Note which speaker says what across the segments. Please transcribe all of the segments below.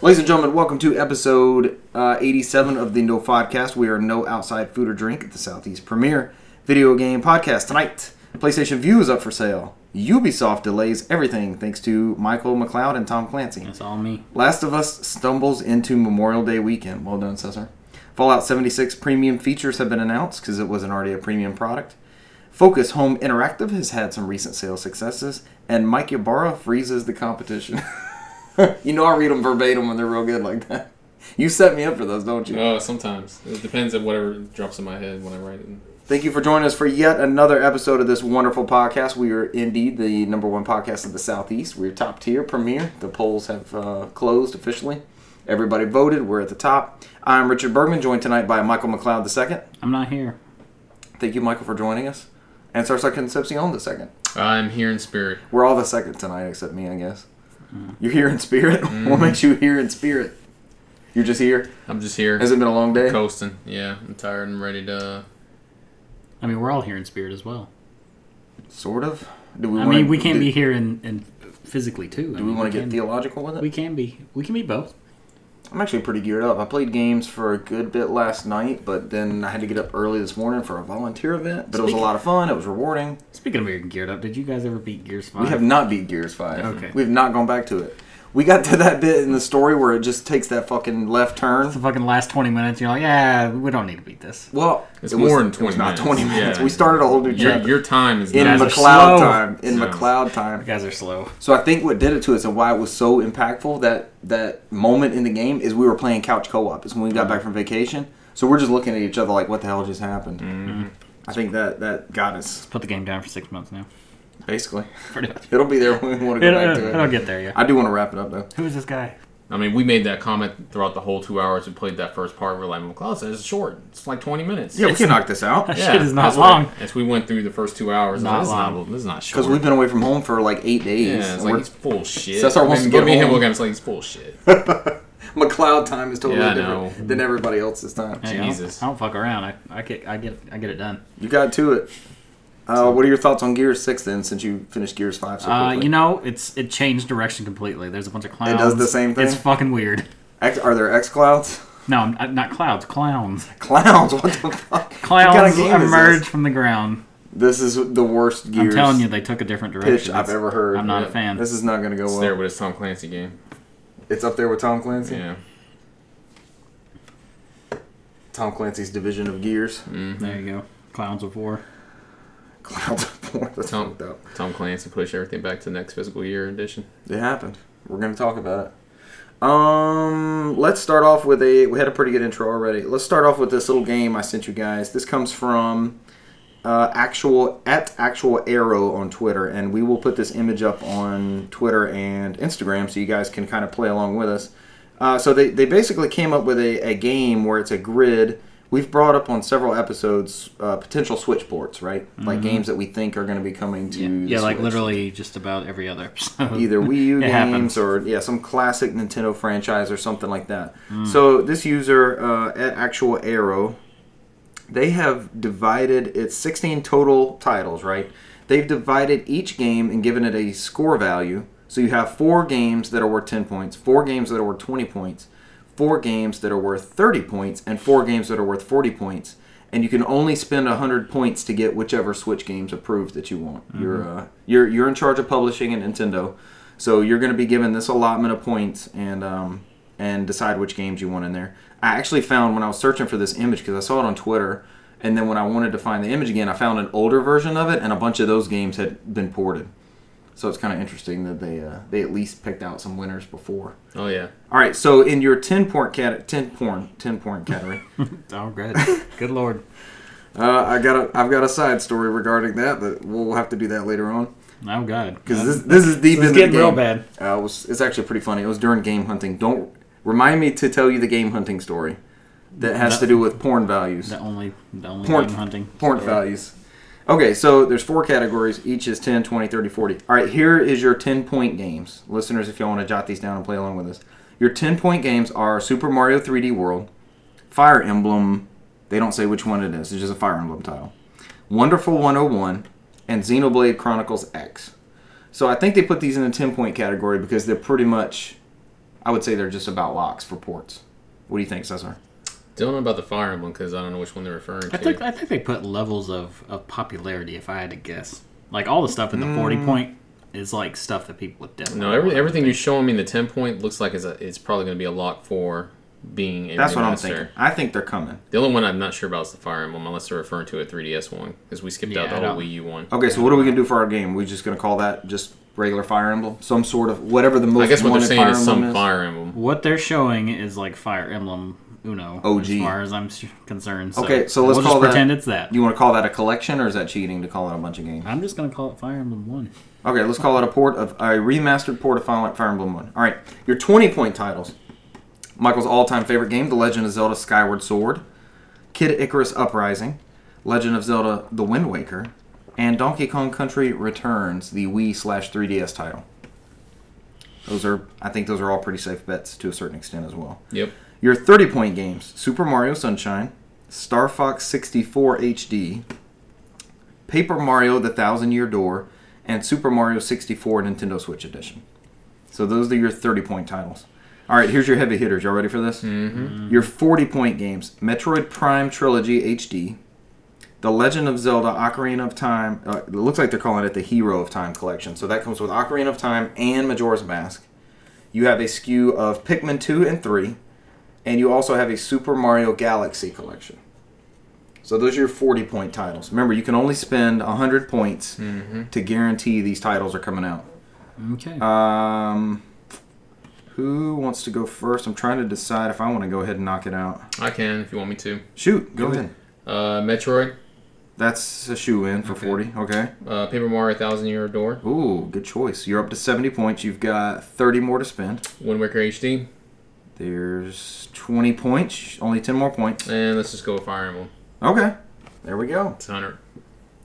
Speaker 1: Ladies and gentlemen, welcome to episode uh, 87 of the No Podcast. We are no outside food or drink at the Southeast Premier Video Game Podcast. Tonight, PlayStation View is up for sale. Ubisoft delays everything thanks to Michael McLeod and Tom Clancy.
Speaker 2: That's all me.
Speaker 1: Last of Us stumbles into Memorial Day weekend. Well done, Cesar. Fallout 76 premium features have been announced because it wasn't already a premium product. Focus Home Interactive has had some recent sales successes, and Mike Ybarra freezes the competition. you know I read them verbatim when they're real good like that. You set me up for those, don't you?
Speaker 3: Oh, sometimes it depends on whatever drops in my head when I write it.
Speaker 1: Thank you for joining us for yet another episode of this wonderful podcast. We are indeed the number one podcast of the Southeast. We're top tier, premier. The polls have uh, closed officially. Everybody voted. We're at the top. I'm Richard Bergman, joined tonight by Michael McLeod II.
Speaker 2: I'm not here.
Speaker 1: Thank you, Michael, for joining us. And Sarsa Concepcion II.
Speaker 3: I'm here in spirit.
Speaker 1: We're all the second tonight except me, I guess.
Speaker 2: Mm-hmm.
Speaker 1: You're here in spirit? what makes you here in spirit? You're just here?
Speaker 3: I'm just here
Speaker 1: Has it been a long day?
Speaker 3: coasting. Yeah, I'm tired and ready to.
Speaker 2: I mean, we're all here in spirit as well.
Speaker 1: Sort of. Do we
Speaker 2: I mean, we can be here in, in physically too.
Speaker 1: Do we want to get
Speaker 2: the?
Speaker 1: theological with it?
Speaker 2: We can be. We can be both.
Speaker 1: I'm actually pretty geared up. I played games for a good bit last night, but then I had to get up early this morning for a volunteer event. But it was a
Speaker 2: Speaking-
Speaker 1: lot of fun. It was rewarding.
Speaker 2: Speaking of being geared up, did you guys ever beat Gears Five?
Speaker 1: We have not beat Gears 5.
Speaker 2: Okay.
Speaker 1: We've not gone back to it. We got to that bit in the story where it just takes that fucking left
Speaker 2: the
Speaker 1: turn.
Speaker 2: fucking last twenty minutes. You're like, yeah, we don't need to beat this.
Speaker 1: Well,
Speaker 3: It's
Speaker 1: it was-
Speaker 3: more than
Speaker 1: it was
Speaker 3: 20
Speaker 1: not
Speaker 3: minutes.
Speaker 1: 20 minutes.
Speaker 3: Yeah.
Speaker 1: We started a whole new
Speaker 3: Your,
Speaker 1: chapter.
Speaker 3: your time is
Speaker 1: in
Speaker 3: not-
Speaker 2: Guys are
Speaker 1: McLeod
Speaker 2: slow.
Speaker 1: time. In
Speaker 3: No.
Speaker 1: McLeod
Speaker 2: You
Speaker 1: time.
Speaker 2: guys are slow.
Speaker 1: So I think what did it to us and why it was so impactful that that moment in the game is we were playing couch co-op. It's when we got back from vacation. So we're just looking at each other like, what the hell just happened? I think that that got us
Speaker 2: Put the game down for six months now.
Speaker 1: basically.
Speaker 2: Pretty much.
Speaker 1: It'll be there when we want to go
Speaker 2: It'll,
Speaker 1: back to it.
Speaker 2: it'll get there. Yeah.
Speaker 1: I do want to wrap it up though.
Speaker 2: Who is this guy?
Speaker 3: I mean, we made that comment throughout the whole two hours we played that first part. We are like, McLeod says it's short. It's like 20 minutes.
Speaker 1: Yeah, we can knock this out
Speaker 2: That shit is not
Speaker 3: that's what I-
Speaker 2: long.
Speaker 3: as we went through the first two hours,
Speaker 2: Not
Speaker 3: not this,
Speaker 2: long.
Speaker 3: Is not, this is not short.
Speaker 1: because we've been away from home for like eight days.
Speaker 3: yeah, it's
Speaker 1: and
Speaker 3: like
Speaker 1: we're-
Speaker 3: he's full of shit.
Speaker 1: Cesar wants
Speaker 3: And
Speaker 1: to go
Speaker 3: me and him
Speaker 1: home.
Speaker 3: look at him, it's like he's full of shit.
Speaker 1: Oh, McLeod time is totally
Speaker 3: Yeah, I
Speaker 1: different
Speaker 3: know.
Speaker 1: than everybody else's time.
Speaker 2: Hey, I don't-
Speaker 3: Jesus.
Speaker 2: I don't, fuck around. I, I get I get I get it done.
Speaker 1: You got to it. Uh, what are your thoughts on Gears Six then? Since you finished Gears Five so quickly,
Speaker 2: Uh, you know, it's it changed direction completely. There's a bunch of clowns.
Speaker 1: does the same thing?
Speaker 2: It's fucking weird.
Speaker 1: X, are there X clouds?
Speaker 2: No, I'm, I'm not clouds. Clowns.
Speaker 1: Clowns? What the fuck?
Speaker 2: Clowns
Speaker 1: What kind of game is
Speaker 2: emerge
Speaker 1: this?
Speaker 2: from the ground.
Speaker 1: This is the worst Gears
Speaker 2: I'm telling you, they took a different
Speaker 1: pitch
Speaker 2: direction.
Speaker 1: I've
Speaker 2: It's-
Speaker 1: ever heard.
Speaker 2: I'm not
Speaker 3: Yeah.
Speaker 2: a fan.
Speaker 1: This is not going to go
Speaker 3: It's
Speaker 1: well.
Speaker 3: there with his Tom Clancy game.
Speaker 1: It's up there with Tom Clancy.
Speaker 3: Yeah.
Speaker 1: Tom Clancy's division of Gears.
Speaker 3: Mm.
Speaker 2: there you go. Clowns of War.
Speaker 1: Clouds of War. That's
Speaker 3: Tom,
Speaker 1: fucked up.
Speaker 3: Tom Clancy pushed everything back to next fiscal year edition.
Speaker 1: It happened. We're going to talk about it. Um, let's start off with a. We had a pretty good intro already. Let's start off with this little game I sent you guys. This comes from uh, actual at actual arrow on Twitter, and we will put this image up on Twitter and Instagram so you guys can kind of play along with us. Uh, so they, they basically came up with a, a game where it's a grid. We've brought up on several episodes uh, potential switchboards, right? Like games that we think are going to be coming to
Speaker 2: Mm-hmm. Yeah,
Speaker 1: the
Speaker 2: yeah, like
Speaker 1: Switch
Speaker 2: literally just about every other episode.
Speaker 1: either Wii U
Speaker 2: Mm-hmm. It
Speaker 1: games
Speaker 2: happens.
Speaker 1: or yeah, some classic Nintendo franchise or something like that.
Speaker 2: Mm.
Speaker 1: So this user uh, at Actual Arrow, they have divided it's 16 total titles, right? They've divided each game and given it a score value. So you have four games that are worth 10 points, four games that are worth 20 points, four games that are worth 30 points, and four games that are worth 40 points. And you can only spend 100 points to get whichever Switch games approved that you want. You're uh, you're you're in charge of publishing at Nintendo, so you're going to be given this allotment of points and um, and decide which games you want in there. I actually found when I was searching for this image because I saw it on Twitter, and then when I wanted to find the image again, I found an older version of it, and a bunch of those games had been ported. So it's kind of interesting that they uh, they at least picked out some winners before.
Speaker 3: Oh yeah.
Speaker 1: All right, so in your ten point cat ten porn ten porn category,
Speaker 2: oh, good. Good lord.
Speaker 1: uh, I got a I've got a side story regarding that, but we'll have to do that later on
Speaker 2: Oh, God.
Speaker 1: because this this is deep
Speaker 2: This is
Speaker 1: into the
Speaker 2: getting real
Speaker 1: game.
Speaker 2: bad.
Speaker 1: Uh, it was, it's actually pretty funny. It was during game hunting. Don't remind me to tell you the game hunting story that has to
Speaker 2: That-
Speaker 1: do with porn values.
Speaker 2: The only, the only
Speaker 1: Porn-
Speaker 2: game hunting.
Speaker 1: Porn
Speaker 2: story.
Speaker 1: values. Okay, so there's four categories. Each is 10, 20, 30, 40. All right, here is your 10 point games. Listeners, if y'all want to jot these down and play along with us. Your 10 point games are Super Mario 3D World, Fire Emblem, they don't say which one it is, it's just a Fire Emblem title, Wonderful 101, and Xenoblade Chronicles X. So I think they put these in the 10 point category because they're pretty much. I would say they're just about locks for ports. What do you think, Cesar?
Speaker 3: Don't know about the Fire Emblem because I don't know which one they're referring
Speaker 2: I
Speaker 3: to.
Speaker 2: think I think they put levels of, of popularity. If I had to guess, like all the stuff in the
Speaker 1: Mm.
Speaker 2: forty point is like stuff that people would definitely.
Speaker 3: no, every,
Speaker 2: want.
Speaker 3: everything you're showing me in the ten point looks like is a, it's probably going to be a lock for being a
Speaker 1: That's what I'm
Speaker 3: remaster.
Speaker 1: thinking. I think they're coming.
Speaker 3: The only one I'm not sure about is the Fire Emblem, unless they're referring to a 3DS one because we skipped out
Speaker 2: Yeah,
Speaker 3: the
Speaker 2: I
Speaker 3: whole
Speaker 2: don't-
Speaker 3: Wii U one.
Speaker 1: Okay, so what are we gonna do for our game? We just gonna call that just regular Fire Emblem, some sort of whatever the most.
Speaker 3: I guess what they're
Speaker 1: wanted
Speaker 3: saying
Speaker 1: Fire
Speaker 3: is some
Speaker 1: Emblem
Speaker 3: Fire Emblem.
Speaker 2: What they're showing is like Fire Emblem Uno.
Speaker 1: OG.
Speaker 2: As far as I'm s- concerned.
Speaker 1: Okay, so let's
Speaker 2: we'll
Speaker 1: call
Speaker 2: just
Speaker 1: that-
Speaker 2: pretend it's that.
Speaker 1: You want to call that a collection, or is that cheating to call it a bunch of games?
Speaker 2: I'm just gonna call it Fire Emblem One.
Speaker 1: Okay, let's call it a port of a remastered port of Final Fire Emblem One. All right, your twenty point titles: Michael's all-time favorite game, The Legend of Zelda: Skyward Sword, Kid Icarus Uprising, Legend of Zelda: The Wind Waker, and Donkey Kong Country Returns, the Wii slash 3DS title. Those are, I think, those are all pretty safe bets to a certain extent as well.
Speaker 3: Yep.
Speaker 1: Your 30 point games Super Mario Sunshine, Star Fox 64 HD, Paper Mario The Thousand Year Door, and Super Mario 64 Nintendo Switch Edition. So those are your 30 point titles. All right, here's your heavy hitters. Y'all ready for this? Mm-hmm. Your 40 point games Metroid Prime Trilogy HD, The Legend of Zelda Ocarina of Time. Uh, it looks like they're calling it the Hero of Time collection. So that comes with Ocarina of Time and Majora's Mask. You have a skew of Pikmin 2 and 3, and you also have a Super Mario Galaxy collection. So those are your 40 point titles. Remember, you can only spend 100 points to guarantee these titles are coming out.
Speaker 2: Okay.
Speaker 1: Um, who wants to go first? I'm trying to decide if I want to go ahead and knock it out.
Speaker 3: I can if you want me to.
Speaker 1: Shoot, go ahead.
Speaker 3: Uh, Metroid,
Speaker 1: That's a shoe in for
Speaker 3: Okay.
Speaker 1: 40. Okay.
Speaker 3: uh, Paper Mario Thousand Year Door,
Speaker 1: Ooh, good choice. You're up to 70 points. You've got 30 more to spend.
Speaker 3: Wind Waker HD,
Speaker 1: There's 20 points. Only 10 more points.
Speaker 3: and let's just go with Fire Emblem.
Speaker 1: Okay. There we go.
Speaker 3: It's 100.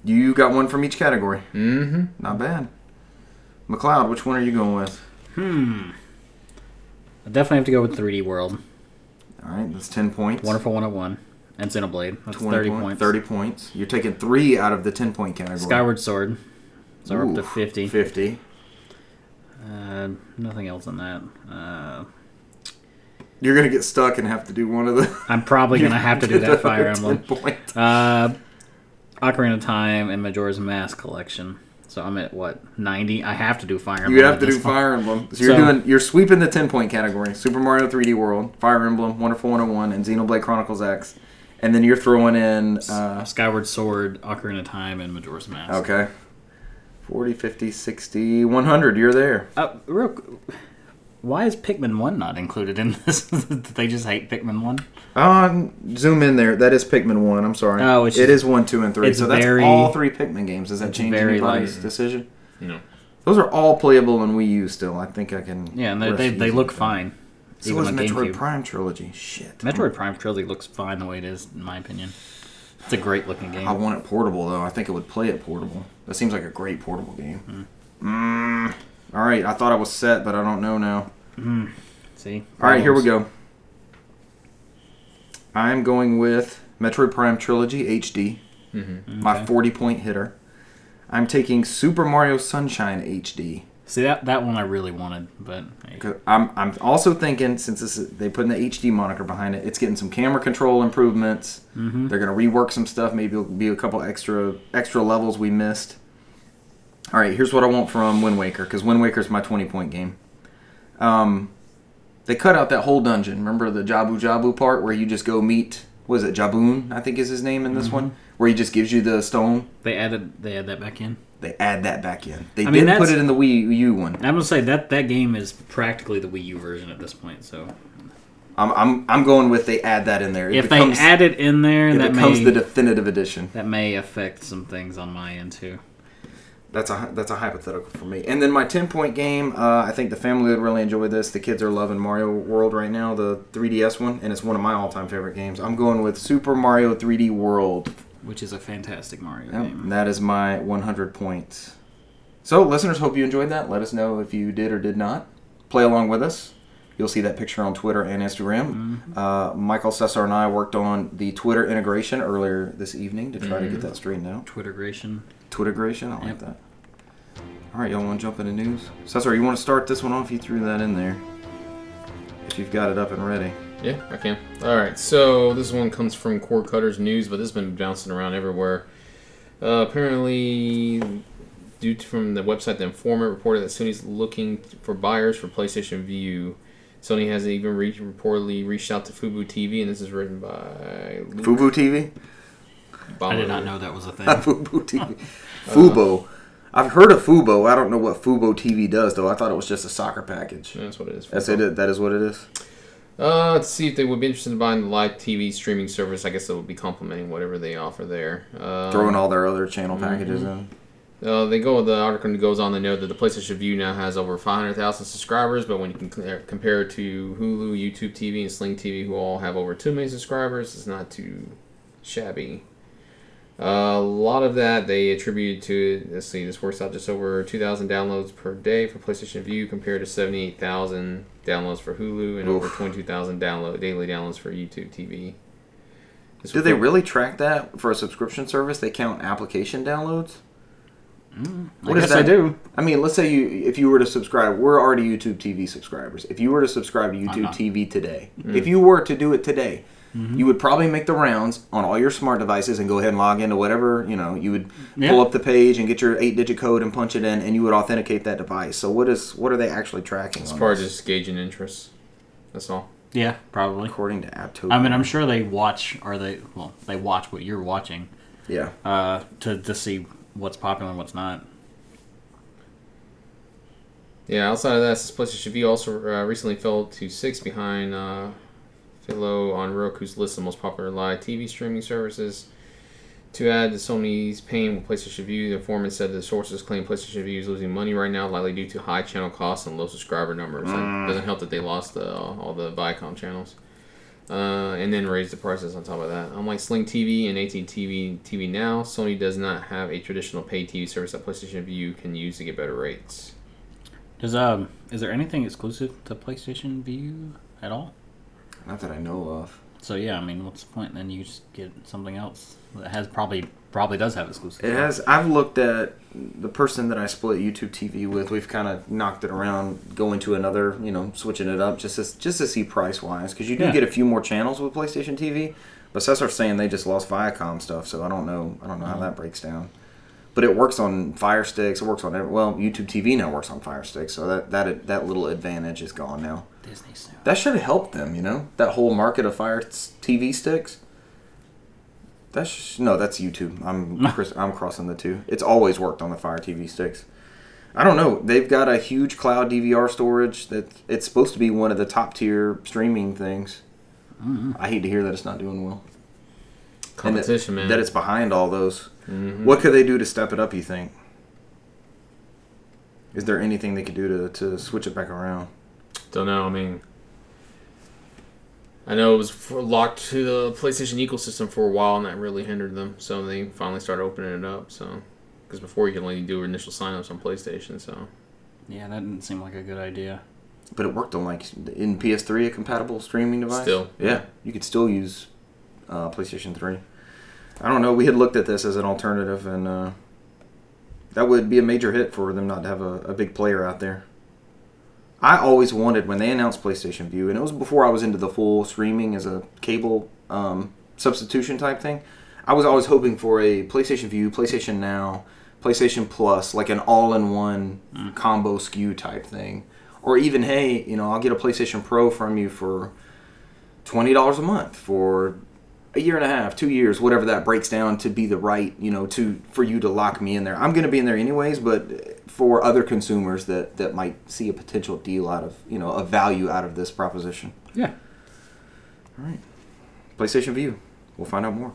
Speaker 1: You got one from each category.
Speaker 3: Mm-hmm.
Speaker 1: Not bad. McLeod, which one are you going with?
Speaker 2: hmm. I definitely have to go with 3D World.
Speaker 1: All right, that's 10 points.
Speaker 2: Wonderful 101 and Xenoblade. That's
Speaker 1: 20
Speaker 2: 30
Speaker 1: point-
Speaker 2: points.
Speaker 1: 30 points. You're taking three out of the 10 point category.
Speaker 2: Skyward Sword. So we're up to
Speaker 1: Ooh,
Speaker 2: 50.
Speaker 1: 50.
Speaker 2: Uh, nothing else on that. Uh,
Speaker 1: You're going to get stuck and have to do one of the.
Speaker 2: I'm probably gonna have to do that Fire
Speaker 1: 10
Speaker 2: Emblem.
Speaker 1: Point.
Speaker 2: Uh, Ocarina of Time and Majora's Mask collection. So I'm at what 90. I have to do Fire Emblem.
Speaker 1: You have
Speaker 2: at
Speaker 1: to do
Speaker 2: this point.
Speaker 1: Fire Emblem. So you're
Speaker 2: So-
Speaker 1: doing you're sweeping the 10 point category. Super Mario 3D World, Fire Emblem, Wonderful 101, and Xenoblade Chronicles X. And then you're throwing in uh,
Speaker 2: Skyward Sword, Ocarina of Time, and Majora's Mask.
Speaker 1: okay. 40, 50, 60, 100. You're there.
Speaker 2: Uh, real. qu- Why is Pikmin One not included in this? Did they just hate Pikmin One?
Speaker 1: Um, zoom in there. That is Pikmin one. I'm sorry.
Speaker 2: Oh, it's
Speaker 1: it
Speaker 2: just-
Speaker 1: is one, two, and three.
Speaker 2: it's
Speaker 1: so that's
Speaker 2: very-
Speaker 1: all three Pikmin games. Does that
Speaker 2: it's
Speaker 1: change
Speaker 2: very
Speaker 1: anybody's
Speaker 2: light.
Speaker 1: decision?
Speaker 3: No.
Speaker 1: Those are all playable in Wii U still. I think I can.
Speaker 2: Yeah, and they
Speaker 1: rest
Speaker 2: they, they
Speaker 1: easy
Speaker 2: look
Speaker 1: with that.
Speaker 2: fine.
Speaker 1: So
Speaker 2: even
Speaker 1: is
Speaker 2: on
Speaker 1: Metroid
Speaker 2: GameCube.
Speaker 1: Prime trilogy. Shit.
Speaker 2: Metroid Prime Trilogy looks fine the way it is, in my opinion. It's a great looking game.
Speaker 1: I want it portable though. I think it would play it portable. That seems like a great portable game.
Speaker 2: Hmm.
Speaker 1: Mm. All right. I thought I was set, but I don't know now.
Speaker 2: See.
Speaker 1: All right, here we go. I'm going with Metroid Prime Trilogy HD, my 40 point hitter. I'm taking Super Mario Sunshine HD.
Speaker 2: See that that one I really wanted, but hey,
Speaker 1: 'Cause I'm, I'm also thinking since this is, they put in the HD moniker behind it, it's getting some camera control improvements.
Speaker 2: Mm-hmm.
Speaker 1: They're gonna rework some stuff. Maybe it'll be a couple extra extra levels we missed. All right, here's what I want from Wind Waker because Wind Waker's my 20 point game. Um, they cut out that whole dungeon. Remember the Jabu Jabu part where you just go meet was it Jaboon? I think is his name in this
Speaker 2: Mm-hmm.
Speaker 1: one where he just gives you the stone.
Speaker 2: they added they add that back in.
Speaker 1: They add that back in. They
Speaker 2: I mean,
Speaker 1: didn't put
Speaker 2: that's-
Speaker 1: it in the Wii U one.
Speaker 2: I'm gonna say that that game is practically the Wii U version at this point. So
Speaker 1: I'm I'm, I'm going with they add that in there. It
Speaker 2: if they add it in there,
Speaker 1: It
Speaker 2: that
Speaker 1: becomes
Speaker 2: may
Speaker 1: the definitive edition.
Speaker 2: that may affect some things on my end too.
Speaker 1: That's a that's a hypothetical for me. And then my ten point game. Uh, I think the family would really enjoy this. The kids are loving Mario World right now, the 3DS one, and it's one of my all time favorite games. I'm going with Super Mario 3D World.
Speaker 2: Which is a fantastic Mario
Speaker 1: Yep,
Speaker 2: game.
Speaker 1: That is my 100 points. So listeners, hope you enjoyed that. Let us know if you did or did not. Play along with us. You'll see that picture on Twitter and Instagram.
Speaker 2: Mm-hmm.
Speaker 1: Uh, Michael Cesar and I worked on the Twitter integration earlier this evening to try to
Speaker 2: Mm-hmm.
Speaker 1: get that straightened out.
Speaker 2: Twittergration.
Speaker 1: Twittergration. I like
Speaker 2: Yep.
Speaker 1: that. All right, y'all want to jump into news? Cesar, you want to start this one off? You threw that in there. If you've got it up and ready.
Speaker 3: Yeah, I can. All right, so this one comes from Cord Cutters News, but this has been bouncing around everywhere. Uh, apparently, due to from the website The Informant, reported that Sony's looking for buyers for PlayStation View. Sony has even reached, reportedly reached out to Fubu TV, and this is written by Luke
Speaker 1: Fubu TV?
Speaker 2: I did not
Speaker 3: Bauer.
Speaker 2: know that was a thing.
Speaker 1: Fubu TV. Fubo. I've heard of Fubo. I don't know what Fubo TV does, though. I thought it was just a soccer package.
Speaker 3: That's what it is.
Speaker 1: That's it. That is what it is.
Speaker 3: Uh, to see if they would be interested in buying the live TV streaming service. I guess it would be complementing whatever they offer there. Um,
Speaker 1: Throwing all their other channel packages in.
Speaker 3: Uh, they go. The article goes on to note that the PlayStation View now has over 500,000 subscribers, but when you can compare- compare it to Hulu, YouTube TV, and Sling TV, who all have over 2 million subscribers, it's not too shabby. Uh, a lot of that they attribute to let's see, this works out just over 2,000 downloads per day for PlayStation View, compared to 78,000 downloads for Hulu and over
Speaker 1: Oof.
Speaker 3: 22,000 download daily downloads for YouTube TV. This
Speaker 1: Do they really track that for a subscription service? They count application downloads?
Speaker 2: I
Speaker 1: is
Speaker 2: guess I
Speaker 1: that?
Speaker 2: do.
Speaker 1: I mean, let's say you if you were to subscribe, we're already YouTube TV subscribers. If you were to subscribe to YouTube
Speaker 2: not.
Speaker 1: TV today,
Speaker 3: Mm.
Speaker 1: if you were to do it today,
Speaker 2: Mm-hmm.
Speaker 1: you would probably make the rounds on all your smart devices and go ahead and log into whatever you know. You would
Speaker 2: Yeah.
Speaker 1: pull up the page and get your eight-digit code and punch it in, and you would authenticate that device. So what is what are they actually tracking? on
Speaker 3: As far as
Speaker 1: this?
Speaker 3: just gauging interest, that's all.
Speaker 2: Yeah, probably.
Speaker 1: according to AppToken.
Speaker 2: I mean, I'm sure they watch, or they well, they watch what you're watching
Speaker 1: yeah.
Speaker 2: uh, to to see what's popular and what's not.
Speaker 3: Yeah, outside of that, this PlayStation View also uh, recently fell to six behind uh, Philo on Roku's list of most popular live TV streaming services. To add to Sony's pain with PlayStation View, the informant said the sources claim PlayStation View is losing money right now, likely due to high channel costs and low subscriber numbers. It doesn't help that they lost uh, all the Viacom channels. Uh, and then raised the prices on top of that. Unlike Sling TV and ATTV TV Now, Sony does not have a traditional pay TV service that PlayStation View can use to get better rates.
Speaker 2: Does um is there anything exclusive to PlayStation View at all?
Speaker 1: Not that I know of.
Speaker 2: So yeah, I mean, what's the point? Then you just get something else that has probably probably does have exclusive.
Speaker 1: It has. I've looked at the person that I split YouTube TV with. We've kind of knocked it around, going to another, you know, switching it up just to, just to see price wise, because you do
Speaker 2: Yeah.
Speaker 1: get a few more channels with PlayStation TV. But Cesar's saying they just lost Viacom stuff, so I don't know. I don't know how that breaks down. But it works on Fire Sticks. It works on every, well, YouTube TV now works on Fire Sticks, so that that that little advantage is gone now.
Speaker 2: Disney soon.
Speaker 1: That should have helped them, you know, that whole market of Fire s- TV sticks. That's sh- no, that's YouTube. I'm Chris, I'm crossing the two. It's always worked on the Fire TV sticks. I don't know. They've got a huge cloud DVR storage that it's supposed to be one of the top tier streaming things.
Speaker 3: Mm-hmm.
Speaker 1: I hate to hear that it's not doing well. And that-
Speaker 3: competition, man. Mm-hmm.
Speaker 1: That it's behind all those. What could they do to step it up? You think? Is there anything they could do to to switch it back around?
Speaker 3: don't know. I mean, I know it was for, locked to the PlayStation ecosystem for a while, and that really hindered them. So they finally started opening it up. So because before you can only do initial signups on PlayStation, so
Speaker 2: Yeah, that didn't seem like a good idea.
Speaker 1: But it worked on like in PS3 a compatible streaming device.
Speaker 3: Still.
Speaker 1: yeah, you could still use uh, PlayStation 3. I don't know. We had looked at this as an alternative, and uh, that would be a major hit for them not to have a, a big player out there. I always wanted when they announced PlayStation View, and it was before I was into the full streaming as a cable um, substitution type thing. I was always hoping for a PlayStation View, PlayStation Now, PlayStation Plus, like an all-in-one combo SKU type thing, or even hey, you know, I'll get a PlayStation Pro from you for twenty dollars a month for a year and a half, two years, whatever that breaks down to be the right, you know, to for you to lock me in there. I'm going to be in there anyways, but for other consumers that that might see a potential deal out of, you know, a value out of this proposition.
Speaker 2: Yeah.
Speaker 1: All right. PlayStation View. We'll find out more.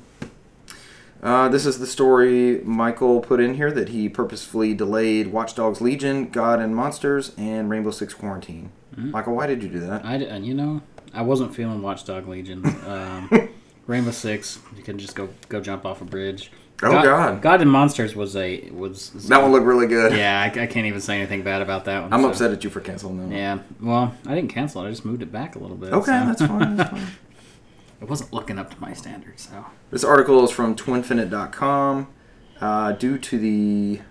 Speaker 1: Uh, this is the story Michael put in here that he purposefully delayed Watch Dogs Legion, God and Monsters, and Rainbow Six Quarantine.
Speaker 2: Mm-hmm.
Speaker 1: Michael, why did you do that?
Speaker 2: I d- and you know I wasn't feeling Watchdog Legion. Um, Rainbow Six, you can just go go jump off a bridge.
Speaker 1: Oh, God.
Speaker 2: God and Monsters was a was
Speaker 1: That one looked really good.
Speaker 2: Yeah, I, I can't even say anything bad about that one.
Speaker 1: I'm
Speaker 2: so-
Speaker 1: upset at you for canceling that one.
Speaker 2: Yeah, well, I didn't cancel it. I just moved it back a little bit.
Speaker 1: Okay,
Speaker 2: so-
Speaker 1: that's fine. That's fine.
Speaker 2: It wasn't looking up to my standards, so
Speaker 1: This article is from twinfinite.com. Uh, due to the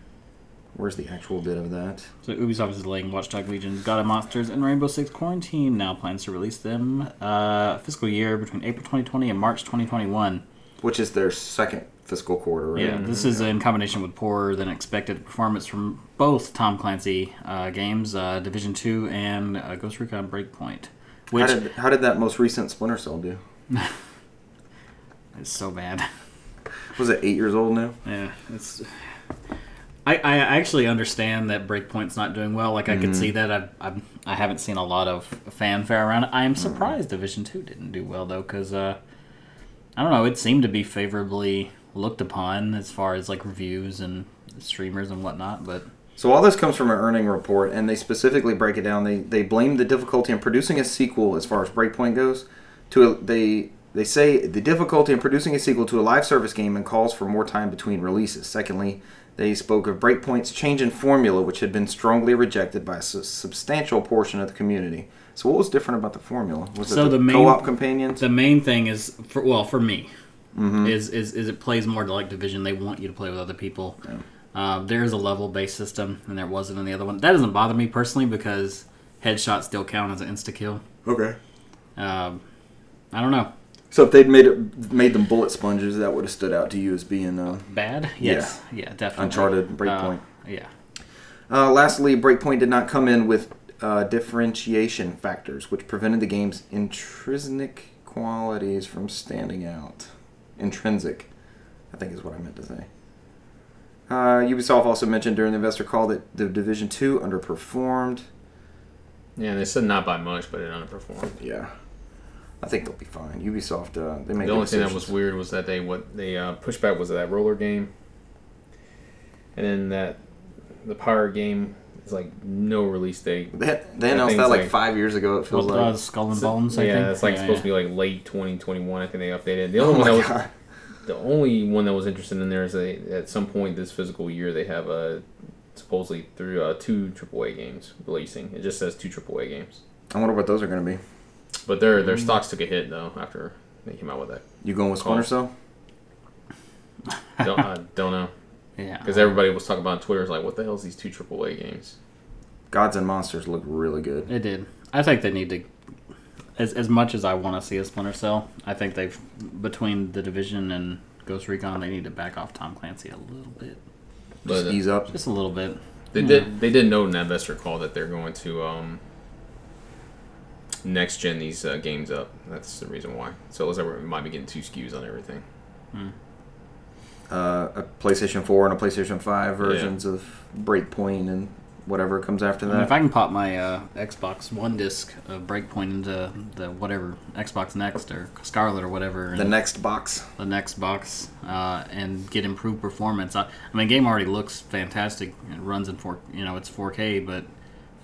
Speaker 1: Where's the actual bit of that?
Speaker 2: So Ubisoft is delaying Watchdog Legion, God of Monsters, and Rainbow Six Quarantine. Now plans to release them uh, fiscal year between April 2020 and March 2021.
Speaker 1: Which is their second fiscal quarter, right?
Speaker 2: Yeah, this is in combination with poorer than expected performance from both Tom Clancy uh, games, uh, Division Two and uh, Ghost Recon Breakpoint,
Speaker 1: How
Speaker 2: which
Speaker 1: did, how did that most recent Splinter Cell do?
Speaker 2: is so bad.
Speaker 1: Was it eight years old now?
Speaker 2: Yeah, it's. I, I actually understand that Breakpoint's not doing well. Like I could see that. I I've, I haven't seen a lot of fanfare around it. I am surprised Division Two didn't do well though, because uh, I don't know. It seemed to be favorably looked upon as far as like reviews and streamers and whatnot. But
Speaker 1: So all this comes from an earning report, and they specifically break it down. They they blame the difficulty in producing a sequel, as far as Breakpoint goes, to a, they they say the difficulty in producing a sequel to a live service game and calls for more time between releases. Secondly, they spoke of Breakpoint's change in formula, which had been strongly rejected by a su- substantial portion of the community. So what was different about the formula? Was
Speaker 2: So
Speaker 1: it the,
Speaker 2: the main-
Speaker 1: co-op companions?
Speaker 2: the main thing is for well for me
Speaker 3: Mm-hmm.
Speaker 2: is, is is it plays more to like division they want you to play with other people uh, there is a level based system and there wasn't in the other one that doesn't bother me personally because headshots still count as an insta kill
Speaker 1: okay.
Speaker 2: um, i don't know
Speaker 1: So if they'd made it, made them bullet sponges, that would have stood out to you as being uh,
Speaker 2: bad yes yeah, definitely
Speaker 1: Uncharted, Breakpoint.
Speaker 2: Uh, yeah
Speaker 1: Uh, lastly, Breakpoint did not come in with uh, differentiation factors, which prevented the game's intrinsic qualities from standing out. Intrinsic, I think is what I meant to say. Uh, Ubisoft also mentioned during the investor call that the Division 2 underperformed.
Speaker 3: Yeah, they said not by much, but it underperformed.
Speaker 1: Yeah. I think they'll be fine. Ubisoft, uh, they make good
Speaker 3: The only thing that was
Speaker 1: decisions.
Speaker 3: weird was that they what they uh, pushed back was that roller game, and then that the pirate game is like no release date.
Speaker 1: They, had- they
Speaker 3: that
Speaker 1: announced
Speaker 3: thing's
Speaker 1: that like,
Speaker 3: like-
Speaker 1: five years ago, it feels
Speaker 2: With,
Speaker 1: like.
Speaker 2: uh, skull and bones I
Speaker 3: yeah,
Speaker 2: think
Speaker 3: it's like
Speaker 2: Yeah,
Speaker 3: supposed
Speaker 2: yeah.
Speaker 3: to be like late 2021. I think they updated. The
Speaker 1: Oh
Speaker 3: only one
Speaker 1: my
Speaker 3: that was
Speaker 1: God.
Speaker 3: the only one that was interested in there is they at some point this physical year they have uh, supposedly through uh, two AAA games releasing. It just says two AAA games,
Speaker 1: I wonder what those are going to be.
Speaker 3: but their their stocks took a hit though after they came out with that.
Speaker 1: You going with Splinter Cell?
Speaker 3: Don't, I don't know
Speaker 2: yeah
Speaker 3: because everybody was talking about on Twitter is like, what the hell is these two AAA games?
Speaker 1: Gods and Monsters look really good.
Speaker 2: It did. I think they need to. As, as much as I want to see a Splinter Cell, I think they've between the division and Ghost Recon, they need to back off Tom Clancy a little bit,
Speaker 1: Just
Speaker 3: But, uh,
Speaker 1: ease up.
Speaker 2: just a little bit.
Speaker 3: They did. They did note in that investor call that they're going to um, next gen these uh, games up. That's the reason why. So it looks like we might be getting two SKUs on everything.
Speaker 1: uh, a PlayStation 4 and a PlayStation 5 versions of Breakpoint and whatever comes after
Speaker 2: And
Speaker 1: that.
Speaker 2: if I can pop my uh, Xbox One disc of Breakpoint into the whatever Xbox Next or Scarlet or whatever,
Speaker 1: the
Speaker 2: and
Speaker 1: next box.
Speaker 2: the next box, uh, and get improved performance. I, I mean, game already looks fantastic. It runs in four, you know, it's 4K, but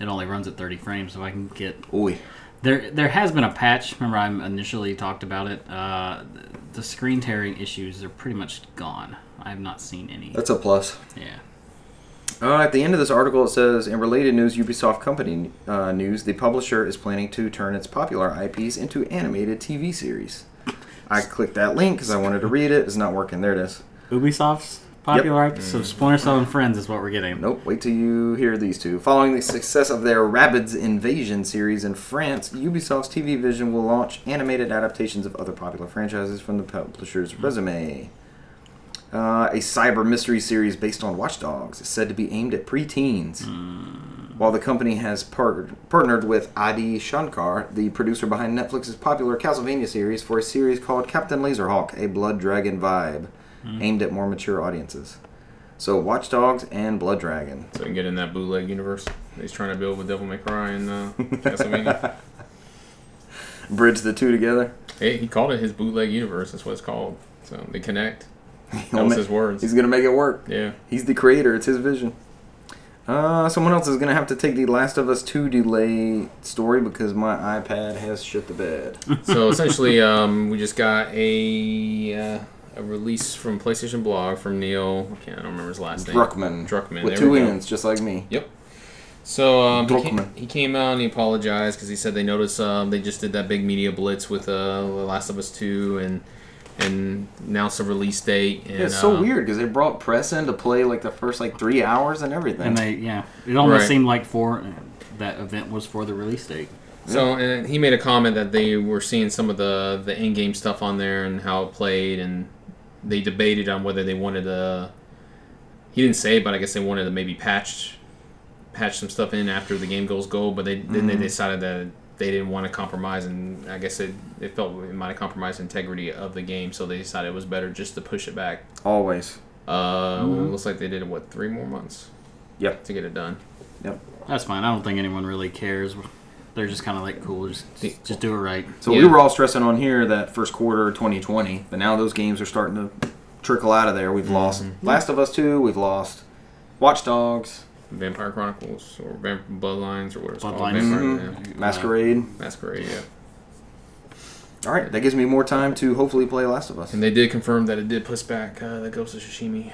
Speaker 2: it only runs at 30 frames. If I can get
Speaker 1: Oy.
Speaker 2: There, there has been a patch. Remember, I initially talked about it. Uh, th- the screen tearing issues are pretty much gone. I have not seen any.
Speaker 1: That's a plus.
Speaker 2: Yeah.
Speaker 1: Uh, at the end of this article, it says In related news, Ubisoft Company uh, news, the publisher is planning to turn its popular IPs into animated TV series. I clicked that link because I wanted to read it. It's not working. There it is.
Speaker 2: Ubisoft's
Speaker 1: popular
Speaker 2: popular yep. episode Splinter Cell and Friends is what we're getting.
Speaker 1: Nope, wait till you hear these two. Following the success of their Rabbids Invasion series in France, Ubisoft's TV Vision will launch animated adaptations of other popular franchises from the publisher's resume. Uh, a cyber mystery series based on Watch Dogs is said to be aimed at preteens. While the company has par- partnered with Adi Shankar, the producer behind Netflix's popular Castlevania series, for a series called Captain Laserhawk, a Blood Dragon vibe, aimed at more mature audiences. So, Watch Dogs and Blood Dragon.
Speaker 3: So we can get in that bootleg universe that he's trying to build with Devil May Cry and uh, Castlevania.
Speaker 1: Bridge the two together.
Speaker 3: hey, he called it his bootleg universe. That's what it's called. So they connect.
Speaker 1: He'll
Speaker 3: That was
Speaker 1: ma-
Speaker 3: his words.
Speaker 1: He's gonna make it work.
Speaker 3: yeah.
Speaker 1: He's the creator. It's his vision. Uh, someone else is gonna have to take the Last of Us two delay story because my iPad has shit the bed.
Speaker 3: so essentially, um, we just got a uh, a release from PlayStation Blog from Neil. I can't. I don't remember his last name.
Speaker 1: Druckman.
Speaker 3: Druckmann,
Speaker 1: With
Speaker 3: there
Speaker 1: two
Speaker 3: we go.
Speaker 1: ends, just like me.
Speaker 3: Yep. So um, he,
Speaker 1: Druckmann.
Speaker 3: came, he came out and he apologized because he said they noticed um, they just did that big media blitz with uh, The Last of Us Two and and announced the release date. And,
Speaker 1: Yeah, it's so
Speaker 3: uh,
Speaker 1: weird because they brought press in to play like the first like three hours and everything.
Speaker 2: And they, yeah, it almost
Speaker 3: Right.
Speaker 2: seemed like for that event was for the release date.
Speaker 3: So and he made a comment that they were seeing some of the the in game stuff on there and how it played, and they debated on whether they wanted to. He didn't say, but I guess they wanted to maybe patch patch some stuff in after the game goes gold. But they then they decided that they didn't want to compromise, and I guess it, it felt it might have compromised integrity of the game, so they decided it was better just to push it back.
Speaker 1: Always.
Speaker 3: Uh, Looks like they did what three more months
Speaker 1: Yep.
Speaker 3: to get it done.
Speaker 1: Yep.
Speaker 2: That's fine. I don't think anyone really cares. They're just kind of like, cool, just, just, just do it right.
Speaker 1: So
Speaker 3: Yeah.
Speaker 1: we were all stressing on here that first quarter 2020, but now those games are starting to trickle out of there. We've
Speaker 3: Mm-hmm.
Speaker 1: lost Last of Us 2, we've lost Watch Dogs,
Speaker 3: Vampire Chronicles or Vamp- Bloodlines or whatever it's called.
Speaker 2: Bloodlines.
Speaker 3: Vampire,
Speaker 1: Mhm.
Speaker 3: yeah.
Speaker 1: Masquerade.
Speaker 3: Masquerade, yeah.
Speaker 1: All right, that gives me more time to hopefully play Last of Us.
Speaker 3: And they did confirm that it did push back uh, the Ghost of Tsushima.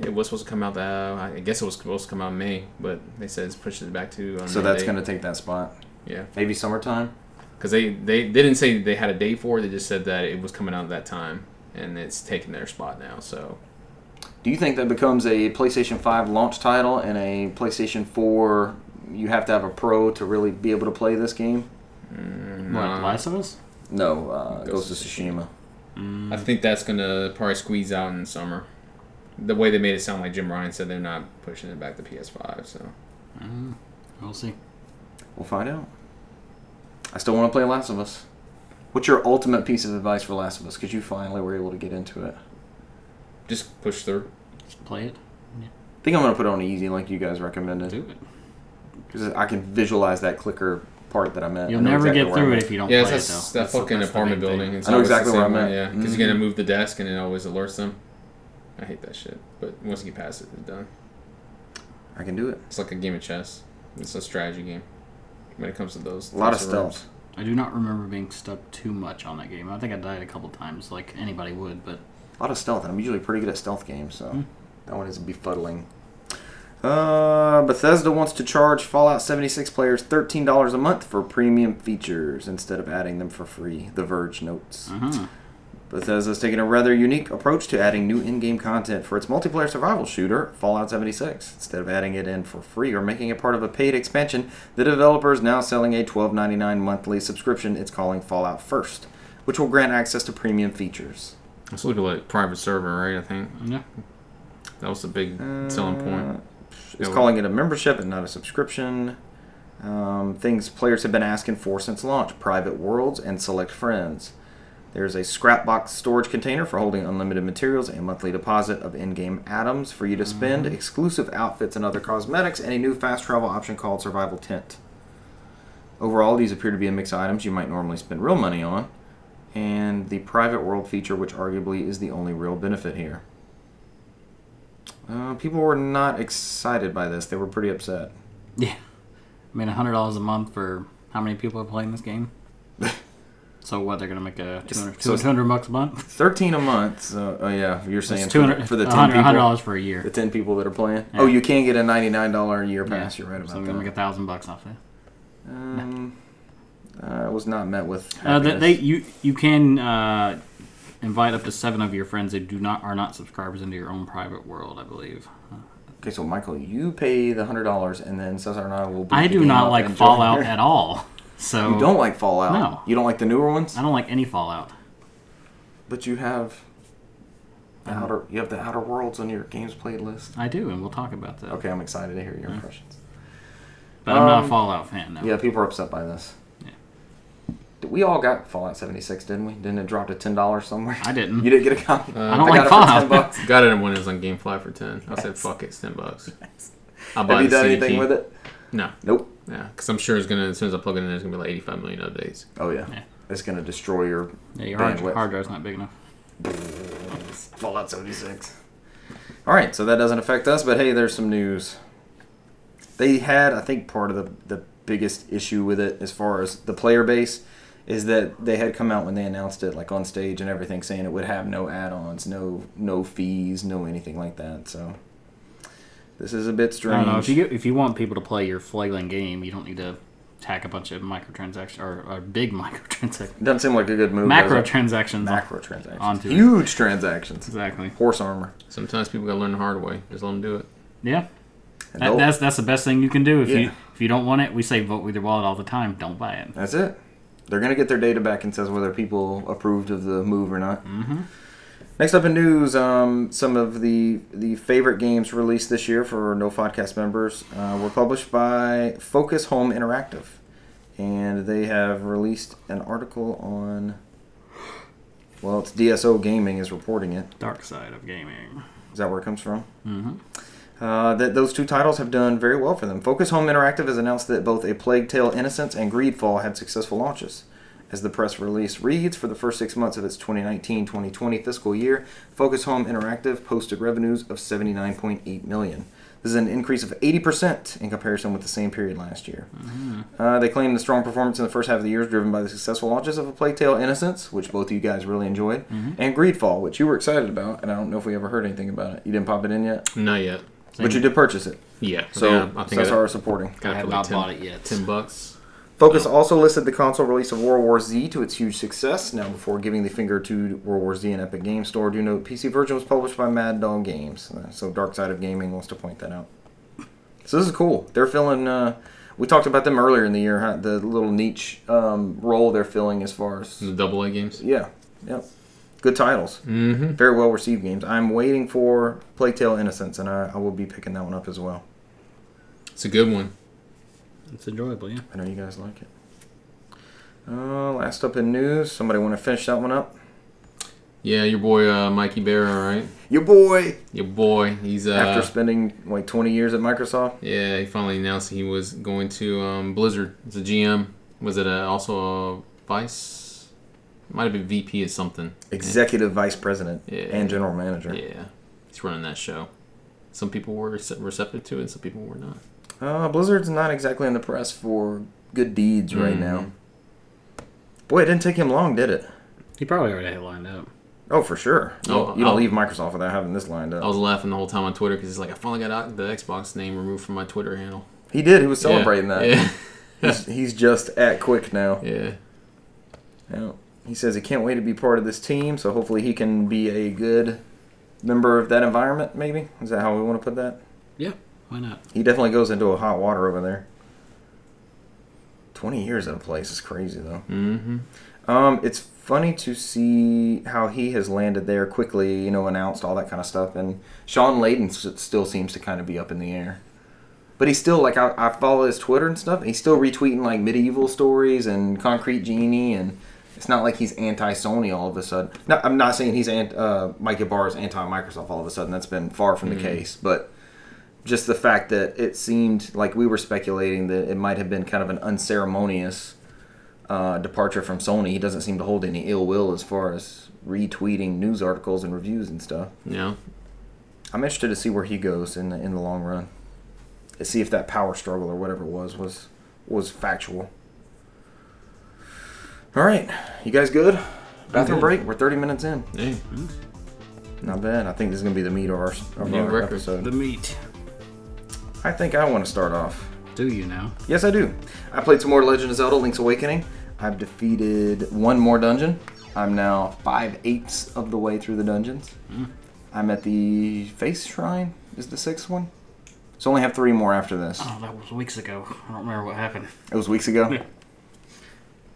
Speaker 3: It was supposed to come out. Uh, I guess it was supposed to come out in May, but they said it's pushed it back to. Um,
Speaker 1: So that's going to take that spot.
Speaker 3: yeah,
Speaker 1: Maybe summertime.
Speaker 3: because they, they they didn't say they had a date for it. They just said that it was coming out at that time, and it's taking their spot now. So
Speaker 1: Do you think that becomes a PlayStation 5 launch title and a PlayStation 4 you have to have a pro to really be able to play this game?
Speaker 2: What, Last of Us?
Speaker 1: No, uh,
Speaker 3: Ghost
Speaker 1: Ghost of Tsushima.
Speaker 3: I think that's gonna probably squeeze out in summer. The way they made it sound like Jim Ryan said they're not pushing it back to PS5. So
Speaker 2: We'll see.
Speaker 1: We'll find out. I still want to play Last of Us. What's your ultimate piece of advice for Last of Us? Because you finally were able to get into it.
Speaker 3: just push through.
Speaker 2: Just play it.
Speaker 1: I think I'm going to put it on easy like you guys recommended.
Speaker 2: Do it.
Speaker 1: Because I can visualize that clicker part that I'm at.
Speaker 2: You'll
Speaker 1: I know
Speaker 2: never
Speaker 1: exactly
Speaker 2: get
Speaker 1: where
Speaker 2: through
Speaker 1: I'm
Speaker 2: it
Speaker 1: at.
Speaker 2: if you don't
Speaker 3: Yeah,
Speaker 2: play it,
Speaker 3: it's that,
Speaker 2: though.
Speaker 3: s- that
Speaker 2: That's the-
Speaker 3: fucking
Speaker 2: that's the
Speaker 3: apartment
Speaker 2: big thing.
Speaker 3: building. It's
Speaker 1: I know
Speaker 3: always the
Speaker 1: exactly where
Speaker 3: same
Speaker 1: I'm
Speaker 3: one,
Speaker 1: at.
Speaker 3: Yeah, because
Speaker 1: Mhm.
Speaker 3: you're gonna move the desk and it always alerts them. I hate that shit. But once you get past it, it's done.
Speaker 1: I can do it.
Speaker 3: It's like a game of chess. It's a strategy game. When it comes to those,
Speaker 1: A lot of
Speaker 3: types rooms.
Speaker 1: stealth.
Speaker 2: I do not remember being stuck too much on that game. I think I died a couple times, like anybody would, but
Speaker 1: A lot of stealth, and I'm usually pretty good at stealth games, so that one is befuddling. Uh, Bethesda wants to charge Fallout 76 players $13 a month for premium features instead of adding them for free. The Verge notes.
Speaker 2: uh
Speaker 1: Bethesda's taken a rather unique approach to adding new in-game content for its multiplayer survival shooter, Fallout 76. Instead of adding it in for free or making it part of a paid expansion, the developer is now selling a $12.99 monthly subscription it's calling Fallout First, which will grant access to premium features.
Speaker 3: It's looking like private server, right? I think
Speaker 2: yeah.
Speaker 3: that was the big selling point.
Speaker 1: Uh, It's
Speaker 3: Yeah,
Speaker 1: calling it a membership and not a subscription. Um, things players have been asking for since launch private worlds and select friends. There's a scrapbox storage container for holding unlimited materials, a monthly deposit of in game items for you to spend, exclusive outfits and other cosmetics, and a new fast travel option called Survival Tent. Overall, these appear to be a mix of items you might normally spend real money on, and the private world feature, which arguably is the only real benefit here. Uh, people were not excited by this. They were pretty upset.
Speaker 2: Yeah. I mean, hundred dollars a month for how many people are playing this game? so what? They're gonna make a 200,
Speaker 1: so it's-
Speaker 2: 200 bucks a month.
Speaker 1: Thirteen a month. So, oh yeah, you're saying
Speaker 2: It's
Speaker 1: for,
Speaker 2: two
Speaker 1: the-
Speaker 2: hundred
Speaker 1: for the ten
Speaker 2: hundred
Speaker 1: people,
Speaker 2: dollars for a year.
Speaker 1: the ten people that are playing. Oh, you can get a ninety nine dollar a year pass. You're right
Speaker 2: So
Speaker 1: about
Speaker 2: they're gonna make a
Speaker 1: that.
Speaker 2: thousand bucks off that.
Speaker 1: Um, uh, I was not met with.
Speaker 2: Uh, they, they
Speaker 1: happiness.
Speaker 2: you you can uh, invite up to seven of your friends who do not are not subscribers into your own private world. I believe.
Speaker 1: okay, so Michael, you pay the hundred dollars, and then Cesar and I will. boot
Speaker 2: I
Speaker 1: the
Speaker 2: do
Speaker 1: game
Speaker 2: not
Speaker 1: up
Speaker 2: like
Speaker 1: and enjoy-
Speaker 2: Fallout at all. So
Speaker 1: You don't like Fallout.
Speaker 2: No.
Speaker 1: You don't like the newer ones,
Speaker 2: I don't like any Fallout.
Speaker 1: but you have. The outer, you have the Outer Worlds on your games played list.
Speaker 2: I do, and we'll talk about that.
Speaker 1: Okay, I'm excited to hear
Speaker 2: Mm.
Speaker 1: your impressions.
Speaker 2: But I'm not a
Speaker 1: Um,
Speaker 2: Fallout fan. No.
Speaker 1: Yeah, people are upset by this.
Speaker 2: Yeah.
Speaker 1: Did- We all got Fallout 76, didn't we? Didn't it drop to ten dollars somewhere?
Speaker 2: I didn't.
Speaker 1: You didn't get a copy.
Speaker 2: I don't like
Speaker 1: got it for
Speaker 2: Fallout.
Speaker 1: 10 bucks.
Speaker 3: Got it when it was on GameFly for ten. I said, "Fuck it, it's ten bucks." I'll buy
Speaker 1: Have you
Speaker 3: the
Speaker 1: done
Speaker 3: CD
Speaker 1: anything
Speaker 3: key.
Speaker 1: with it?
Speaker 3: No,
Speaker 1: Nope.
Speaker 3: yeah, because I'm sure it's gonna as soon as I plug it in, it's gonna be like 85 million updates.
Speaker 1: Oh yeah.
Speaker 2: Yeah.
Speaker 1: It's gonna destroy your
Speaker 2: Yeah, your hard,
Speaker 1: bandwidth.
Speaker 2: hard drive's not big enough.
Speaker 1: Fallout 76. All right, so that doesn't affect us, but hey, there's some news. They had, I think, part of the the biggest issue with it as far as the player base is that they had come out when they announced it, like on stage and everything, saying it would have no add-ons, no no fees, no anything like that. So this is a bit
Speaker 2: I don't
Speaker 1: strange.
Speaker 2: know if you get, if you want people to play your flailing game, you don't need to tack a bunch of microtransactions or, or big microtransactions,
Speaker 1: Doesn't seem like a good move.
Speaker 2: macro
Speaker 1: does it?
Speaker 2: transactions.
Speaker 1: Macro transactions.
Speaker 2: Onto it.
Speaker 1: Huge transactions.
Speaker 2: Exactly.
Speaker 1: Horse armor.
Speaker 3: Sometimes people gotta learn the hard way. Just let them do it.
Speaker 2: Yeah.
Speaker 1: And
Speaker 2: That,
Speaker 1: they'll-
Speaker 2: that's that's the best thing you can do if you
Speaker 1: Yeah.
Speaker 2: if you don't want it. We say vote with your wallet all the time. Don't buy it.
Speaker 1: That's it. They're going to get their data back and says whether people approved of the move or not. Mm-hmm. Next up in news, um, some of the the favorite games released this year for No Podcast members uh, were published by Focus Home Interactive, and they have released an article on. Well, it's DSO Gaming is reporting it.
Speaker 2: Dark side of gaming.
Speaker 1: Is that where it comes from? Mm-hmm. Uh, that those two titles have done very well for them. Focus Home Interactive has announced that both A Plague Tale: Innocence and Greedfall had successful launches. As the press release reads, for the first six months of its 2019-2020 fiscal year, Focus Home Interactive posted revenues of 79.8 million. This is an increase of 80% in comparison with the same period last year. Uh, they claim the strong performance in the first half of the year is driven by the successful launches of A Plague Tale: Innocence, which both of you guys really enjoyed, and Greedfall, which you were excited about, and I don't know if we ever heard anything about it. You didn't pop it in yet,
Speaker 3: Not yet.
Speaker 1: but you did purchase it,
Speaker 3: Yeah.
Speaker 1: so
Speaker 3: yeah,
Speaker 1: that's our supporting.
Speaker 3: got
Speaker 2: I have
Speaker 3: for
Speaker 2: not
Speaker 3: 10
Speaker 2: bought it yet.
Speaker 3: Ten bucks.
Speaker 1: Focus also listed the console release of World War Z to its huge success. Now, before giving the finger to World War Z and Epic Game Store, do note PC version was published by Mad Dog Games. Uh, So, Dark Side of Gaming wants to point that out. So this is cool. They're filling. Uh, we talked about them earlier in the year. Huh? The little niche um, role they're filling as far as
Speaker 3: The double A games.
Speaker 1: Yeah, yep. Good titles. Mm-hmm. Very well received games. I'm waiting for Plague Tale Innocence, and I, I will be picking that one up as well.
Speaker 3: It's a good one.
Speaker 2: It's enjoyable, yeah.
Speaker 1: I know you guys like it. Uh, last up in news, somebody want to finish that one up?
Speaker 3: Yeah, your boy uh, Mikey Bear, all right.
Speaker 1: Your boy.
Speaker 3: Your boy, he's uh,
Speaker 1: After spending like 20 years at Microsoft,
Speaker 3: yeah, he finally announced he was going to um, Blizzard. It's a GM. Was it uh also a vice? Might have been VP or something.
Speaker 1: executive vice president
Speaker 3: Yeah.
Speaker 1: and general manager.
Speaker 3: Yeah, he's running that show. Some people were rece- receptive to it, some people were not.
Speaker 1: Uh, Blizzard's not exactly in the press for good deeds
Speaker 3: Mm-hmm.
Speaker 1: right now. Boy, it didn't take him long, did it?
Speaker 2: He probably already had it lined up.
Speaker 1: Oh, for sure. You-
Speaker 3: Oh,
Speaker 1: you don't
Speaker 3: I'll-
Speaker 1: leave Microsoft without having this lined up.
Speaker 3: I was laughing the whole time on Twitter because it's like I finally got the Xbox name removed from my Twitter handle.
Speaker 1: He did. He was celebrating
Speaker 3: yeah.
Speaker 1: that.
Speaker 3: Yeah,
Speaker 1: He's, he's just at quick now.
Speaker 3: yeah.
Speaker 1: Yeah. He says he can't wait to be part of this team, so hopefully he can be a good member of that environment, maybe? Is that how we want to put that?
Speaker 2: Yeah, why not?
Speaker 1: He definitely goes into a hot water over there. 20 years at a place is crazy, though.
Speaker 3: Mm-hmm.
Speaker 1: Um, it's funny to see how he has landed there quickly, you know, announced all that kind of stuff. And Sean Layden s- still seems to kind of be up in the air. But he's still like I, I follow his Twitter and stuff. And he's still retweeting like medieval stories and Concrete Genie, and it's not like he's anti-Sony all of a sudden. No, I'm not saying he's anti, uh, Mike Ibarra is anti-Microsoft all of a sudden. That's been far from the case, but just the fact that it seemed like we were speculating that it might have been kind of an unceremonious uh, departure from Sony. He doesn't seem to hold any ill will as far as retweeting news articles and reviews and stuff.
Speaker 3: Yeah.
Speaker 1: I'm interested to see where he goes in the in the long run. To see if that power struggle or whatever it was was was factual. All right, you guys good? Bathroom
Speaker 3: good.
Speaker 1: break. We're 30 minutes in.
Speaker 3: Hey.
Speaker 1: Not bad. I think this is gonna be the meat of our, of
Speaker 3: New
Speaker 1: our
Speaker 3: record.
Speaker 1: episode.
Speaker 2: meat.
Speaker 1: I think I want to start off.
Speaker 2: Do you now?
Speaker 1: Yes, I do. I played some more Legend of Zelda: Link's Awakening. I've defeated one more dungeon. I'm now five eighths of the way through the dungeons. I'm at the Face Shrine. Is the sixth one? So I only have three more after this.
Speaker 2: Oh, that was weeks ago. I don't remember what happened.
Speaker 1: It was weeks ago.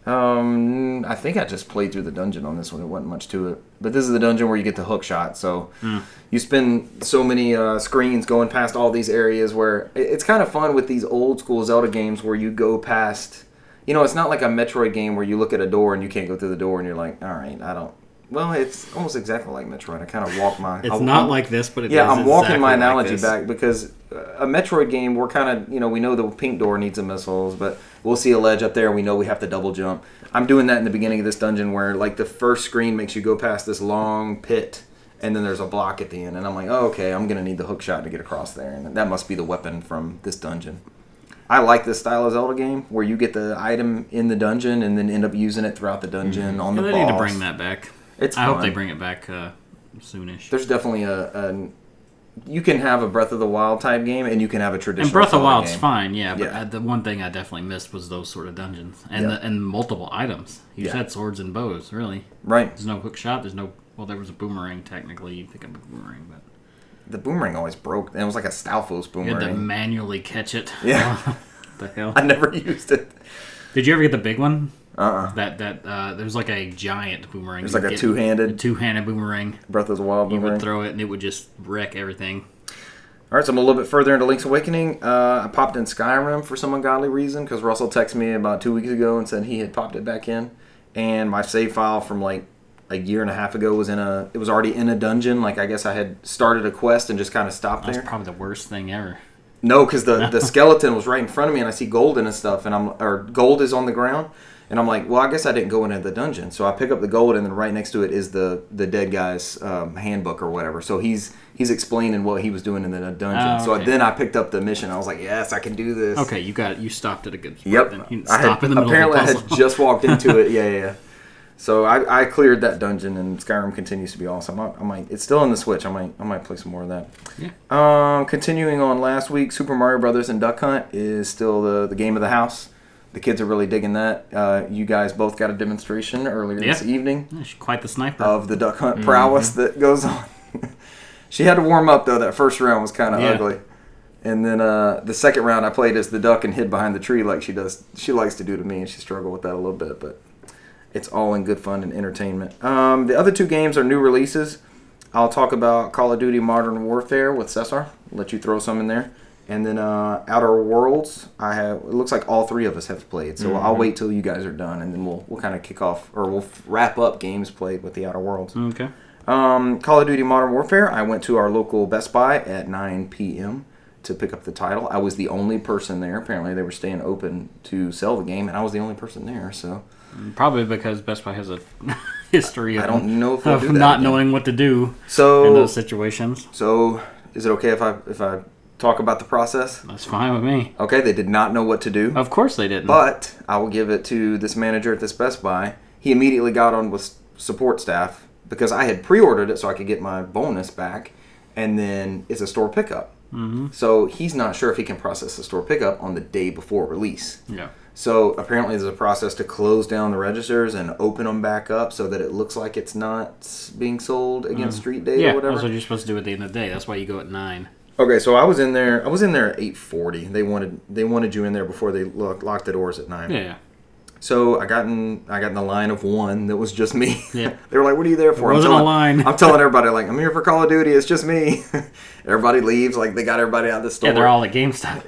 Speaker 1: um, I think I just played through the dungeon on this one. It wasn't much to it, but this is the dungeon where you get the hook shot. So
Speaker 2: Hmm.
Speaker 1: you spend so many uh, screens going past all these areas where it- it's kind of fun with these old school Zelda games where you go past. You know, it's not like a Metroid game where you look at a door and you can't go through the door and you're like, all right, I don't. Well, it's almost exactly like Metroid. I kind of walk my.
Speaker 2: It's
Speaker 1: I-
Speaker 2: not
Speaker 1: I'm-
Speaker 2: like this, but it
Speaker 1: yeah,
Speaker 2: is
Speaker 1: I'm walking
Speaker 2: exactly
Speaker 1: my
Speaker 2: like
Speaker 1: analogy
Speaker 2: this.
Speaker 1: back because uh, a Metroid game, we're kind of, you know, we know the pink door needs the missiles, but we'll see a ledge up there and we know we have to double jump. I'm doing that in the beginning of this dungeon where, like, the first screen makes you go past this long pit and then there's a block at the end. And I'm like, oh, okay, I'm going to need the hook shot to get across there. And that must be the weapon from this dungeon. I like this style of Zelda game where you get the item in the dungeon and then end up using it throughout the dungeon on
Speaker 2: Yeah,
Speaker 1: the
Speaker 2: Mm-hmm. they
Speaker 1: boss.
Speaker 2: need to bring that back.
Speaker 1: It's
Speaker 2: I hope
Speaker 1: fun.
Speaker 2: they bring it back uh, soonish.
Speaker 1: There's definitely a, a you can have a Breath of the Wild type game, and you can have a traditional.
Speaker 2: And Breath of
Speaker 1: Zelda
Speaker 2: Wild's
Speaker 1: game.
Speaker 2: fine, yeah. But
Speaker 1: Yeah.
Speaker 2: uh the one thing I definitely missed was those sort of dungeons and
Speaker 1: Yeah.
Speaker 2: the, and multiple items. You just
Speaker 1: Yeah.
Speaker 2: had swords and bows, really.
Speaker 1: right?
Speaker 2: There's no hook shot. There's no well, there was a boomerang technically. You pick up a boomerang, but
Speaker 1: The boomerang always broke, and it was like a Stalfos
Speaker 2: you had to
Speaker 1: boomerang.
Speaker 2: manually catch it.
Speaker 1: Yeah.
Speaker 2: the hell.
Speaker 1: I never used it.
Speaker 2: Did you ever get the big one?
Speaker 1: Uh uh
Speaker 2: That that uh, there was like a giant boomerang.
Speaker 1: It's
Speaker 2: You
Speaker 1: like a
Speaker 2: get-
Speaker 1: two-handed
Speaker 2: a two-handed boomerang.
Speaker 1: Breath of the Wild
Speaker 2: You would
Speaker 1: boomerang.
Speaker 2: throw it and it would just wreck everything.
Speaker 1: All right, so I'm a little bit further into Link's Awakening. Uh, I popped in Skyrim for some ungodly reason because Russell texted me about two weeks ago and said he had popped it back in, and my save file from like a year and a half ago was in a. It was already in a dungeon. Like I guess I had started a quest and just kind of stopped
Speaker 2: That's
Speaker 1: there.
Speaker 2: probably the worst thing ever.
Speaker 1: No, because the, the skeleton was right in front of me, and I see gold in and stuff, and I'm or gold is on the ground, and I'm like, well, I guess I didn't go into the dungeon. So I pick up the gold, and then right next to it is the the dead guy's um, handbook or whatever. So he's he's explaining what he was doing in the dungeon.
Speaker 2: Oh,
Speaker 1: So I,
Speaker 2: okay.
Speaker 1: then I picked up the mission. I was like, yes, I can do this.
Speaker 2: Okay, you got you stopped at a good spot.
Speaker 1: Yep.
Speaker 2: Then. You didn't
Speaker 1: I had-
Speaker 2: stop in the middle
Speaker 1: apparently
Speaker 2: of the
Speaker 1: I
Speaker 2: puzzle.
Speaker 1: had just walked into it. Yeah, yeah. yeah. So I, I cleared that dungeon, and Skyrim continues to be awesome. I, I might it's still on the Switch. I might I might play some more of that.
Speaker 2: Yeah.
Speaker 1: Um, continuing on last week, Super Mario Brothers and Duck Hunt is still the, the game of the house. The kids are really digging that. Uh, you guys both got a demonstration earlier this
Speaker 2: Yeah. Mm-hmm.
Speaker 1: evening
Speaker 2: She's quite the sniper.
Speaker 1: of the Duck Hunt prowess that goes on. she had to warm up though. That first round was kind of
Speaker 2: Yeah.
Speaker 1: ugly, and then uh, the second round I played as the duck and hid behind the tree like she does. She likes to do to me, and she struggled with that a little bit, but it's all in good fun and entertainment. Um, the other two games are new releases. I'll talk about Call of Duty Modern Warfare with Cesar. Let you throw some in there. And then uh, Outer Worlds, I have. It looks like all three of us have played, so I'll wait till you guys are done, and then we'll we'll kind of kick off or we'll f- wrap up games played with the Outer Worlds.
Speaker 2: okay.
Speaker 1: Um, Call of Duty Modern Warfare, I went to our local Best Buy at 9 p.m. to pick up the title. I was the only person there. Apparently, they were staying open to sell the game, and I was the only person there, so.
Speaker 2: Probably because Best Buy has a history of,
Speaker 1: I don't know if they'll
Speaker 2: of
Speaker 1: do that
Speaker 2: not
Speaker 1: again.
Speaker 2: knowing what to do in
Speaker 1: So,
Speaker 2: those situations.
Speaker 1: so is it okay if I if I talk about the process?
Speaker 2: That's fine with me.
Speaker 1: Okay, they did not know what to do.
Speaker 2: Of course they didn't.
Speaker 1: But I will give it to this manager at this Best Buy. He immediately got on with support staff because I had pre-ordered it so I could get my bonus back, and then it's a store pickup. Mm-hmm. So he's not sure if he can process the store pickup on the day before release.
Speaker 2: yeah.
Speaker 1: So apparently there's a process to close down the registers and open them back up so that it looks like it's not being sold against street day
Speaker 2: Mm-hmm. Yeah,
Speaker 1: or whatever.
Speaker 2: that's what you're supposed to do at the end of the day. That's why you go at nine.
Speaker 1: Okay, so I was in there. I was in there at eight forty. They wanted they wanted you in there before they lock, locked the doors at nine.
Speaker 2: Yeah,
Speaker 1: So I got in I got in the line of one that was just me.
Speaker 2: Yeah.
Speaker 1: they were like, "What are you there for?"
Speaker 2: wasn't a
Speaker 1: telling,
Speaker 2: line.
Speaker 1: I'm telling everybody like, "I'm here for Call of Duty. It's just me." everybody leaves. Like they got everybody out of the store.
Speaker 2: yeah, they're all at GameStop.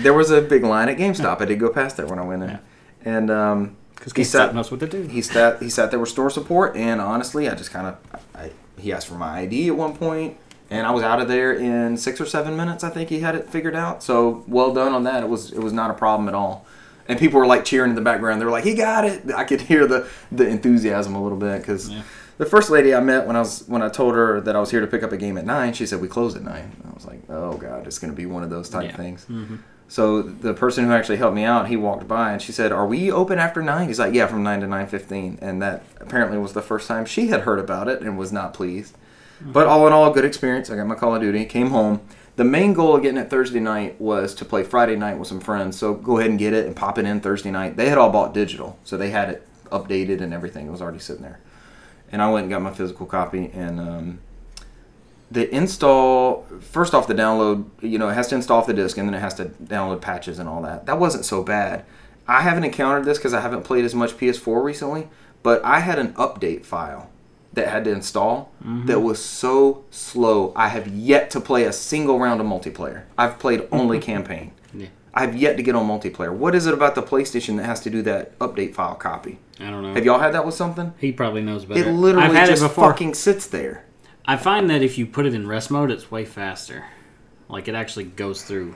Speaker 1: there was a big line at GameStop. I did go past there when I went in,
Speaker 2: Yeah.
Speaker 1: and um,
Speaker 2: Because
Speaker 1: he
Speaker 2: GameStop
Speaker 1: sat
Speaker 2: knows what to do.
Speaker 1: he sat he sat there with store support, and honestly, I just kind of I, he asked for my ID at one point, and I was out of there in six or seven minutes. I think he had it figured out. So well done on that. It was it was not a problem at all. And people were like cheering in the background. They were like, "He got it!" I could hear the the enthusiasm a little bit because
Speaker 2: Yeah.
Speaker 1: the first lady I met when I was when I told her that I was here to pick up a game at nine, she said we close at nine. I was like, "Oh God, it's going to be one of those type
Speaker 2: Yeah.
Speaker 1: things." So the person who actually helped me out, he walked by and she said, "Are we open after 9? He's like, "Yeah, from nine to nine fifteen. And that apparently was the first time she had heard about it and was not pleased. But all in all, good experience. I got my Call of Duty, came home. The main goal of getting it Thursday night was to play Friday night with some friends. So go ahead and get it and pop it in Thursday night. They had all bought digital, so they had it updated and everything. It was already sitting there. And I went and got my physical copy and. Um, the install first off the download you know it has to install off the disk and then it has to download patches and all that that wasn't so bad i haven't encountered this because i haven't played as much ps4 recently but i had an update file that had to install
Speaker 2: Mm-hmm.
Speaker 1: that was so slow i have yet to play a single round of multiplayer i've played only campaign
Speaker 2: Yeah.
Speaker 1: i've yet to get on multiplayer what is it about the playstation that has to do that update file copy
Speaker 2: I don't know.
Speaker 1: have y'all had that with something
Speaker 2: he probably knows better.
Speaker 1: it literally
Speaker 2: I've had
Speaker 1: just
Speaker 2: it before.
Speaker 1: fucking sits there
Speaker 2: I find that if you put it in rest mode, it's way faster. Like it actually goes through.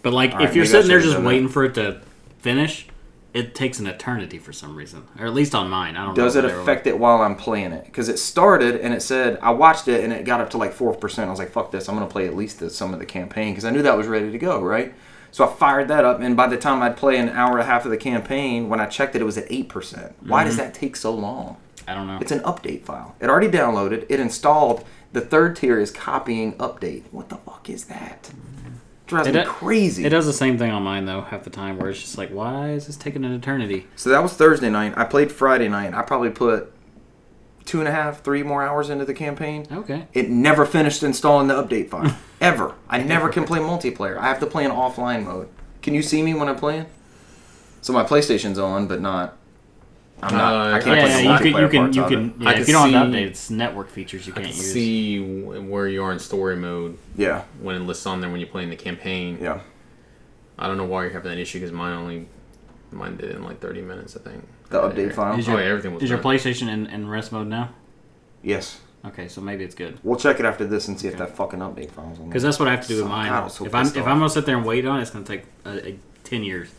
Speaker 2: But like
Speaker 1: All right,
Speaker 2: if you're
Speaker 1: maybe I
Speaker 2: sitting there
Speaker 1: should've
Speaker 2: just
Speaker 1: done that.
Speaker 2: waiting for it to finish, it takes an eternity for some reason, or at least on mine. I don't.
Speaker 1: Does
Speaker 2: know
Speaker 1: it
Speaker 2: if they were
Speaker 1: affect it while I'm playing it? Because it started and it said I watched it and it got up to like four percent. I was like, "Fuck this! I'm gonna play at least the, some of the campaign" because I knew that was ready to go, right? So I fired that up, and by the time I'd play an hour and a half of the campaign, when I checked it, it was at eight
Speaker 2: Mm-hmm.
Speaker 1: percent. Why does that take so long?
Speaker 2: Like, I don't know.
Speaker 1: It's an update file. It already downloaded. It installed. The third tier is copying update. What the fuck is that? Drives
Speaker 2: It
Speaker 1: me
Speaker 2: do-
Speaker 1: crazy.
Speaker 2: It does the same thing on mine though, half the time, where it's just like, why is this taking an eternity?
Speaker 1: So that was Thursday night. I played Friday night. I probably put two and a half, three more hours into the campaign.
Speaker 2: Okay.
Speaker 1: It never finished installing the update file. Ever. I never can play multiplayer. I have to play in offline mode. Can you see me when I'm playing? So my PlayStation's on, but not. I'm not.
Speaker 3: Uh,
Speaker 1: I
Speaker 3: Yeah,
Speaker 1: can't play
Speaker 3: yeah,
Speaker 1: the
Speaker 2: you
Speaker 1: multiplayer
Speaker 2: can, you can,
Speaker 1: parts
Speaker 2: you
Speaker 1: of
Speaker 2: can.
Speaker 1: it.
Speaker 2: Yeah,
Speaker 3: I
Speaker 2: if
Speaker 3: can
Speaker 2: you don't have
Speaker 3: see-
Speaker 2: updates, network features you
Speaker 3: I
Speaker 2: can't
Speaker 3: can
Speaker 2: use.
Speaker 3: see wh- where you are in story mode
Speaker 1: Yeah,
Speaker 3: when it lists on there when you're playing the campaign.
Speaker 1: yeah.
Speaker 3: I don't know why you're having that issue because mine only mine did it in like 30 minutes, I think.
Speaker 1: The
Speaker 3: Right
Speaker 1: update
Speaker 3: there.
Speaker 1: file?
Speaker 2: Is
Speaker 3: oh,
Speaker 2: your,
Speaker 3: yeah, everything was
Speaker 2: is your
Speaker 3: done.
Speaker 2: PlayStation in, in rest mode now?
Speaker 1: Yes.
Speaker 2: Okay, so maybe it's good.
Speaker 1: We'll check it after this and see if that fucking update file's on.
Speaker 2: Because that's what I have to do with mine.
Speaker 1: God, I was so
Speaker 2: if I'm
Speaker 1: pissed
Speaker 2: if I'm
Speaker 1: off.
Speaker 2: gonna sit there and wait on it, it's gonna take uh, uh, ten years.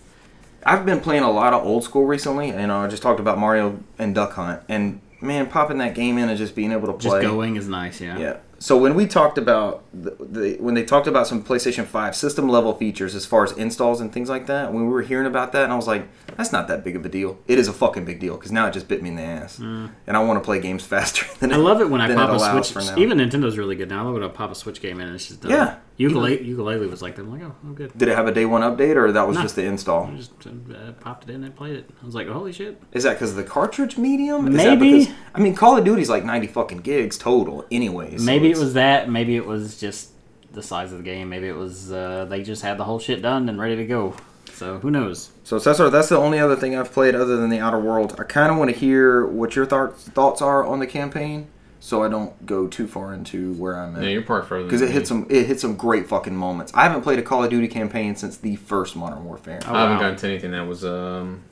Speaker 1: I've been playing a lot of old school recently, and uh, I just talked about Mario and Duck Hunt, and man, popping that game in and just being able to play.
Speaker 2: Just going is nice, yeah.
Speaker 1: Yeah. So when we talked about the, the when they talked about some PlayStation Five system level features as far as installs and things like that, when we were hearing about that, and I was like, that's not that big of a deal. It is a fucking big deal because now it just bit me in the ass, and I want to play games faster. Than
Speaker 2: Mm. I love it when I
Speaker 1: than
Speaker 2: pop a
Speaker 1: allows
Speaker 2: Switch.
Speaker 1: for now.
Speaker 2: Even Nintendo's really good now. I love when I pop a Switch game in and it's just done.
Speaker 1: Yeah.
Speaker 2: Ukulele, ukulele was like that. I'm like, oh, I'm good.
Speaker 1: Did it have a day one update, or that was
Speaker 2: No.
Speaker 1: just the install?
Speaker 2: I just uh, popped it in and played it. I was like, holy shit.
Speaker 1: Is that because of the cartridge medium? Is
Speaker 2: Maybe.
Speaker 1: That because, I mean, Call of Duty's like ninety fucking gigs total, anyways. so
Speaker 2: Maybe it
Speaker 1: it's-
Speaker 2: was that. Maybe it was just the size of the game. Maybe it was uh, they just had the whole shit done and ready to go. So who knows?
Speaker 1: So Cesar, that's the only other thing I've played other than the Outer World. I kind of want to hear what your thoughts thoughts are on the campaign, so I don't go too far into where I'm
Speaker 3: No,
Speaker 1: at.
Speaker 3: you're far further.
Speaker 1: Because
Speaker 3: than
Speaker 1: it
Speaker 3: me.
Speaker 1: hit some it hit some great fucking moments. I haven't played a Call of Duty campaign since the first Modern Warfare.
Speaker 2: Oh,
Speaker 3: I haven't
Speaker 2: wow.
Speaker 3: gotten to anything that was um,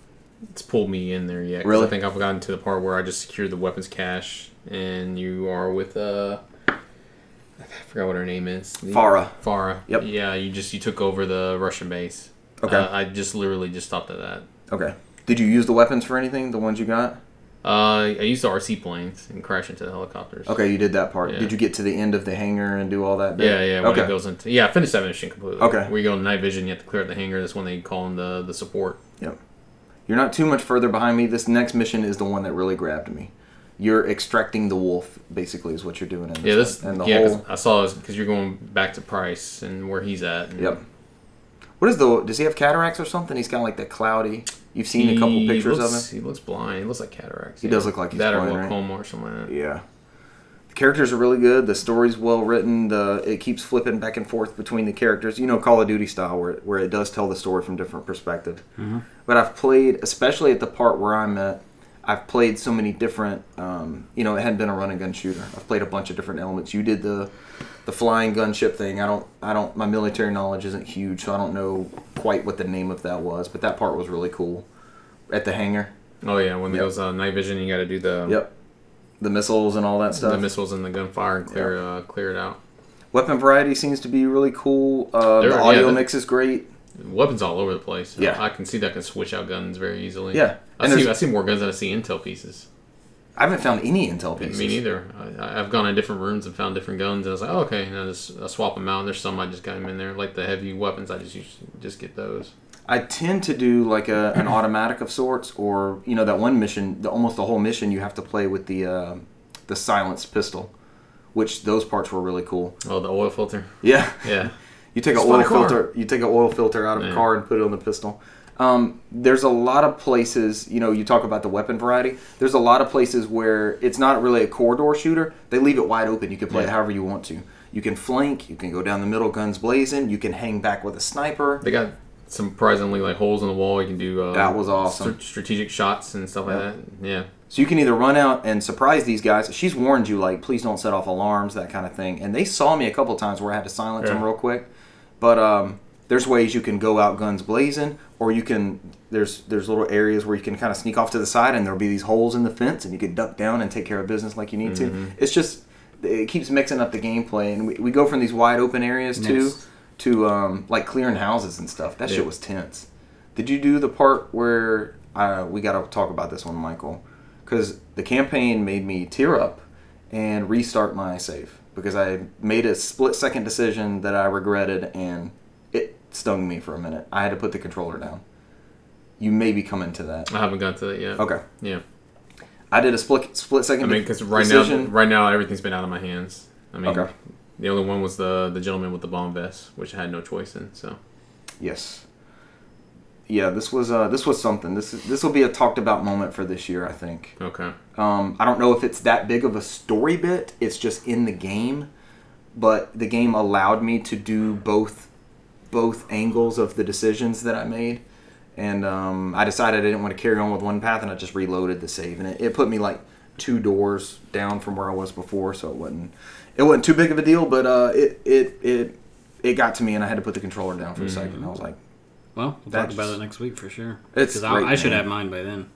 Speaker 3: it's pulled me in there yet. 'cause
Speaker 1: Really?
Speaker 3: I think I've gotten to the part where I just secured the weapons cache, and you are with uh, I forgot what her name is. The-
Speaker 1: Farah.
Speaker 3: Farah.
Speaker 1: Yep.
Speaker 3: Yeah, you just you took over the Russian base.
Speaker 1: Okay.
Speaker 3: Uh, I just literally just stopped at that.
Speaker 1: Okay. Did you use the weapons for anything? The ones you got?
Speaker 3: Uh, I used the RC planes and crashed into the helicopters.
Speaker 1: Okay, you did that part.
Speaker 3: Yeah.
Speaker 1: Did you get to the end of the hangar and do all that? bit?
Speaker 3: Yeah, yeah. When it
Speaker 1: Okay.
Speaker 3: goes into yeah, I finished that mission completely.
Speaker 1: Okay.
Speaker 3: We go to night vision. You have to clear out the hangar. That's when they call in the the support.
Speaker 1: Yep. You're not too much further behind me. This next mission is the one that really grabbed me. You're extracting the wolf, basically, is what you're doing in this.
Speaker 3: Yeah, this
Speaker 1: one. and the
Speaker 3: yeah. 'cause
Speaker 1: whole.
Speaker 3: I saw this because you're going back to Price and where he's at. and-
Speaker 1: Yep. What is the? Does he have cataracts or something? He's kind of like the cloudy. You've seen a couple
Speaker 3: He
Speaker 1: pictures
Speaker 3: looks-
Speaker 1: of
Speaker 3: He looks blind. He looks like cataracts.
Speaker 1: He does look like he's
Speaker 3: that
Speaker 1: blind,
Speaker 3: or
Speaker 1: right?
Speaker 3: glaucoma or something like that.
Speaker 1: him. Yeah. The characters are really good. The story's well written. The it keeps flipping back and forth between the characters. You know, Call of Duty style, where where it does tell the story from different perspectives. But I've played, especially at the part where I'm at. I've played so many different. Um, you know, it hadn't been a run and gun shooter. I've played a bunch of different elements. You did the the flying gunship thing. I don't. I don't. My military knowledge isn't huge, so I don't know quite what the name of that was. But that part was really cool. At the hangar.
Speaker 3: Oh yeah, when
Speaker 1: Yep.
Speaker 3: it goes uh, night vision, you got to do the
Speaker 1: Yep. The missiles and all that
Speaker 3: Mm-hmm. the
Speaker 1: stuff.
Speaker 3: missiles and the gunfire and clear uh, clear it out.
Speaker 1: Weapon variety seems to be really cool. Uh,
Speaker 3: There-
Speaker 1: the
Speaker 3: yeah,
Speaker 1: audio
Speaker 3: the-
Speaker 1: mix is great.
Speaker 3: Weapons all over the place.
Speaker 1: Yeah.
Speaker 3: I can see that I can switch out guns very easily.
Speaker 1: Yeah.
Speaker 3: I
Speaker 1: And
Speaker 3: see.
Speaker 1: there's-
Speaker 3: I see more guns than I see intel pieces.
Speaker 1: I haven't found any intel pieces.
Speaker 3: Me neither. I, I've gone in different rooms and found different guns, and I was like, oh, okay, and I just I swap them out. And there's some I just got them in there, like the heavy weapons. I just use, just get those.
Speaker 1: I tend to do like a, an automatic of sorts, or you know that one mission, the, almost the whole mission, you have to play with the uh, the silenced pistol, which those parts were really cool.
Speaker 3: Oh, the oil filter.
Speaker 1: Yeah,
Speaker 3: Yeah.
Speaker 1: you take
Speaker 3: It's
Speaker 1: an
Speaker 3: for
Speaker 1: oil
Speaker 3: the car.
Speaker 1: filter, you take an oil filter out of a
Speaker 3: Yeah.
Speaker 1: car and put it on the pistol. Um, there's a lot of places, you know, you talk about the weapon variety. There's a lot of places where it's not really a corridor shooter. They leave it wide open. You can play it
Speaker 3: Yeah.
Speaker 1: however you want to. You can flank. You can go down the middle, guns blazing. You can hang back with a sniper.
Speaker 3: They got some surprisingly like holes in the wall. You can do uh,
Speaker 1: That was awesome.
Speaker 3: str- strategic shots and stuff
Speaker 1: Yeah.
Speaker 3: like that. Yeah,
Speaker 1: So you can either run out and surprise these guys. She's warned you, like, please don't set off alarms, that kind of thing. And they saw me a couple times where I had to silence
Speaker 3: Yeah.
Speaker 1: them real quick. But um, there's ways you can go out guns blazing, or you can there's there's little areas where you can kind of sneak off to the side, and there'll be these holes in the fence, and you can duck down and take care of business like you need
Speaker 3: Mm-hmm.
Speaker 1: to. It's just it keeps mixing up the gameplay, and we, we go from these wide open areas
Speaker 2: Nice.
Speaker 1: to to um, like clearing houses and stuff. That
Speaker 3: Yeah.
Speaker 1: shit was tense. Did you do the part where uh, we got to talk about this one, Michael? Because the campaign made me tear up and restart my save because I made a split second decision that I regretted and it stung me for a minute. I had to put the controller down. You may be coming to that.
Speaker 3: I haven't got to that yet.
Speaker 1: Okay.
Speaker 3: Yeah,
Speaker 1: I did a split split
Speaker 3: I
Speaker 1: second
Speaker 3: mean, because right
Speaker 1: decision.
Speaker 3: now, right now, everything's been out of my hands. I mean,
Speaker 1: Okay.
Speaker 3: the only one was the the gentleman with the bomb vest, which I had no choice in. So
Speaker 1: Yes. Yeah, this was uh, this was something. This is, this will be a talked about moment for this year, I think.
Speaker 3: okay,
Speaker 1: Um, I don't know if it's that big of a story bit. It's just in the game, but the game allowed me to do both both angles of the decisions that I made, and um, I decided I didn't want to carry on with one path, and I just reloaded the save, and it, it put me like two doors down from where I was before, so it wasn't it wasn't too big of a deal, but uh, it it it it got to me, and I had to put the controller down for a second. I was like,
Speaker 2: Well, we'll
Speaker 1: That's-
Speaker 2: talk about it next week for sure.
Speaker 1: It's
Speaker 2: 'Cause
Speaker 1: great,
Speaker 2: I, I should
Speaker 1: man.
Speaker 2: have mine by then.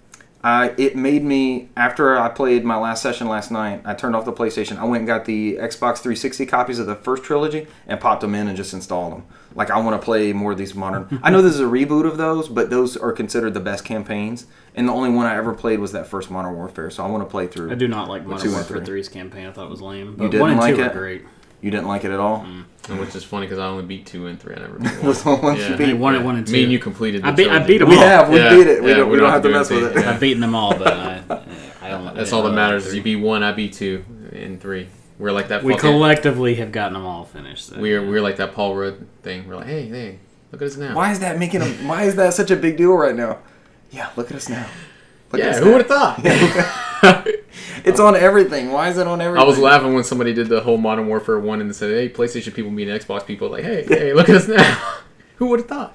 Speaker 1: I Uh, it made me after I played my last session last night. I turned off the PlayStation. I went and got the Xbox 360 copies of the first trilogy and popped them in and just installed them. Like I want to play more of these modern. I know this is a reboot of those, but those are considered the best campaigns. And the only one I ever played was that first Modern Warfare. So I want to play through.
Speaker 2: I do not like Modern
Speaker 1: two and
Speaker 2: Warfare
Speaker 1: three.
Speaker 2: 3's campaign. I thought it was lame. But
Speaker 1: didn't
Speaker 2: one and
Speaker 1: like
Speaker 2: two
Speaker 1: it?
Speaker 2: are great.
Speaker 1: You didn't like it at all.
Speaker 3: and which is funny because I only beat two and three. I never beat
Speaker 1: Those
Speaker 3: one.
Speaker 1: are the ones you
Speaker 3: Yeah.
Speaker 2: I mean,
Speaker 1: beat.
Speaker 2: one and one and two.
Speaker 3: Me and you completed. The
Speaker 2: I beat- I
Speaker 3: trilogy.
Speaker 2: beat 'em
Speaker 1: We
Speaker 2: all.
Speaker 1: have. We
Speaker 3: Yeah,
Speaker 1: beat it. We
Speaker 3: yeah,
Speaker 1: don't. We don't have to
Speaker 3: do
Speaker 1: mess with
Speaker 3: anything,
Speaker 1: it.
Speaker 3: yeah.
Speaker 2: I've beaten them all, but I, I don't.
Speaker 3: That's
Speaker 2: I
Speaker 3: all that
Speaker 2: don't
Speaker 3: matters. Is
Speaker 2: like
Speaker 3: you beat one, I beat two, and three. We're like that.
Speaker 2: We
Speaker 3: fucking-
Speaker 2: collectively have gotten them all finished. so-
Speaker 3: We're we're like that Paul Rudd thing. We're like, hey, hey, look at us now.
Speaker 1: Why is that making a? Why is that such a big deal right now? Yeah, look at us now. Look at
Speaker 3: Yeah,
Speaker 1: us
Speaker 3: who
Speaker 1: now.
Speaker 3: would have thought?
Speaker 1: It's on everything. Why is it on
Speaker 3: I
Speaker 1: everything?
Speaker 3: was laughing when somebody did the whole Modern Warfare one and said, "Hey, PlayStation people meet Xbox people." Like, hey, hey, look at us now. Who would have thought?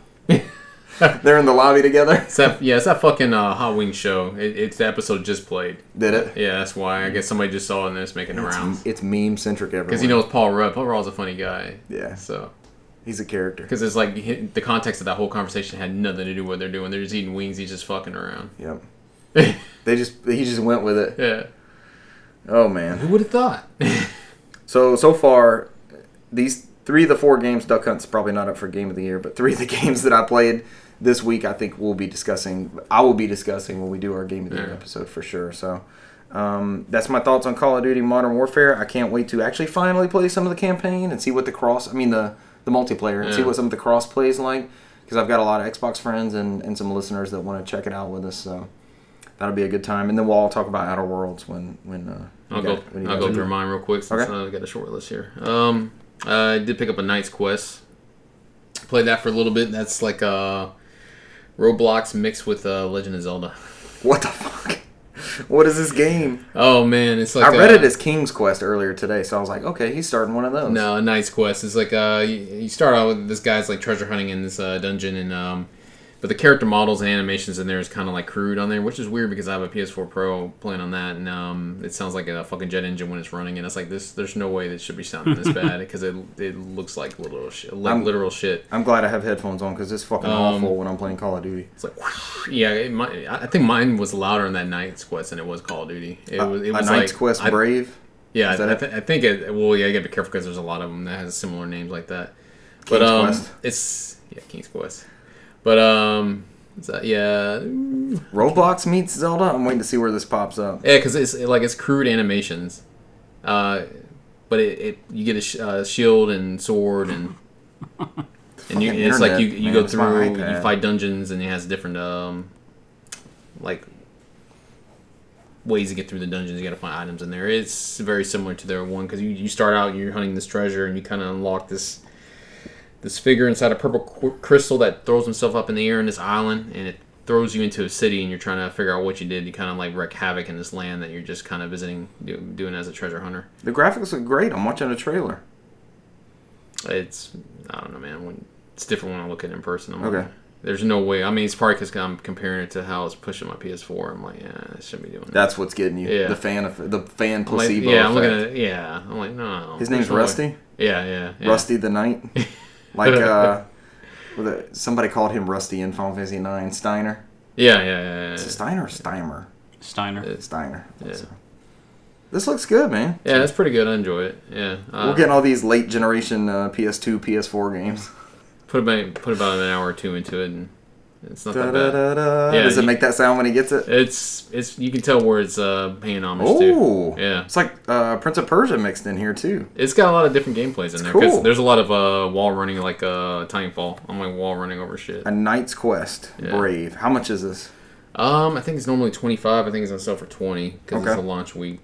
Speaker 1: They're in the lobby together.
Speaker 3: It's that, yeah, it's that fucking uh, Hot Wing show. It, it's the episode just played.
Speaker 1: Did it?
Speaker 3: Yeah, that's why. I guess somebody just saw it and it's making the rounds
Speaker 1: It's, it's meme centric everywhere.
Speaker 3: because he knows Paul Rudd. Paul Rudd's a funny guy.
Speaker 1: Yeah.
Speaker 3: So
Speaker 1: he's a character.
Speaker 3: because it's like he- the context of that whole conversation had nothing to do with what they're doing. They're just eating wings. He's just fucking around.
Speaker 1: Yep. They just he just went with it.
Speaker 3: yeah.
Speaker 1: Oh man.
Speaker 3: Who would have thought?
Speaker 1: So so far, these three of the four games. Duck Hunt's probably not up for game of the year, but three of the games that I played this week, I think we'll be discussing. I will be discussing when we do our game of the year
Speaker 3: Yeah.
Speaker 1: episode for sure. So. Um, that's my thoughts on Call of Duty Modern Warfare. I can't wait to actually finally play some of the campaign and see what the cross, I mean the the multiplayer, and see
Speaker 3: Yeah.
Speaker 1: what some of the cross plays like. Because I've got a lot of Xbox friends and, and some listeners that want to check it out with us. So that'll be a good time. And then we'll all talk about Outer Worlds when when uh, we
Speaker 3: I'll
Speaker 1: got-
Speaker 3: go.
Speaker 1: when you
Speaker 3: I'll
Speaker 1: guys
Speaker 3: go
Speaker 1: are-
Speaker 3: through mine real quick since
Speaker 1: Okay.
Speaker 3: uh, I got a short list here. Um, I did pick up a Knight's Quest. Played that for a little bit. That's like uh, Roblox mixed with uh, Legend of Zelda.
Speaker 1: What the fuck? What is this game?
Speaker 3: Oh man, it's like
Speaker 1: I read
Speaker 3: uh,
Speaker 1: it as King's Quest earlier today, so I was like, okay, he's starting one of those.
Speaker 3: No, a Knight's Quest is like uh, you, you start out with this guy's like treasure hunting in this uh, dungeon, and um, but the character models and animations in there is kind of like crude on there, which is weird because I have a PS4 Pro playing on that, and um, it sounds like a fucking jet engine when it's running, and it's like this. There's no way that should be sounding this bad because it it looks like literal shit, like
Speaker 1: I'm-
Speaker 3: literal shit.
Speaker 1: I'm glad I have headphones on because it's fucking
Speaker 3: Um,
Speaker 1: awful when I'm playing Call of Duty.
Speaker 3: It's like yeah, it, mi- I I think mine was louder on that Knight's Quest than it was Call of Duty. It was it
Speaker 1: a
Speaker 3: was
Speaker 1: Knight's
Speaker 3: like,
Speaker 1: Quest
Speaker 3: I-
Speaker 1: Brave.
Speaker 3: Yeah,
Speaker 1: Is that
Speaker 3: I,
Speaker 1: it?
Speaker 3: th- I think it. Well, yeah, you gotta be careful because there's a lot of them that has similar names like that. But
Speaker 1: King's
Speaker 3: um,
Speaker 1: Quest.
Speaker 3: it's yeah, King's Quest. But um, it's, uh, yeah, yeah,
Speaker 1: Roblox meets Zelda. I'm waiting to see where this pops up.
Speaker 3: because it's like it's crude animations, uh, but it, it you get a sh- uh, shield and sword and and you,
Speaker 1: Fucking
Speaker 3: it's like you
Speaker 1: internet,
Speaker 3: you
Speaker 1: man.
Speaker 3: go
Speaker 1: It's my
Speaker 3: through you
Speaker 1: iPad.
Speaker 3: fight dungeons and it has different um, like ways to get through the dungeons. You got to find items in there. It's very similar to their one because you, you start out and you're hunting this treasure and you kind of unlock this this figure inside a purple qu- crystal that throws himself up in the air in this island and it throws you into a city and you're trying to figure out what you did. You kind of like wreak havoc in this land that you're just kind of visiting, do, doing as a treasure hunter.
Speaker 1: The graphics look great. I'm watching a trailer.
Speaker 3: It's I don't know, man. When, it's different when I look at it in person. I'm
Speaker 1: Okay.
Speaker 3: Like, there's no way. I mean, it's probably because I'm comparing it to how it's pushing my PS4. I'm like, yeah, I shouldn't be doing that.
Speaker 1: That's what's getting you.
Speaker 3: Yeah.
Speaker 1: The fan, eff- the fan
Speaker 3: I'm like,
Speaker 1: placebo.
Speaker 3: yeah, I'm looking
Speaker 1: effect.
Speaker 3: at it. Yeah, I'm like, no.
Speaker 1: His
Speaker 3: there's
Speaker 1: name's
Speaker 3: no way.
Speaker 1: Rusty.
Speaker 3: Yeah, yeah, yeah.
Speaker 1: Rusty the Knight. like uh, with a- somebody called him Rusty in Final Fantasy IX. Steiner.
Speaker 3: Yeah, yeah, yeah.
Speaker 1: Is it
Speaker 3: yeah.
Speaker 1: Steiner or Steimer? Uh,
Speaker 2: Steiner.
Speaker 1: Steiner.
Speaker 3: Yeah.
Speaker 1: So- This looks good, man.
Speaker 3: Yeah, that's pretty good. I enjoy it. Yeah, uh,
Speaker 1: We're getting all these late generation uh, PS2, PS4 games.
Speaker 3: put about put about an hour or two into it, and it's not that bad.
Speaker 1: Da-da-da-da.
Speaker 3: Yeah,
Speaker 1: Does it
Speaker 3: you-
Speaker 1: make that sound when he gets it?
Speaker 3: It's it's you can tell where it's uh, paying homage
Speaker 1: Oh,
Speaker 3: to. Yeah,
Speaker 1: It's like uh, Prince of Persia mixed in here too.
Speaker 3: it's got a lot of different gameplays in there. 'cause
Speaker 1: cool.
Speaker 3: There's a lot of uh, wall running, like uh, Titanfall. I'm like wall running over shit.
Speaker 1: A Knight's Quest,
Speaker 3: Yeah.
Speaker 1: Brave. How much is this?
Speaker 3: Um, I think it's normally 25. I think it's on sale for 20 because
Speaker 1: Okay.
Speaker 3: it's a launch week.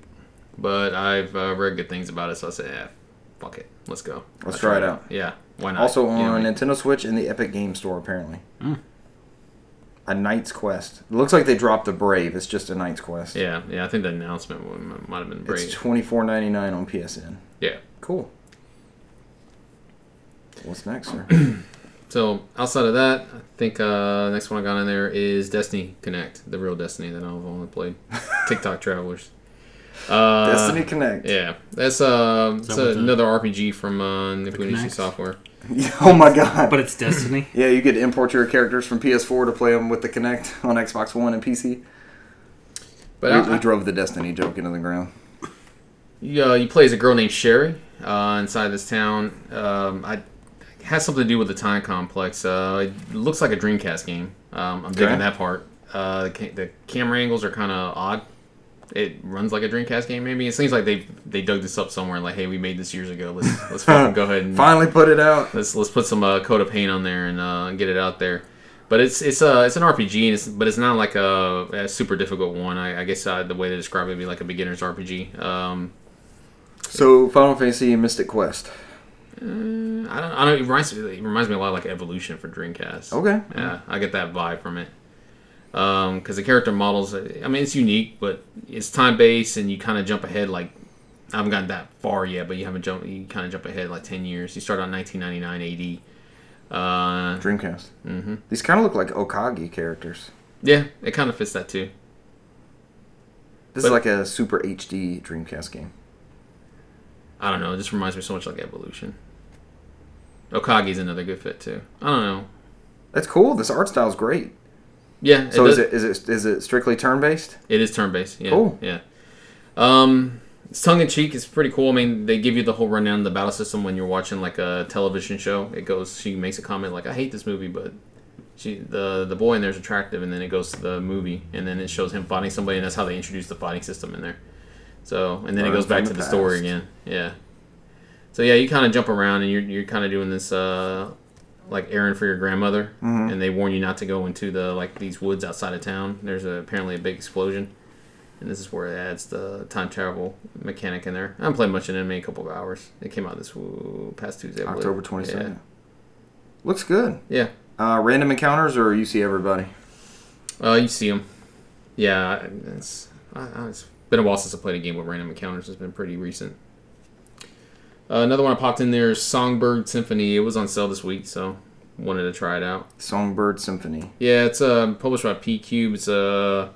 Speaker 3: But I've uh, read good things about it, so I said, yeah, fuck it, let's go.
Speaker 1: Let's try it out.
Speaker 3: Yeah, why not?
Speaker 1: Also
Speaker 3: You know,
Speaker 1: on
Speaker 3: like-
Speaker 1: Nintendo Switch and the Epic Game Store, apparently.
Speaker 3: Mm.
Speaker 1: A Knight's Quest. It looks like they dropped the Brave. It's just a Knight's Quest.
Speaker 3: yeah, yeah. I think the announcement one might have been brave.
Speaker 1: It's twenty four ninety nine on PSN.
Speaker 3: yeah.
Speaker 1: Cool. What's next, sir?
Speaker 3: So outside of that, I think uh, next one I got in there is Destiny Connect, the real Destiny that I've only played. TikTok Travelers. Uh,
Speaker 1: Destiny Connect.
Speaker 3: Yeah, that's um,
Speaker 2: that
Speaker 3: it's
Speaker 2: what the-
Speaker 3: another RPG from uh, Nipponishi
Speaker 2: Kinect?
Speaker 3: Software.
Speaker 1: oh my god.
Speaker 2: But it's Destiny.
Speaker 1: yeah, you could import your characters from PS4 to play them with the Connect on Xbox One and PC.
Speaker 3: But
Speaker 1: we,
Speaker 3: I,
Speaker 1: we drove the Destiny joke into the ground.
Speaker 3: you, uh, you play as a girl named Sherry uh, inside this town. Um, I it has something to do with the time complex. Uh, it looks like a Dreamcast game. Um, I'm digging
Speaker 1: Okay.
Speaker 3: that part. Uh, the, ca- the camera angles are kind of odd. It runs like a Dreamcast game. Maybe it seems like they they dug this up somewhere. and Like, hey, we made this years ago. Let's let's fucking go ahead and
Speaker 1: Finally put it out.
Speaker 3: let's let's put some uh, coat of paint on there and uh, get it out there. But it's it's a it's an RPG, and it's, but it's not like a, a super difficult one. I, I guess uh, the way to describe it would be like a beginner's RPG. Um,
Speaker 1: So Final Fantasy and Mystic Quest.
Speaker 3: I don't I don't it reminds me it reminds me a lot of like Evolution for Dreamcast.
Speaker 1: Okay.
Speaker 3: Yeah, I get that vibe from it. Because the character models, I mean, it's unique, but it's time based, and you kind of jump ahead. Like, I haven't gotten that far yet, but you haven't jump. You kind of jump ahead like ten years. You start on 1999 AD. Uh,
Speaker 1: Dreamcast. Mm-hmm. These kind of look like Okagi characters.
Speaker 3: Yeah, it kind of fits that too.
Speaker 1: This is
Speaker 3: But-
Speaker 1: like a super HD Dreamcast game.
Speaker 3: I don't know. It just reminds me so much like Evolution. Okagi's another good fit too. I don't know.
Speaker 1: That's cool. This art style's great.
Speaker 3: Yeah.
Speaker 1: So is
Speaker 3: does-
Speaker 1: it is it is it strictly turn based?
Speaker 3: It is turn based. Yeah.
Speaker 1: Cool.
Speaker 3: Yeah. Um, it's tongue in cheek. It's pretty cool. I mean, they give you the whole rundown of the battle system when you're watching like a television show. It goes. She makes a comment like, "I hate this movie," but she the the boy in there's attractive, and then it goes to the movie, and then it shows him fighting somebody, and that's how they introduce the fighting system in there. So, and then it
Speaker 1: Learn
Speaker 3: goes back
Speaker 1: from
Speaker 3: to
Speaker 1: the
Speaker 3: the story
Speaker 1: past.
Speaker 3: again. Yeah. So yeah, you kind of jump around, and you're you're kind of doing this uh like errand for your grandmother, and they warn you not to go into the like these woods outside of town. There's a, apparently a big explosion, and this is where it adds the time travel mechanic in there. I haven't played much in anime in a couple of hours. It came out this woo, past Tuesday, I believe.
Speaker 1: October twenty second. Looks good.
Speaker 3: Yeah,
Speaker 1: Uh, random encounters or you see everybody?
Speaker 3: yeah. Uh, you see them. Yeah, it's, I, I, it's been a while since I played a game with random encounters. It's been pretty recent. Uh, another one I popped in there is Songbird Symphony. It was on sale this week, so wanted to try it out.
Speaker 1: Songbird Symphony.
Speaker 3: Yeah, it's um, published by P Cube. It's uh,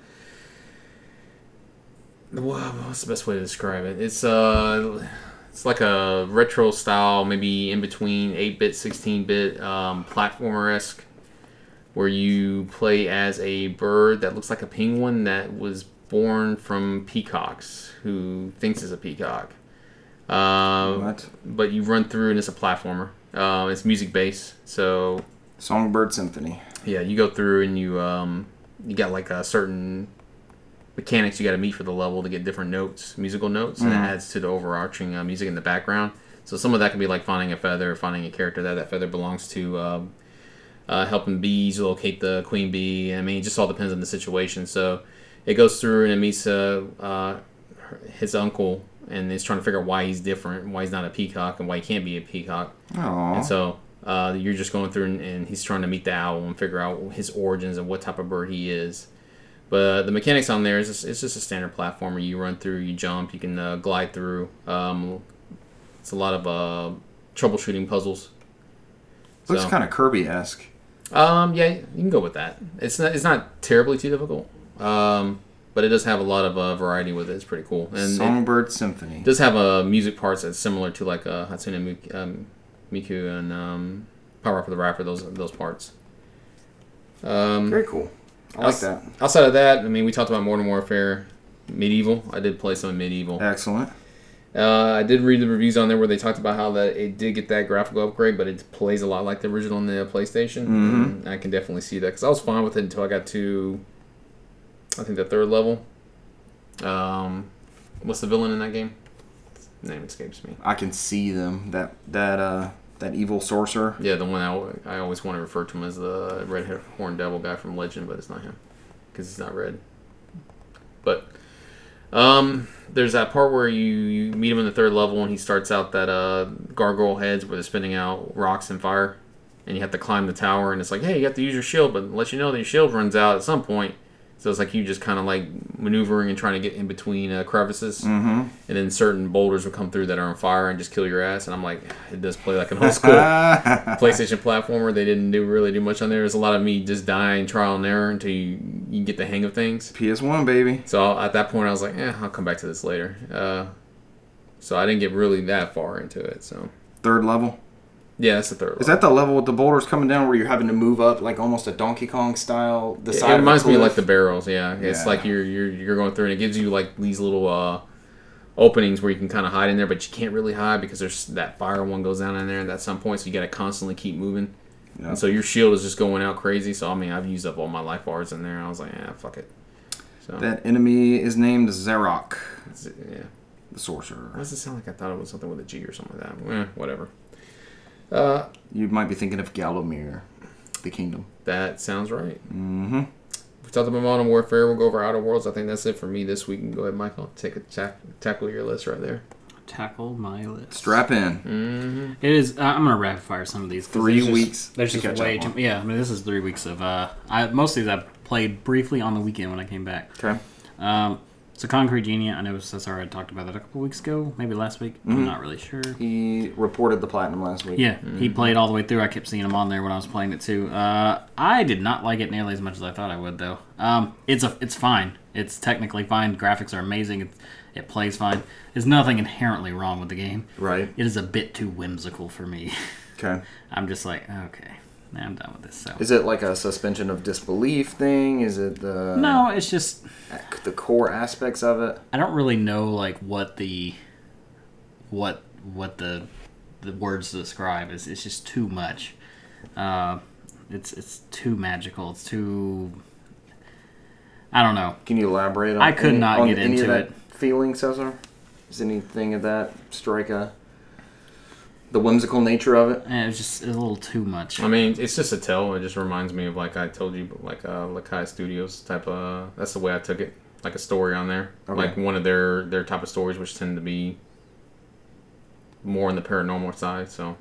Speaker 3: wha- what's the best way to describe it? It's uh, it's like a retro style, maybe in between eight bit, sixteen bit, um, platformer esque, where you play as a bird that looks like a penguin that was born from peacocks who thinks is a peacock. Uh,
Speaker 1: What?
Speaker 3: But you run through and it's a platformer. Um, it's music based, so
Speaker 1: Songbird Symphony.
Speaker 3: yeah, you go through and you um, you got like a certain mechanics you got to meet for the level to get different notes, musical notes, and it adds to the overarching uh, music in the background. So some of that can be like finding a feather, finding a character that that feather belongs to, um, uh, helping bees locate the queen bee. I mean, it just all depends on the situation. So it goes through and it meets uh, uh, her- his uncle, and is trying to figure out why he's different, why he's not a peacock, and why he can't be a peacock.
Speaker 1: Oh.
Speaker 3: And so uh, you're just going through, and, and he's trying to meet the owl and figure out his origins and what type of bird he is. But uh, the mechanics on there is just, it's just a standard platformer. You run through, you jump, you can uh, glide through. Um, it's a lot of uh, troubleshooting puzzles.
Speaker 1: Looks
Speaker 3: so-
Speaker 1: kind of Kirby esque.
Speaker 3: Um, yeah, you can go with that. It's not it's not terribly too difficult, um, but it does have a lot of uh, variety with it. It's pretty cool, and it
Speaker 1: Songbird Symphony.
Speaker 3: does have uh, music parts that's similar to like uh, Hatsune Miku, um, Miku and um, Power Up for the Rapper. Those those parts. Um,
Speaker 1: Very cool. I like that.
Speaker 3: Outside of that, I mean, we talked about Modern Warfare, Medieval. I did play some Medieval.
Speaker 1: Excellent.
Speaker 3: Uh, I did read the reviews on there where they talked about how that it did get that graphical upgrade, but it plays a lot like the original on the PlayStation. And I can definitely see that because I was fine with it until I got to, I think the third level. Um, what's the villain in that game? Name escapes me.
Speaker 1: I can see them. That that uh that evil sorcerer.
Speaker 3: Yeah, the one I, al- I always want to refer to him as the red hair- horned devil guy from Legend, but it's not him because he's not red. But um, there's that part where you, you meet him in the third level and he starts out that uh, gargoyle heads where they're spinning out rocks and fire, and you have to climb the tower and it's like hey you have to use your shield but let you know that your shield runs out at some point. So it's like you just kind of like maneuvering and trying to get in between uh, crevices, mm-hmm. and then certain boulders will come through that are on fire and just kill your ass. And I'm like, it does play like an old school PlayStation platformer. They didn't do really do much on there. There's a lot of me just dying trial and error until you, you get the hang of things.
Speaker 1: PS1, baby.
Speaker 3: So at that point, I was like, eh, I'll come back to this later. Uh, so I didn't get really that far into it. So
Speaker 1: Third level.
Speaker 3: yeah, that's the third.
Speaker 1: Is
Speaker 3: one.
Speaker 1: that the level with the boulders coming down where you're having to move up like almost a Donkey Kong style? The
Speaker 3: It,
Speaker 1: side
Speaker 3: it
Speaker 1: of a
Speaker 3: reminds me of,
Speaker 1: cliff?
Speaker 3: like the barrels. Yeah, it's
Speaker 1: Yeah.
Speaker 3: like you're you're you're going through and it gives you like these little uh, openings where you can kind of hide in there, but you can't really hide because there's that fire one goes down in there at some point, so you got to constantly keep moving.
Speaker 1: Yeah.
Speaker 3: And so your shield is just going out crazy. So I mean, I've used up all my life bars in there. I was like, ah, fuck it. So
Speaker 1: That enemy is named Zerok,
Speaker 3: that's it, yeah.
Speaker 1: the sorcerer.
Speaker 3: Why does it sound like I thought it was something with a G or something like that? Eh, whatever. Uh,
Speaker 1: You might be thinking of Galomir, the kingdom.
Speaker 3: that sounds right.
Speaker 1: Mm-hmm.
Speaker 3: We talked about Modern Warfare. We'll go over Outer Worlds. I think that's it for me this week. And go ahead, Michael. Take a tack- tackle your list right there.
Speaker 2: Tackle my list.
Speaker 1: Strap in.
Speaker 3: Mm-hmm.
Speaker 2: It is. I- I'm gonna rapid fire some of these. 'cause
Speaker 1: Three
Speaker 2: there's just-
Speaker 1: weeks
Speaker 2: There's
Speaker 1: to
Speaker 2: just
Speaker 1: catch
Speaker 2: way
Speaker 1: up
Speaker 2: too.
Speaker 1: on.
Speaker 2: Yeah, I mean, this is three weeks of. Uh, I most of these I played briefly on the weekend when I came back.
Speaker 1: Okay.
Speaker 2: Um, so Concrete Genie, I know Cesar had talked about that a couple weeks ago, maybe last week.
Speaker 1: Mm-hmm.
Speaker 2: I'm not really sure.
Speaker 1: He reported the platinum last week.
Speaker 2: Yeah, he played all the way through. I kept seeing him on there when I was playing it too. Uh, I did not like it nearly as much as I thought I would, though. Um, it's a, it's fine. It's technically fine. Graphics are amazing. It, it plays fine. There's nothing inherently wrong with the game.
Speaker 1: Right.
Speaker 2: It is a bit too whimsical for me.
Speaker 1: Okay.
Speaker 2: I'm just like, okay, nah, I'm done with this. So
Speaker 1: Is it like a suspension of disbelief thing? Is it the
Speaker 2: no, it's just
Speaker 1: the core aspects of it?
Speaker 2: I don't really know like what the what what the the words to describe is. It's just too much. Uh, it's it's too magical. It's too. I don't know.
Speaker 1: Can you elaborate? on
Speaker 2: I could
Speaker 1: any-
Speaker 2: not
Speaker 1: on
Speaker 2: get
Speaker 1: any
Speaker 2: into
Speaker 1: of that
Speaker 2: it.
Speaker 1: Feeling, Cesar. Is anything of that strike a the whimsical nature of it?
Speaker 2: Eh, It's just a little too much.
Speaker 3: I mean, it's just a tell. It just reminds me of like I told you, like uh, Lakai Studios type of. That's the way I took it. Like a story on there,
Speaker 1: Okay.
Speaker 3: like one of their their type of stories, which tend to be more on the paranormal side. So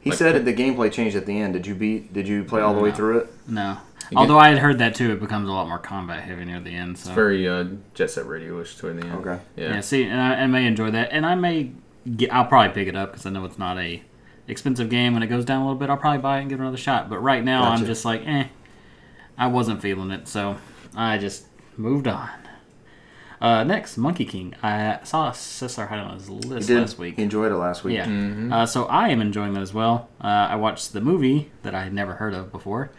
Speaker 1: He
Speaker 3: Like-
Speaker 1: said the gameplay changed at the end. Did you beat? Did you play all the way
Speaker 2: No.
Speaker 1: through it?
Speaker 2: No. Although I had heard that too, it becomes a lot more combat heavy near the end. So
Speaker 3: it's very uh, jet set radio-ish toward the end.
Speaker 1: Okay.
Speaker 2: yeah.
Speaker 3: Yeah.
Speaker 2: see, and I, I may enjoy that, and I may get. I'll probably pick it up because I know it's not a expensive game. When it goes down a little bit, I'll probably buy it and give it another shot. But right now,
Speaker 1: Gotcha.
Speaker 2: I'm just like, eh. I wasn't feeling it, so I just moved on. Uh, next, Monkey King. I saw Cesar had it on his
Speaker 1: He
Speaker 2: list
Speaker 1: did. Mm-hmm.
Speaker 2: last week.
Speaker 1: He enjoyed it last week.
Speaker 2: Yeah. Uh, so I am enjoying that as well. Uh, I watched the movie that I had never heard of before.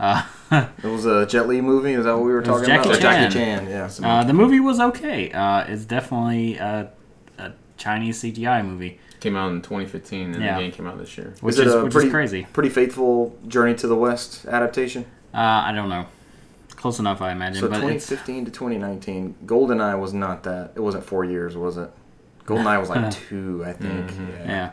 Speaker 2: uh,
Speaker 1: It was a Jet Li movie. Is that what we were
Speaker 2: It
Speaker 1: talking
Speaker 2: was Jackie
Speaker 1: about?
Speaker 2: Chan.
Speaker 1: Jackie Chan. Yeah. Some-
Speaker 2: uh, the movie was okay. Uh, it's definitely a, a Chinese CGI movie,
Speaker 3: Came out in 2015, and
Speaker 2: Yeah.
Speaker 3: the game came out this year.
Speaker 2: which
Speaker 1: Is it
Speaker 2: is,
Speaker 1: a
Speaker 2: which
Speaker 1: pretty-
Speaker 2: is crazy.
Speaker 1: Pretty faithful Journey to the West adaptation.
Speaker 2: Uh, I don't know. Close enough, I imagine.
Speaker 1: So
Speaker 2: but it's,
Speaker 1: 2015 to 2019, GoldenEye was not that. It wasn't four years, was it? GoldenEye was
Speaker 2: Uh-huh.
Speaker 1: like two, I think.
Speaker 2: Mm-hmm.
Speaker 1: Yeah.
Speaker 2: yeah,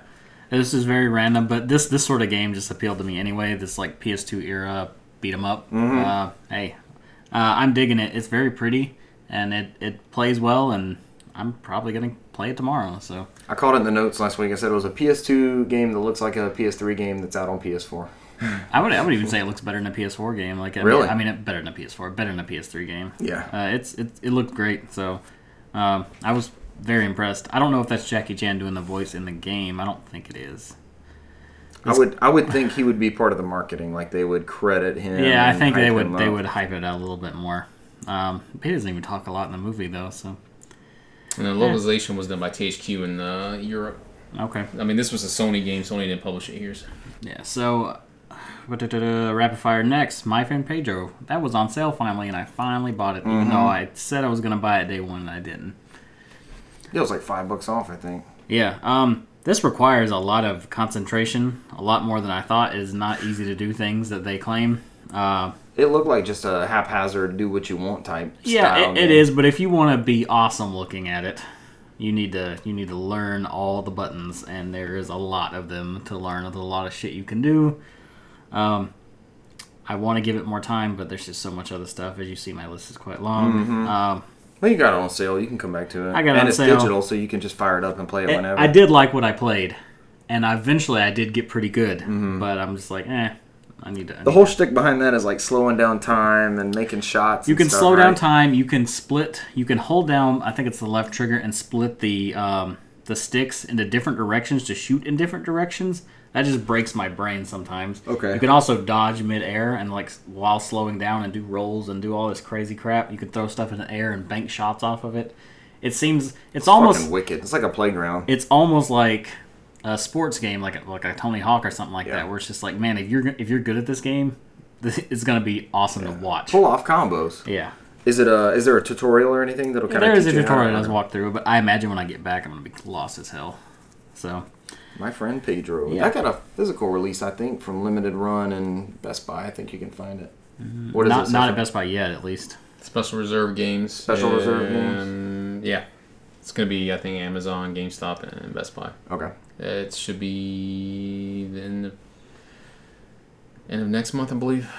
Speaker 2: this is very random. But this this sort of game just appealed to me anyway. This like PS2 era beat 'em up.
Speaker 1: Mm-hmm.
Speaker 2: Uh, hey, uh, I'm digging it. It's very pretty and it it plays well. And I'm probably gonna play it tomorrow. So
Speaker 1: I called it in the notes last week. I said it was a PS2 game that looks like a PS3 game that's out on PS4.
Speaker 2: I would I would even say it looks better than a PS4 game. Like I
Speaker 1: Really?
Speaker 2: mean, I mean it better than a PS4, better than a PS3 game.
Speaker 1: Yeah.
Speaker 2: Uh, it's it, it looked great. So um, I was very impressed. I don't know if that's Jackie Chan doing the voice in the game. I don't think it is.
Speaker 1: I would I would think he would be part of the marketing. Like they would credit him.
Speaker 2: Yeah, I
Speaker 1: and
Speaker 2: think they
Speaker 1: hype
Speaker 2: would
Speaker 1: him
Speaker 2: they
Speaker 1: up.
Speaker 2: would hype it out a little bit more. Um, he doesn't even talk a lot in the movie though, so
Speaker 3: And the localization was done by THQ in uh, Europe.
Speaker 2: okay.
Speaker 3: I mean, this was a Sony game. Sony didn't publish it here. So.
Speaker 2: Yeah, so uh, rapid fire next. My friend Pedro. That was on sale finally, and I finally bought it, even though
Speaker 1: Mm-hmm.
Speaker 2: I said I was gonna buy it day one and I didn't.
Speaker 1: It was like five bucks off, I think.
Speaker 2: Yeah. Um, this requires a lot of concentration, a lot more than I thought. It is not easy to do things that they claim. Uh,
Speaker 1: It looked like just a haphazard, do what you want type.
Speaker 2: yeah,
Speaker 1: style
Speaker 2: it, it
Speaker 1: game.
Speaker 2: is. But if you want to be awesome looking at it, you need to you need to learn all the buttons, and there is a lot of them to learn. There's a lot of shit you can do. Um,
Speaker 1: Mm-hmm,
Speaker 2: I want to give it more time, but there's just so much other stuff. As you see, my list is quite long. Um,
Speaker 1: Well, you got it on sale. You can come back to it.
Speaker 2: I got it
Speaker 1: and
Speaker 2: on
Speaker 1: it's
Speaker 2: sale.
Speaker 1: digital, so you can just fire it up and play it
Speaker 2: I-
Speaker 1: whenever.
Speaker 2: I did like what I played, and eventually I did get pretty good. But I'm just like, eh, I need to. I
Speaker 1: Mm-hmm. The
Speaker 2: need-
Speaker 1: whole shtick behind that is like slowing down time and making shots.
Speaker 2: you
Speaker 1: and
Speaker 2: can
Speaker 1: stuff,
Speaker 2: slow down
Speaker 1: right?
Speaker 2: time. You can split. You can hold down. I think it's the left trigger and split the um, the sticks into different directions to shoot in different directions. That just breaks my brain sometimes.
Speaker 1: Okay.
Speaker 2: You can also dodge midair and like s- while slowing down and do rolls and do all this crazy crap. You can throw stuff in the air and bank shots off of it. It seems it's, almost
Speaker 1: Fucking wicked. It's like a playground.
Speaker 2: it's almost like a sports game, like a, like a Tony Hawk or something like
Speaker 1: Yeah.
Speaker 2: that, where it's just like, man, if you're go- if you're good at this game, this is gonna be awesome to watch.
Speaker 1: Pull off combos.
Speaker 2: Yeah,
Speaker 1: Is it a? Is there a tutorial or anything that'll kind
Speaker 2: there
Speaker 1: of?
Speaker 2: is a tutorial I was walk through, but I imagine when I get back, I'm gonna be lost as hell. So
Speaker 1: My friend Pedro.
Speaker 2: Yeah.
Speaker 1: I got a physical release, I think, from Limited Run and Best Buy. I think you can find it. What is
Speaker 2: Mm-hmm. not
Speaker 1: it?
Speaker 2: not
Speaker 1: Sasha?
Speaker 2: at Best Buy yet, at least.
Speaker 3: Special Reserve Games.
Speaker 1: Special Reserve Games.
Speaker 3: um, Yeah. It's going to be, I think, Amazon, GameStop, and Best Buy.
Speaker 1: Okay.
Speaker 3: It should be the end of, end of next month, I believe.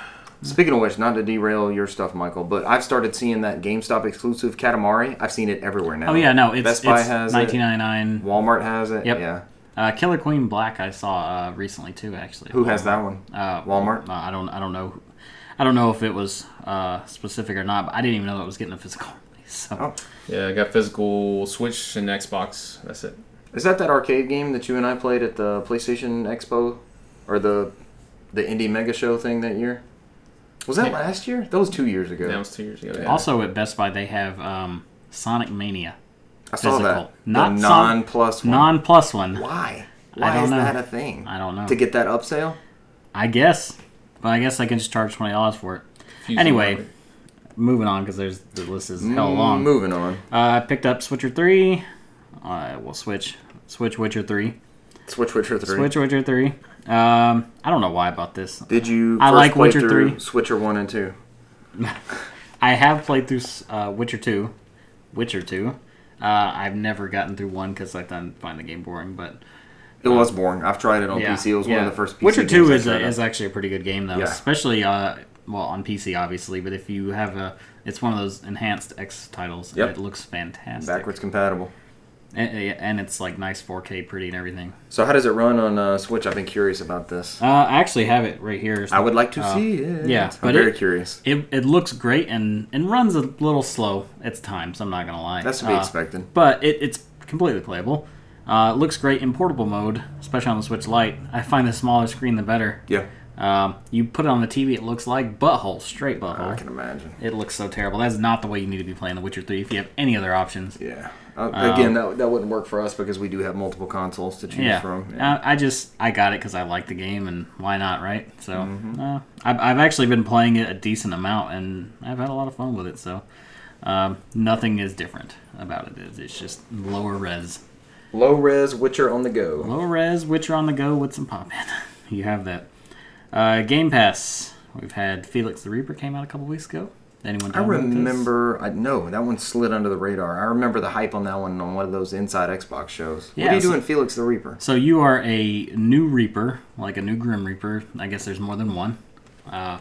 Speaker 1: Speaking of which, not to derail your stuff, Michael, but I've started seeing that GameStop exclusive Katamari. I've seen it everywhere now.
Speaker 2: Oh yeah, no, it's
Speaker 1: Best Buy
Speaker 2: it's
Speaker 1: has it.
Speaker 2: 1999.
Speaker 1: Walmart has it.
Speaker 2: Yep.
Speaker 1: Yeah.
Speaker 2: Uh, Killer Queen Black I saw uh, recently too, actually.
Speaker 1: Who has that one?
Speaker 2: Uh,
Speaker 1: Walmart?
Speaker 2: Uh, I don't I don't know. I don't know if it was uh, specific or not, but I didn't even know that it was getting a physical release. So.
Speaker 1: Oh.
Speaker 3: Yeah, I got physical Switch and Xbox. That's it.
Speaker 1: Is that that arcade game that you and I played at the PlayStation Expo or the the Indie Mega Show thing that year? Was that
Speaker 3: Yeah.
Speaker 1: last year? That was two years ago.
Speaker 3: That was two years ago. Yeah.
Speaker 2: Also at Best Buy, they have um, Sonic Mania,
Speaker 1: I saw
Speaker 2: physical.
Speaker 1: that.
Speaker 2: Not
Speaker 1: the
Speaker 2: some-
Speaker 1: non plus one.
Speaker 2: non plus one.
Speaker 1: Why?
Speaker 2: I
Speaker 1: Why
Speaker 2: don't
Speaker 1: is
Speaker 2: know.
Speaker 1: that a thing?
Speaker 2: I don't know.
Speaker 1: To get that upsale?
Speaker 2: I guess, but I guess I can just charge twenty dollars for it.
Speaker 3: Fusion
Speaker 2: Anyway,
Speaker 3: Rocket.
Speaker 2: moving on because there's the list is hell
Speaker 1: Mm,
Speaker 2: long. Uh,
Speaker 1: Moving on.
Speaker 2: I picked up Switcher three. I will switch switch Witcher three.
Speaker 1: Switch Witcher 3.
Speaker 2: Switch Witcher three. Um, I don't know why about this.
Speaker 1: Did you
Speaker 2: I
Speaker 1: first
Speaker 2: like
Speaker 1: play
Speaker 2: Witcher
Speaker 1: through
Speaker 2: 3.
Speaker 1: Switcher 1 and 2?
Speaker 2: I have played through uh, Witcher two, Witcher two. Uh, I've never gotten through one because I done- find the game boring, but
Speaker 1: It was boring. I've tried it on
Speaker 2: Yeah,
Speaker 1: PC. It was one
Speaker 2: yeah.
Speaker 1: of the first PC
Speaker 2: Witcher
Speaker 1: games
Speaker 2: Two
Speaker 1: I
Speaker 2: is
Speaker 1: tried
Speaker 2: a,
Speaker 1: out.
Speaker 2: is actually a pretty good game though,
Speaker 1: Yeah.
Speaker 2: especially uh, well on PC obviously, but if you have a, it's one of those enhanced X titles.
Speaker 1: Yep.
Speaker 2: and It looks fantastic.
Speaker 1: backwards compatible.
Speaker 2: and, and it's like nice 4K, pretty and everything.
Speaker 1: So how does it run on uh, Switch? I've been curious about this.
Speaker 2: Uh, I actually have it right here.
Speaker 1: I would like to
Speaker 2: Uh,
Speaker 1: see it.
Speaker 2: yeah,
Speaker 1: I'm
Speaker 2: but
Speaker 1: very
Speaker 2: it-
Speaker 1: curious.
Speaker 2: It, it looks great and and runs a little slow at times. I'm not gonna lie.
Speaker 1: That's to be
Speaker 2: Uh,
Speaker 1: expected.
Speaker 2: but it, it's completely playable. Uh, it looks great in portable mode, especially on the Switch Lite. I find the smaller screen the better.
Speaker 1: Yeah,
Speaker 2: Um, you put it on the TV, it looks like butthole, straight butthole.
Speaker 1: I can imagine.
Speaker 2: It looks so terrible. That's not the way you need to be playing The Witcher 3 if you have any other options.
Speaker 1: Yeah. Uh, again, that, that wouldn't work for us because we do have multiple consoles to choose
Speaker 2: Yeah. Uh,
Speaker 1: from.
Speaker 2: I, I just, I got it because I like the game and why not, right? So,
Speaker 1: Mm-hmm.
Speaker 2: uh, I've, I've actually been playing it a decent amount and I've had a lot of fun with it. So, um, nothing is different about it. It's- It's just lower res.
Speaker 1: Low res Witcher on the go.
Speaker 2: Low res, Witcher on the go with some pop in. you have that. Uh, game Pass. We've had Felix the Reaper came out a couple weeks ago. Anyone
Speaker 1: I
Speaker 2: download this?
Speaker 1: remember. I no, that one slid under the radar. I remember the hype on that one on one of those Inside Xbox shows. what
Speaker 2: Yeah,
Speaker 1: are you
Speaker 2: so-
Speaker 1: doing, Felix the Reaper?
Speaker 2: So you are a new Reaper, like a new Grim Reaper. I guess there's more than one. Uh,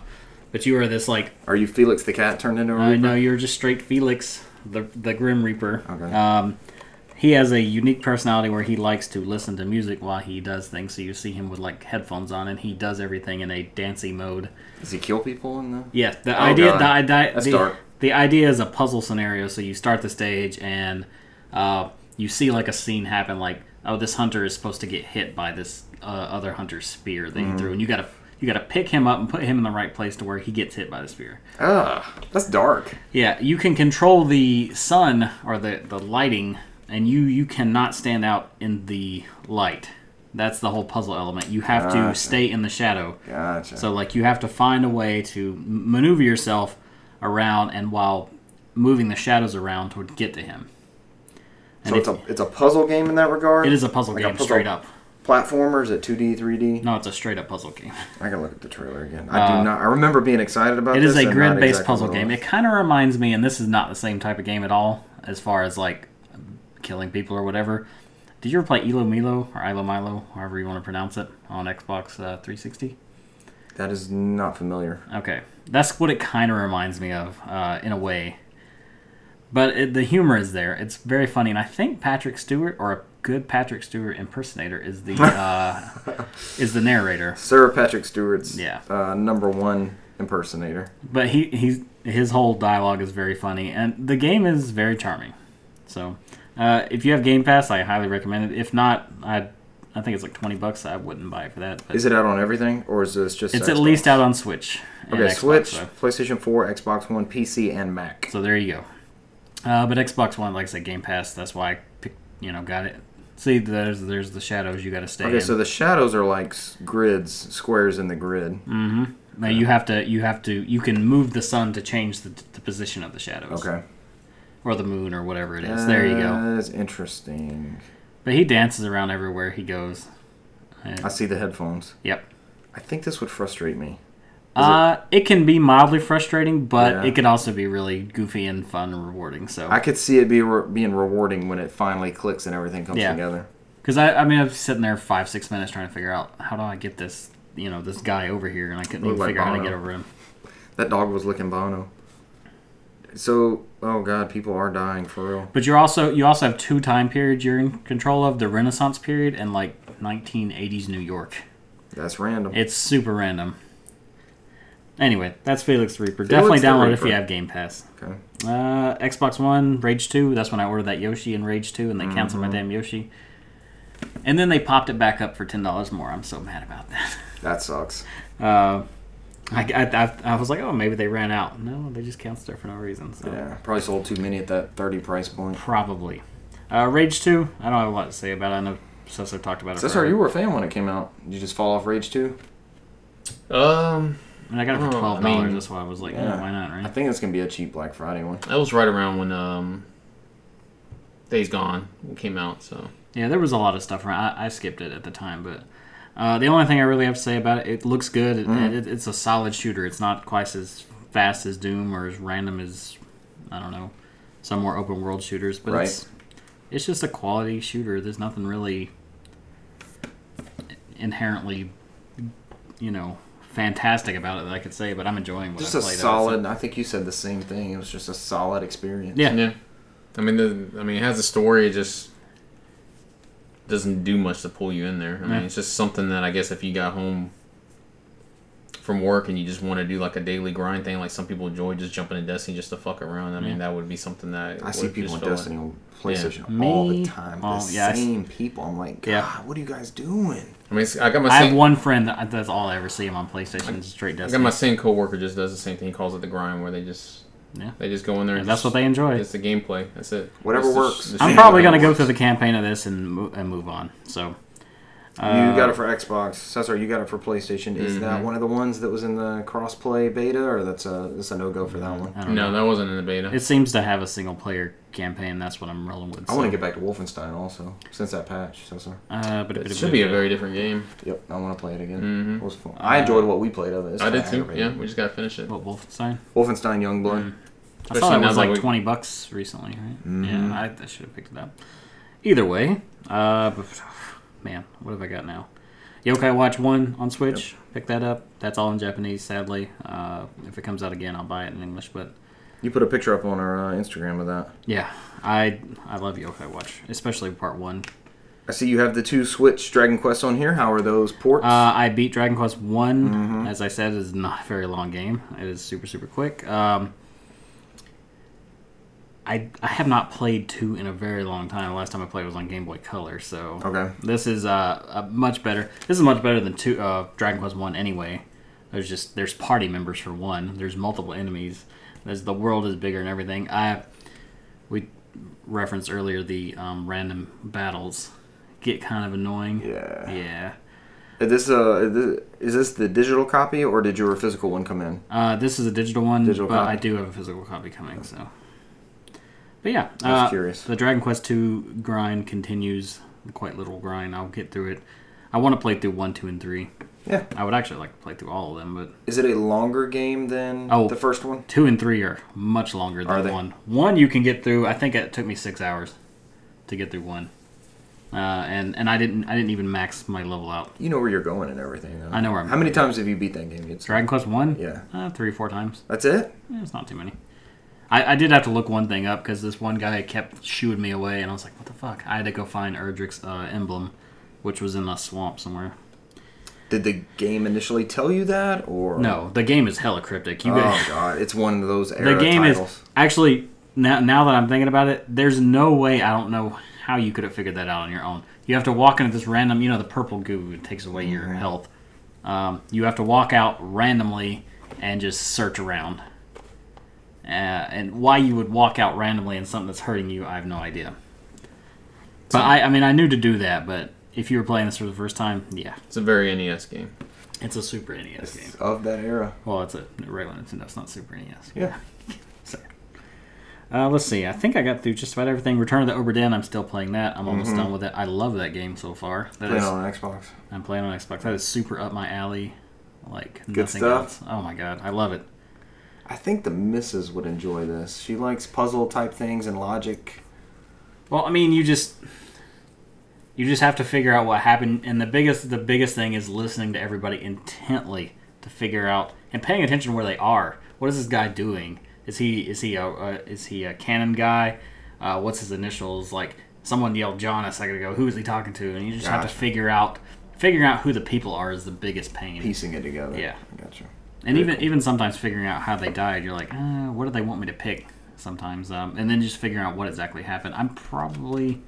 Speaker 2: but you are this like
Speaker 1: Are you Felix the cat turned into a
Speaker 2: I
Speaker 1: Reaper?
Speaker 2: know you're just straight Felix, the the Grim Reaper.
Speaker 1: Okay.
Speaker 2: Um, he has a unique personality where he likes to listen to music while he does things. So you see him with like headphones on, and he does everything in a dancey mode.
Speaker 1: Does he kill people in the?
Speaker 2: Yeah, the
Speaker 1: Oh,
Speaker 2: idea.
Speaker 1: God.
Speaker 2: The, idea
Speaker 1: That's
Speaker 2: the,
Speaker 1: dark.
Speaker 2: the idea is a puzzle scenario. So you start the stage and uh, you see like a scene happen. Like, oh, this hunter is supposed to get hit by this uh, other hunter's spear that he
Speaker 1: Mm.
Speaker 2: threw, and you gotta you gotta pick him up and put him in the right place to where he gets hit by the spear.
Speaker 1: Ugh, ah, that's dark.
Speaker 2: Yeah, you can control the sun or the the lighting, and you you cannot stand out in the light. That's the whole puzzle element. You have to
Speaker 1: Gotcha.
Speaker 2: stay in the shadow.
Speaker 1: Gotcha.
Speaker 2: So like you have to find a way to m- maneuver yourself around and while moving the shadows around to get to him. And
Speaker 1: So it's
Speaker 2: if-
Speaker 1: a it's a puzzle game in that regard.
Speaker 2: it is a puzzle
Speaker 1: Like a
Speaker 2: game
Speaker 1: puzzle-
Speaker 2: straight up.
Speaker 1: platformer. Is it two D, three D?
Speaker 2: No, it's a straight up puzzle game.
Speaker 1: I gotta look at the trailer again. I do not. I remember being excited about
Speaker 2: Uh, It
Speaker 1: this.
Speaker 2: is a
Speaker 1: and not
Speaker 2: grid based
Speaker 1: exactly
Speaker 2: puzzle
Speaker 1: what it
Speaker 2: game.
Speaker 1: was.
Speaker 2: It kind of reminds me, and this is not the same type of game at all, as far as like killing people or whatever. Did you ever play Elo Milo or Ilo Milo, however you want to pronounce it, on Xbox uh, 360?
Speaker 1: That is not familiar.
Speaker 2: Okay, that's what it kind of reminds me of uh, in a way. But it, the humor is there. It's very funny, and I think Patrick Stewart or a good Patrick Stewart impersonator is the uh, is the narrator.
Speaker 1: Sir Patrick Stewart's
Speaker 2: Yeah.
Speaker 1: uh, number one impersonator.
Speaker 2: But he he's, his whole dialogue is very funny, and the game is very charming. So uh, if you have Game Pass, I highly recommend it. If not, I I think it's like twenty bucks. I wouldn't buy it for that. But
Speaker 1: Is it out on everything, or is this just?
Speaker 2: it's
Speaker 1: Xbox?
Speaker 2: at least out on Switch. and
Speaker 1: okay.
Speaker 2: Xbox,
Speaker 1: Switch,
Speaker 2: so-
Speaker 1: PlayStation Four, Xbox One, PC, and Mac.
Speaker 2: So there you go. Uh, but Xbox One, like I said, Game Pass. That's why I picked, you know got it. See, there's there's the shadows you got to stay
Speaker 1: Okay,
Speaker 2: in.
Speaker 1: so the shadows are like s- grids, squares in the grid.
Speaker 2: Mm. now you have to you have to you can move the sun to change the, the position of the shadows.
Speaker 1: Okay. Uh,
Speaker 2: Or the moon or whatever it is. there you go.
Speaker 1: That's interesting.
Speaker 2: But he dances around everywhere he goes.
Speaker 1: I see the headphones.
Speaker 2: Yep.
Speaker 1: I think this would frustrate me.
Speaker 2: Uh, it can be mildly frustrating, but
Speaker 1: Yeah.
Speaker 2: it can also be really goofy and fun and rewarding. So
Speaker 1: I could see it be re- being rewarding when it finally clicks and everything comes
Speaker 2: Yeah.
Speaker 1: together.
Speaker 2: Because I, I mean, I was sitting there five, six minutes trying to figure out how do I get this, you know, this guy over here, and I couldn't
Speaker 1: Look
Speaker 2: even
Speaker 1: like
Speaker 2: figure out how to
Speaker 1: Bono.
Speaker 2: get over him.
Speaker 1: That dog was licking Bono. So, oh god, people are dying for real.
Speaker 2: But you're also you also have two time periods you're in control of: the Renaissance period and like 1980s New York.
Speaker 1: That's random.
Speaker 2: It's super random. Anyway, that's Felix the Reaper. Definitely
Speaker 1: the
Speaker 2: download it if
Speaker 1: Reaper.
Speaker 2: you have Game Pass.
Speaker 1: Okay.
Speaker 2: Uh, Xbox One, Rage 2. That's when I ordered that Yoshi and Rage 2, and they canceled my damn Yoshi. And then they popped it back up for ten dollars more. I'm so mad about that.
Speaker 1: That sucks.
Speaker 2: Uh, I, I, I, I was like, oh, maybe they ran out. No, they just canceled it for no reason. So
Speaker 1: Yeah. Probably sold too many at that 30 price point.
Speaker 2: probably. Uh, Rage Two. I don't have a lot to say about it. I know Cesso talked about it.
Speaker 1: Cesar,
Speaker 2: forever.
Speaker 1: you were a fan when it came out. Did you just fall off Rage 2?
Speaker 3: Um,
Speaker 2: I, mean, I got it for
Speaker 3: Oh, I
Speaker 2: twelve
Speaker 3: mean-
Speaker 2: dollars. that's why I was like, yeah,
Speaker 1: Yeah.
Speaker 2: why not,
Speaker 1: I
Speaker 2: right?
Speaker 1: think it's going to be a cheap Black Friday one.
Speaker 3: that was right around when um, Days Gone came out. So
Speaker 2: Yeah, there was a lot of stuff. Around. I, I skipped it at the time, but uh, the only thing I really have to say about it, it looks good. It,
Speaker 1: Mm.
Speaker 2: it, it's a solid shooter. It's not quite as fast as Doom or as random as I don't know some more open world shooters, but
Speaker 1: Right.
Speaker 2: it's it's just a quality shooter. There's nothing really inherently, you know, fantastic about it that I could say. But I'm enjoying what
Speaker 1: Just
Speaker 2: I
Speaker 1: a
Speaker 2: played. of it, so-
Speaker 1: solid, I think you said the same thing. It was just a solid experience.
Speaker 2: Yeah.
Speaker 3: yeah, I mean, the, I mean, it has a story. It just doesn't do much to pull you in there. I mean,
Speaker 2: Yeah.
Speaker 3: it's just something that I guess if you got home from work and you just want to do like a daily grind thing, like some people enjoy just jumping in Destiny just to fuck around. I mean, that would be something that
Speaker 1: I
Speaker 3: would
Speaker 1: see people
Speaker 3: just
Speaker 1: in
Speaker 3: feel like-
Speaker 1: Destiny on PlayStation
Speaker 2: Yeah.
Speaker 1: all
Speaker 2: Me?
Speaker 1: the time. The
Speaker 2: Oh, yeah, I s-
Speaker 1: same people. I'm like, God,
Speaker 2: Yeah.
Speaker 1: what are you guys doing?
Speaker 3: I mean, it's- I got my
Speaker 2: I
Speaker 3: same,
Speaker 2: have one friend that that's all I ever see him on PlayStation. is Straight
Speaker 3: I
Speaker 2: Destiny.
Speaker 3: got my same coworker just does the same thing. He calls it the grind, where they just
Speaker 2: Yeah.
Speaker 3: they just go in there.
Speaker 2: And
Speaker 3: And
Speaker 2: that's
Speaker 3: just-
Speaker 2: what they enjoy.
Speaker 3: It's the gameplay. That's it.
Speaker 1: Whatever
Speaker 3: It's the-
Speaker 1: works.
Speaker 3: the
Speaker 2: I'm
Speaker 3: shooting
Speaker 2: probably
Speaker 3: game.
Speaker 2: gonna go through the campaign of this and mo- and move on. So
Speaker 1: you got it for Xbox. Cesar, you got it for PlayStation. Is that one of the ones that was in the crossplay beta, or that's a that's a no go for that one?
Speaker 2: I don't
Speaker 3: No,
Speaker 2: know.
Speaker 3: that wasn't in the beta.
Speaker 2: It seems to have a single player campaign. That's what I'm rolling with.
Speaker 1: I want to get back to Wolfenstein also since that patch, Cesar.
Speaker 2: Uh, but
Speaker 3: it should be a very different game.
Speaker 1: Yep, I want to play it again. It was fun. I enjoyed what we played of it. It's
Speaker 3: I did
Speaker 1: kinda
Speaker 3: too.
Speaker 1: aggravating.
Speaker 3: Yeah, we just gotta finish it.
Speaker 2: What Wolfenstein?
Speaker 1: Wolfenstein Youngblood.
Speaker 2: I saw
Speaker 3: Especially
Speaker 2: that
Speaker 3: now
Speaker 2: was
Speaker 3: that
Speaker 2: like
Speaker 3: we- Mm-hmm.
Speaker 2: twenty bucks recently, right? Yeah, I, I should have picked it up. Either way, uh, but- man, what have I got now? Yokai Watch One on Switch. Pick that up. That's all in Japanese, sadly. Uh, if it comes out again, I'll buy it in English. But
Speaker 1: You put a picture up on our uh, Instagram of that.
Speaker 2: yeah, I I love Yokai Watch, especially Part One.
Speaker 1: I see you have the two Switch Dragon Quest on here. How are those ports?
Speaker 2: Uh, I beat Dragon Quest One.
Speaker 1: Mm-hmm.
Speaker 2: As I said, it is not a very long game. It is super super quick. Um, I I have not played two in a very long time. The last time I played was on Game Boy Color. So
Speaker 1: Okay.
Speaker 2: this is uh, a much better. This is much better than two uh, Dragon Quest One anyway. There's just there's party members for one. There's multiple enemies. There's the world is bigger and everything. I we referenced earlier the um, random battles get kind of annoying.
Speaker 1: yeah.
Speaker 2: Yeah.
Speaker 1: Is this uh is this- is this the digital copy or did your physical one come in?
Speaker 2: Uh, this is a digital one,
Speaker 1: Digital
Speaker 2: but
Speaker 1: copy.
Speaker 2: I do have a physical copy coming. So, but yeah,
Speaker 1: I was
Speaker 2: uh,
Speaker 1: curious.
Speaker 2: The Dragon Quest II grind continues, quite little grind. I'll get through it. I want to play through one, two, and three.
Speaker 1: Yeah.
Speaker 2: I would actually like to play through all of them, but
Speaker 1: Is it a longer game than
Speaker 2: Oh.
Speaker 1: the first one?
Speaker 2: two and three are much longer
Speaker 1: Are
Speaker 2: than
Speaker 1: they?
Speaker 2: one. One you can get through. I think it took me six hours to get through one, uh, and and I didn't I didn't even max my level out.
Speaker 1: You know where you're going and everything. Though.
Speaker 2: I know where I'm
Speaker 1: How many times have you beat that game? It's
Speaker 2: Dragon Quest One,
Speaker 1: Yeah.
Speaker 2: uh, three or four times.
Speaker 1: That's it.
Speaker 2: Yeah, it's not too many. I, I did have to look one thing up because this one guy kept shooing me away, and I was like, "What the fuck?" I had to go find Erdrick's uh, emblem, which was in a swamp somewhere.
Speaker 1: Did the game initially tell you that, or
Speaker 2: No, the game is hella cryptic. You
Speaker 1: Oh god, it's one of those
Speaker 2: the
Speaker 1: era
Speaker 2: game
Speaker 1: titles.
Speaker 2: is actually now now that I'm thinking about it, there's no way I don't know how you could have figured that out on your own. You have to walk into this random, you know, the purple goo that takes away
Speaker 1: Mm-hmm.
Speaker 2: your health. Um, you have to walk out randomly and just search around. Uh, and why you would walk out randomly in something that's hurting you, I have no idea. But I, I mean, I knew to do that. But if you were playing this for the first time, yeah,
Speaker 3: It's a very NES game.
Speaker 2: it's a Super NES game.
Speaker 1: of that era.
Speaker 2: Well, it's a regular Nintendo. It's not Super E NES.
Speaker 1: Yeah.
Speaker 2: Sorry. Uh, let's see. I think I got through just about everything. Return of the Oberdin. I'm still playing that. I'm almost done with it. I love that game so far. That
Speaker 1: Playing
Speaker 2: is,
Speaker 1: on Xbox.
Speaker 2: I'm playing on Xbox. That is super up my alley. Like nothing
Speaker 1: stuff.
Speaker 2: else. Oh my god, I love it.
Speaker 1: I think the missus would enjoy this. She likes puzzle type things and logic.
Speaker 2: Well, I mean, you just you just have to figure out what happened, and the biggest the biggest thing is listening to everybody intently to figure out and paying attention where they are. What is this guy doing? Is he is he a uh, is he a cannon guy? Uh, what's his initials? Like someone yelled John a second ago. Who is he talking to? And you just have to
Speaker 1: Gotcha.
Speaker 2: figure out figuring out who the people are is the biggest pain.
Speaker 1: Piecing it together.
Speaker 2: Yeah.
Speaker 1: Gotcha.
Speaker 2: And even even sometimes figuring out how they died, you're like, uh, what do they want me to pick? Sometimes, um, and then just figuring out what exactly happened. I'm probably,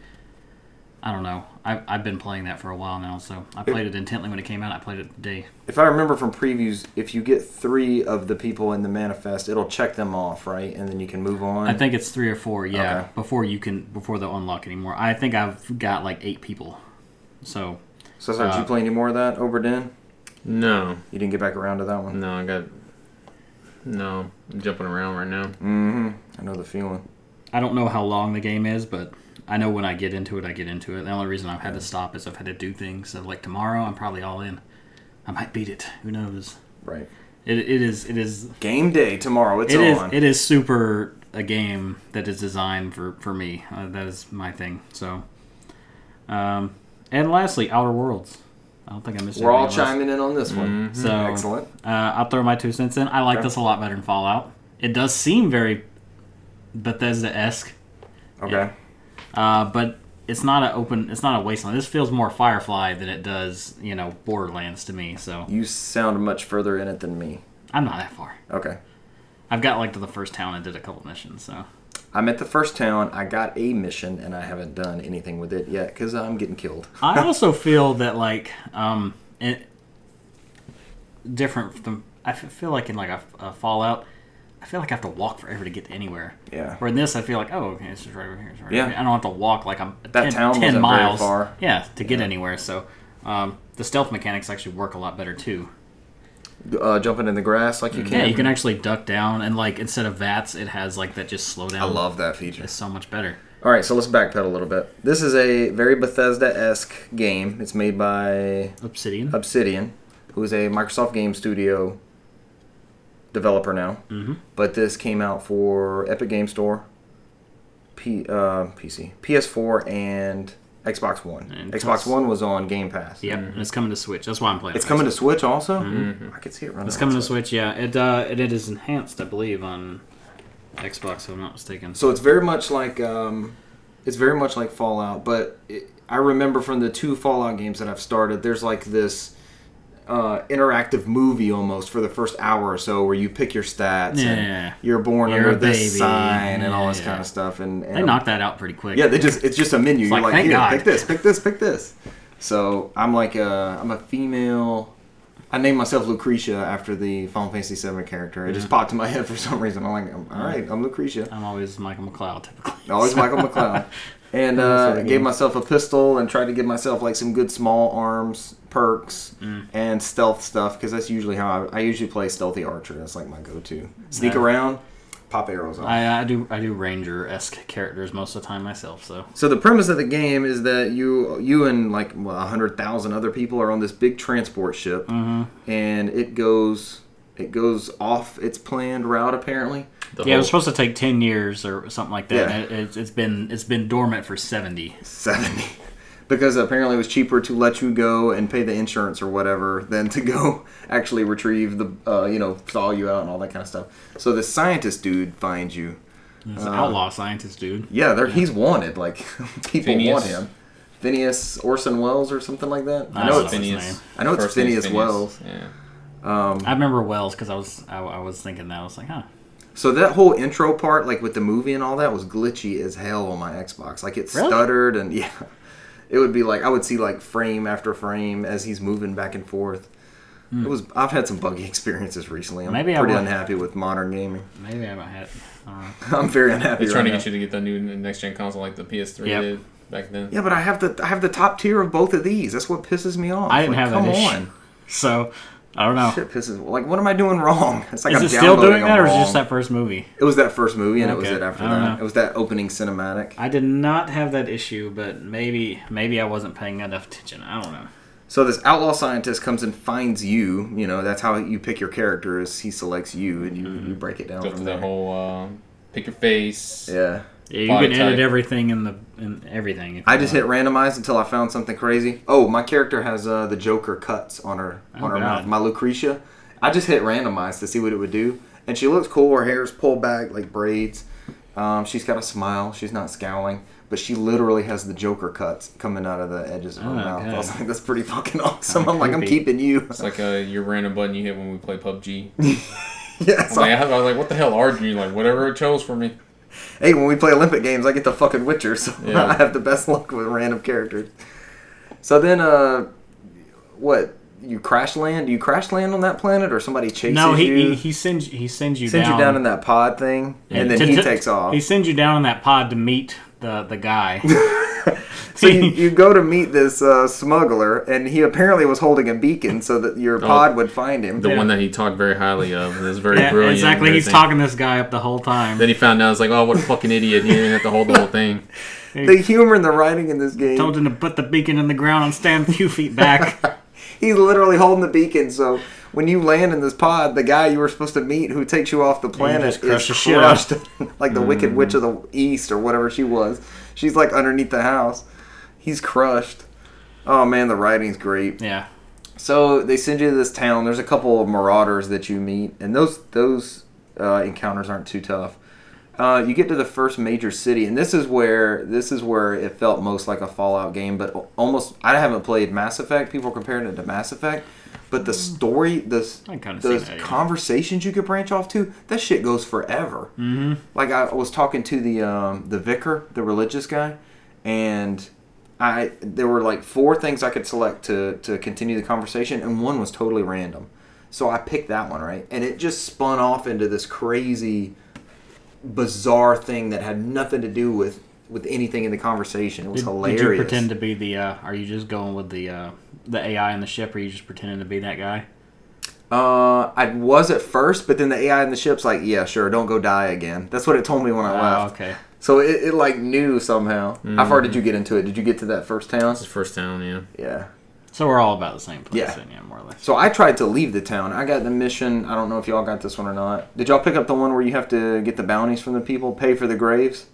Speaker 2: I don't know. I've, I've been playing that for a while now, so I played it intently when it came out. I played it today.
Speaker 1: If I remember from previews, if you get three of the people in the manifest, it'll check them off, right? And then you can move on.
Speaker 2: I think it's three or four, yeah,
Speaker 1: Okay.
Speaker 2: before you can before they'll unlock anymore. I think I've got like eight people, so
Speaker 1: so, sorry, did
Speaker 2: uh,
Speaker 1: you play any more of that, Oberdin?
Speaker 3: No,
Speaker 1: You didn't get back around to that one?
Speaker 3: no, I got no. I'm jumping around right now.
Speaker 1: I know the feeling.
Speaker 2: I don't know how long the game is, but I know when I get into it, I get into it. The only reason I've had to stop is I've had to do things. So like tomorrow, I'm probably all in. I might beat it. Who knows?
Speaker 1: Right.
Speaker 2: It, it is it is
Speaker 1: Game day tomorrow. It's
Speaker 2: it is
Speaker 1: on.
Speaker 2: it is super a game that is designed for for me. Uh, that is my thing. So, um, and lastly, Outer Worlds. I don't think I missed.
Speaker 1: We're all
Speaker 2: anything else.
Speaker 1: chiming in on this one.
Speaker 2: So
Speaker 1: Excellent.
Speaker 2: Uh, I'll throw my two cents in. I like
Speaker 1: Okay.
Speaker 2: this a lot better than Fallout. It does seem very Bethesda esque,
Speaker 1: Okay.
Speaker 2: yeah. uh, but it's not a open. It's not a wasteland. This feels more Firefly than it does you know Borderlands to me. So
Speaker 1: You sound much further in it than me.
Speaker 2: I'm not that far.
Speaker 1: Okay.
Speaker 2: I've got like to the first town and did a couple missions. So.
Speaker 1: I'm at the first town. I got a mission, and I haven't done anything with it yet because I'm getting killed.
Speaker 2: I also feel that like um, it different from I f- feel like in like a, a Fallout, I feel like I have to walk forever to get to anywhere.
Speaker 1: Yeah.
Speaker 2: Where in this, I feel like oh okay, it's just right over here. It's right
Speaker 1: Yeah.
Speaker 2: over here. I don't have to walk like I'm
Speaker 1: That
Speaker 2: 10,
Speaker 1: town
Speaker 2: 10
Speaker 1: wasn't very
Speaker 2: miles
Speaker 1: far.
Speaker 2: Yeah, to get anywhere. So um, the stealth mechanics actually work a lot better too.
Speaker 1: Uh, jumping in the grass like you can.
Speaker 2: Yeah, you can actually duck down and like instead of VATS, it has like that just slow down.
Speaker 1: I love that feature.
Speaker 2: It's so much better.
Speaker 1: All right, so let's backpedal a little bit. This is a very Bethesda-esque game. It's made by
Speaker 2: Obsidian.
Speaker 1: Uh, Obsidian, who is a Microsoft Game Studio developer now. Mm-hmm. But this came out for Epic Game Store, P, uh, PC, PS4, and Xbox One.
Speaker 2: And
Speaker 1: Xbox
Speaker 2: plus-
Speaker 1: One was on Game Pass.
Speaker 2: yep, and it's coming to Switch. That's why I'm playing.
Speaker 1: mm-hmm. It's
Speaker 2: it.
Speaker 1: coming to Switch also. I could see it running.
Speaker 2: Mm-hmm. It's
Speaker 1: on
Speaker 2: coming to
Speaker 1: Switch.
Speaker 2: Switch, yeah. It uh, it, it is enhanced, I believe, on Xbox, if I'm not mistaken.
Speaker 1: So it's very much like um, it's very much like Fallout, but it, I remember from the two Fallout games that I've started, there's like this uh, interactive movie almost for the first hour or so where you pick your stats
Speaker 2: Yeah.
Speaker 1: and you're born
Speaker 2: You're a
Speaker 1: under this
Speaker 2: baby.
Speaker 1: sign and all this
Speaker 2: Yeah.
Speaker 1: kind of stuff and, and
Speaker 2: they knocked that out pretty quick.
Speaker 1: yeah they just it's just a menu you're
Speaker 2: like,
Speaker 1: like,
Speaker 2: thank
Speaker 1: here
Speaker 2: God.
Speaker 1: pick this pick this pick this so I'm like a, I'm a female I named myself Lucretia after the Final Fantasy VII character. It just
Speaker 2: Mm-hmm.
Speaker 1: popped in my head for some reason. I'm like, all right, I'm Lucretia.
Speaker 2: I'm always Michael McLeod, typically.
Speaker 1: Always Michael McClown. And uh, gave myself a pistol and tried to give myself like some good small arms perks
Speaker 2: Mm.
Speaker 1: and stealth stuff because that's usually how I, I usually play stealthy archer. That's like my go-to. Sneak
Speaker 2: Yeah.
Speaker 1: around, pop arrows off.
Speaker 2: I, I do I do ranger esque characters most of the time myself. So
Speaker 1: So the premise of the game is that you you and like a hundred thousand other people are on this big transport ship, and it goes it goes off its planned route apparently.
Speaker 3: The
Speaker 2: yeah, it was
Speaker 3: whole-
Speaker 2: supposed to take ten years or something like that.
Speaker 1: Yeah.
Speaker 2: and It, it's- it's been it's been dormant for seventy.
Speaker 1: 70 because apparently it was cheaper to let you go and pay the insurance or whatever than to go actually retrieve the uh, you know thaw you out and all that kind of stuff so the scientist dude finds you
Speaker 2: He's an outlaw scientist, dude.
Speaker 1: Yeah, they're, he's wanted. Like people want
Speaker 3: Phineas.
Speaker 1: him. Phineas Orson Welles or something like that. I
Speaker 2: I
Speaker 1: know it's
Speaker 2: don't know.
Speaker 1: I know it's
Speaker 3: First name's
Speaker 1: Phineas Wells.
Speaker 3: Yeah.
Speaker 1: um,
Speaker 2: I remember Wells because I was I, I was thinking that I was like, huh.
Speaker 1: so that whole intro part, like with the movie and all that, was glitchy as hell on my Xbox. Like it
Speaker 2: Really?
Speaker 1: stuttered and yeah, it would be like I would see like frame after frame as he's moving back and forth. It was. I've had some buggy experiences recently. I'm
Speaker 2: Hmm. Maybe I
Speaker 1: pretty
Speaker 2: will-
Speaker 1: unhappy with modern gaming.
Speaker 2: Maybe I haven't had. I don't know.
Speaker 1: I'm very unhappy.
Speaker 3: They're trying
Speaker 1: right
Speaker 3: to
Speaker 1: now.
Speaker 3: get you to get the new next gen console like the PS3
Speaker 2: Yep.
Speaker 3: did back then.
Speaker 1: Yeah, but I have the I have the top tier of both of these. That's what pisses me off.
Speaker 2: I didn't
Speaker 1: Like,
Speaker 2: have that issue. So I don't know.
Speaker 1: Shit pisses. Like, what am I doing wrong? It's like
Speaker 2: Is
Speaker 1: I'm
Speaker 2: it still
Speaker 1: downloading
Speaker 2: doing that,
Speaker 1: them
Speaker 2: or is it just
Speaker 1: wrong.
Speaker 2: that first movie?
Speaker 1: It was that first movie, and it was
Speaker 2: Okay,
Speaker 1: it after
Speaker 2: I don't
Speaker 1: that.
Speaker 2: know.
Speaker 1: It was that opening cinematic.
Speaker 2: I did not have that issue, but maybe maybe I wasn't paying enough attention. I don't know.
Speaker 1: So this outlaw scientist comes and finds you. You know, that's how you pick your character. Is he selects you, and you,
Speaker 2: Mm-hmm.
Speaker 1: you break it down
Speaker 3: Go
Speaker 1: from
Speaker 3: through that
Speaker 1: there.
Speaker 3: whole uh, pick your face.
Speaker 1: yeah,
Speaker 2: Yeah, you
Speaker 3: Body
Speaker 2: can edit
Speaker 3: type.
Speaker 2: everything in the in everything. if
Speaker 1: I
Speaker 2: you
Speaker 1: just hit
Speaker 2: want.
Speaker 1: randomize until I found something crazy. Oh, my character has uh, the Joker cuts on her on
Speaker 2: Oh,
Speaker 1: her
Speaker 2: God.
Speaker 1: mouth. My Lucretia, I just hit randomize to see what it would do, and she looks cool. Her hair's pulled back like braids. Um, she's got a smile. She's not scowling, but she literally has the Joker cuts coming out of the edges of her
Speaker 2: Oh,
Speaker 1: mouth. I was
Speaker 2: God.
Speaker 1: like, that's pretty fucking awesome.
Speaker 2: Kinda
Speaker 1: I'm like, I'm
Speaker 2: creepy.
Speaker 1: keeping you.
Speaker 3: It's like uh, your random button you hit when we play PUBG.
Speaker 1: yeah,
Speaker 3: I
Speaker 1: so-
Speaker 3: was like, I was like, what the hell are you? Like, whatever it chose for me.
Speaker 1: hey, when we play Olympic games, I get the fucking Witcher, so
Speaker 3: Yeah.
Speaker 1: I have the best luck with random characters. So then, uh, what? You crash land? You crash land on that planet, or somebody chases
Speaker 2: No, he,
Speaker 1: you?
Speaker 2: he he sends he sends you
Speaker 1: sends
Speaker 2: down,
Speaker 1: you down in that pod thing, and then
Speaker 2: to-
Speaker 1: he
Speaker 2: to-
Speaker 1: takes off.
Speaker 2: He sends you down in that pod to meet the the guy.
Speaker 1: So you, you go to meet this uh, smuggler, and he apparently was holding a beacon so that your pod would find him.
Speaker 3: Oh. The
Speaker 2: Yeah.
Speaker 3: one that he talked very highly of. It was very
Speaker 2: Yeah,
Speaker 3: brilliant. and
Speaker 2: exactly. He's
Speaker 3: everything.
Speaker 2: talking this guy up the whole time.
Speaker 3: Then he found out, I was like, oh, what a fucking idiot. He didn't have to hold the whole thing.
Speaker 1: The humor and the writing in this game.
Speaker 2: Told him to put the beacon in the ground and stand a few feet back.
Speaker 1: He's literally holding the beacon, so when you land in this pod, the guy you were supposed to meet who takes you off the planet
Speaker 2: just crush the
Speaker 1: is
Speaker 2: shit out. Mm.
Speaker 1: crushed, like the Wicked Witch of the East or whatever she was. She's like underneath the house. He's crushed. Oh man, the writing's great.
Speaker 2: yeah.
Speaker 1: So they send you to this town. There's a couple of marauders that you meet, and those those uh, encounters aren't too tough. Uh, you get to the first major city, and this is where this is where it felt most like a Fallout game. But al- almost, I haven't played Mass Effect. People are comparing it to Mass Effect, but the story, the s-
Speaker 2: Hmm. I kinda see
Speaker 1: the
Speaker 2: that, yeah.
Speaker 1: conversations you could branch off to, that shit goes forever.
Speaker 2: Hmm.
Speaker 1: Mm-hmm. Like I was talking to the um, the vicar, the religious guy, and I there were like four things I could select to to continue the conversation, and one was totally random. So I picked that one, right? And it just spun off into this crazy, bizarre thing that had nothing to do with with anything in the conversation. It was
Speaker 2: Did,
Speaker 1: hilarious.
Speaker 2: did you pretend to be the? Uh, are you just going with the uh, the AI in the ship? Or are you just pretending to be that guy?
Speaker 1: Uh, I was at first, but then the AI in the ship's like, "Yeah, sure, don't go die again." That's what it told me when I
Speaker 2: Oh,
Speaker 1: left.
Speaker 2: okay. Mm-hmm.
Speaker 1: So it, it like knew somehow. How far did you get into it? Did you get to that first town?
Speaker 3: That's his first town, yeah.
Speaker 1: Yeah.
Speaker 2: So we're all about the same place.
Speaker 1: Yeah.
Speaker 2: Then, yeah more or less.
Speaker 1: So I tried to leave the town. I got the mission. I don't know if y'all got this one or not. Did y'all pick up the one where you have to get the bounties from the people, pay for the graves?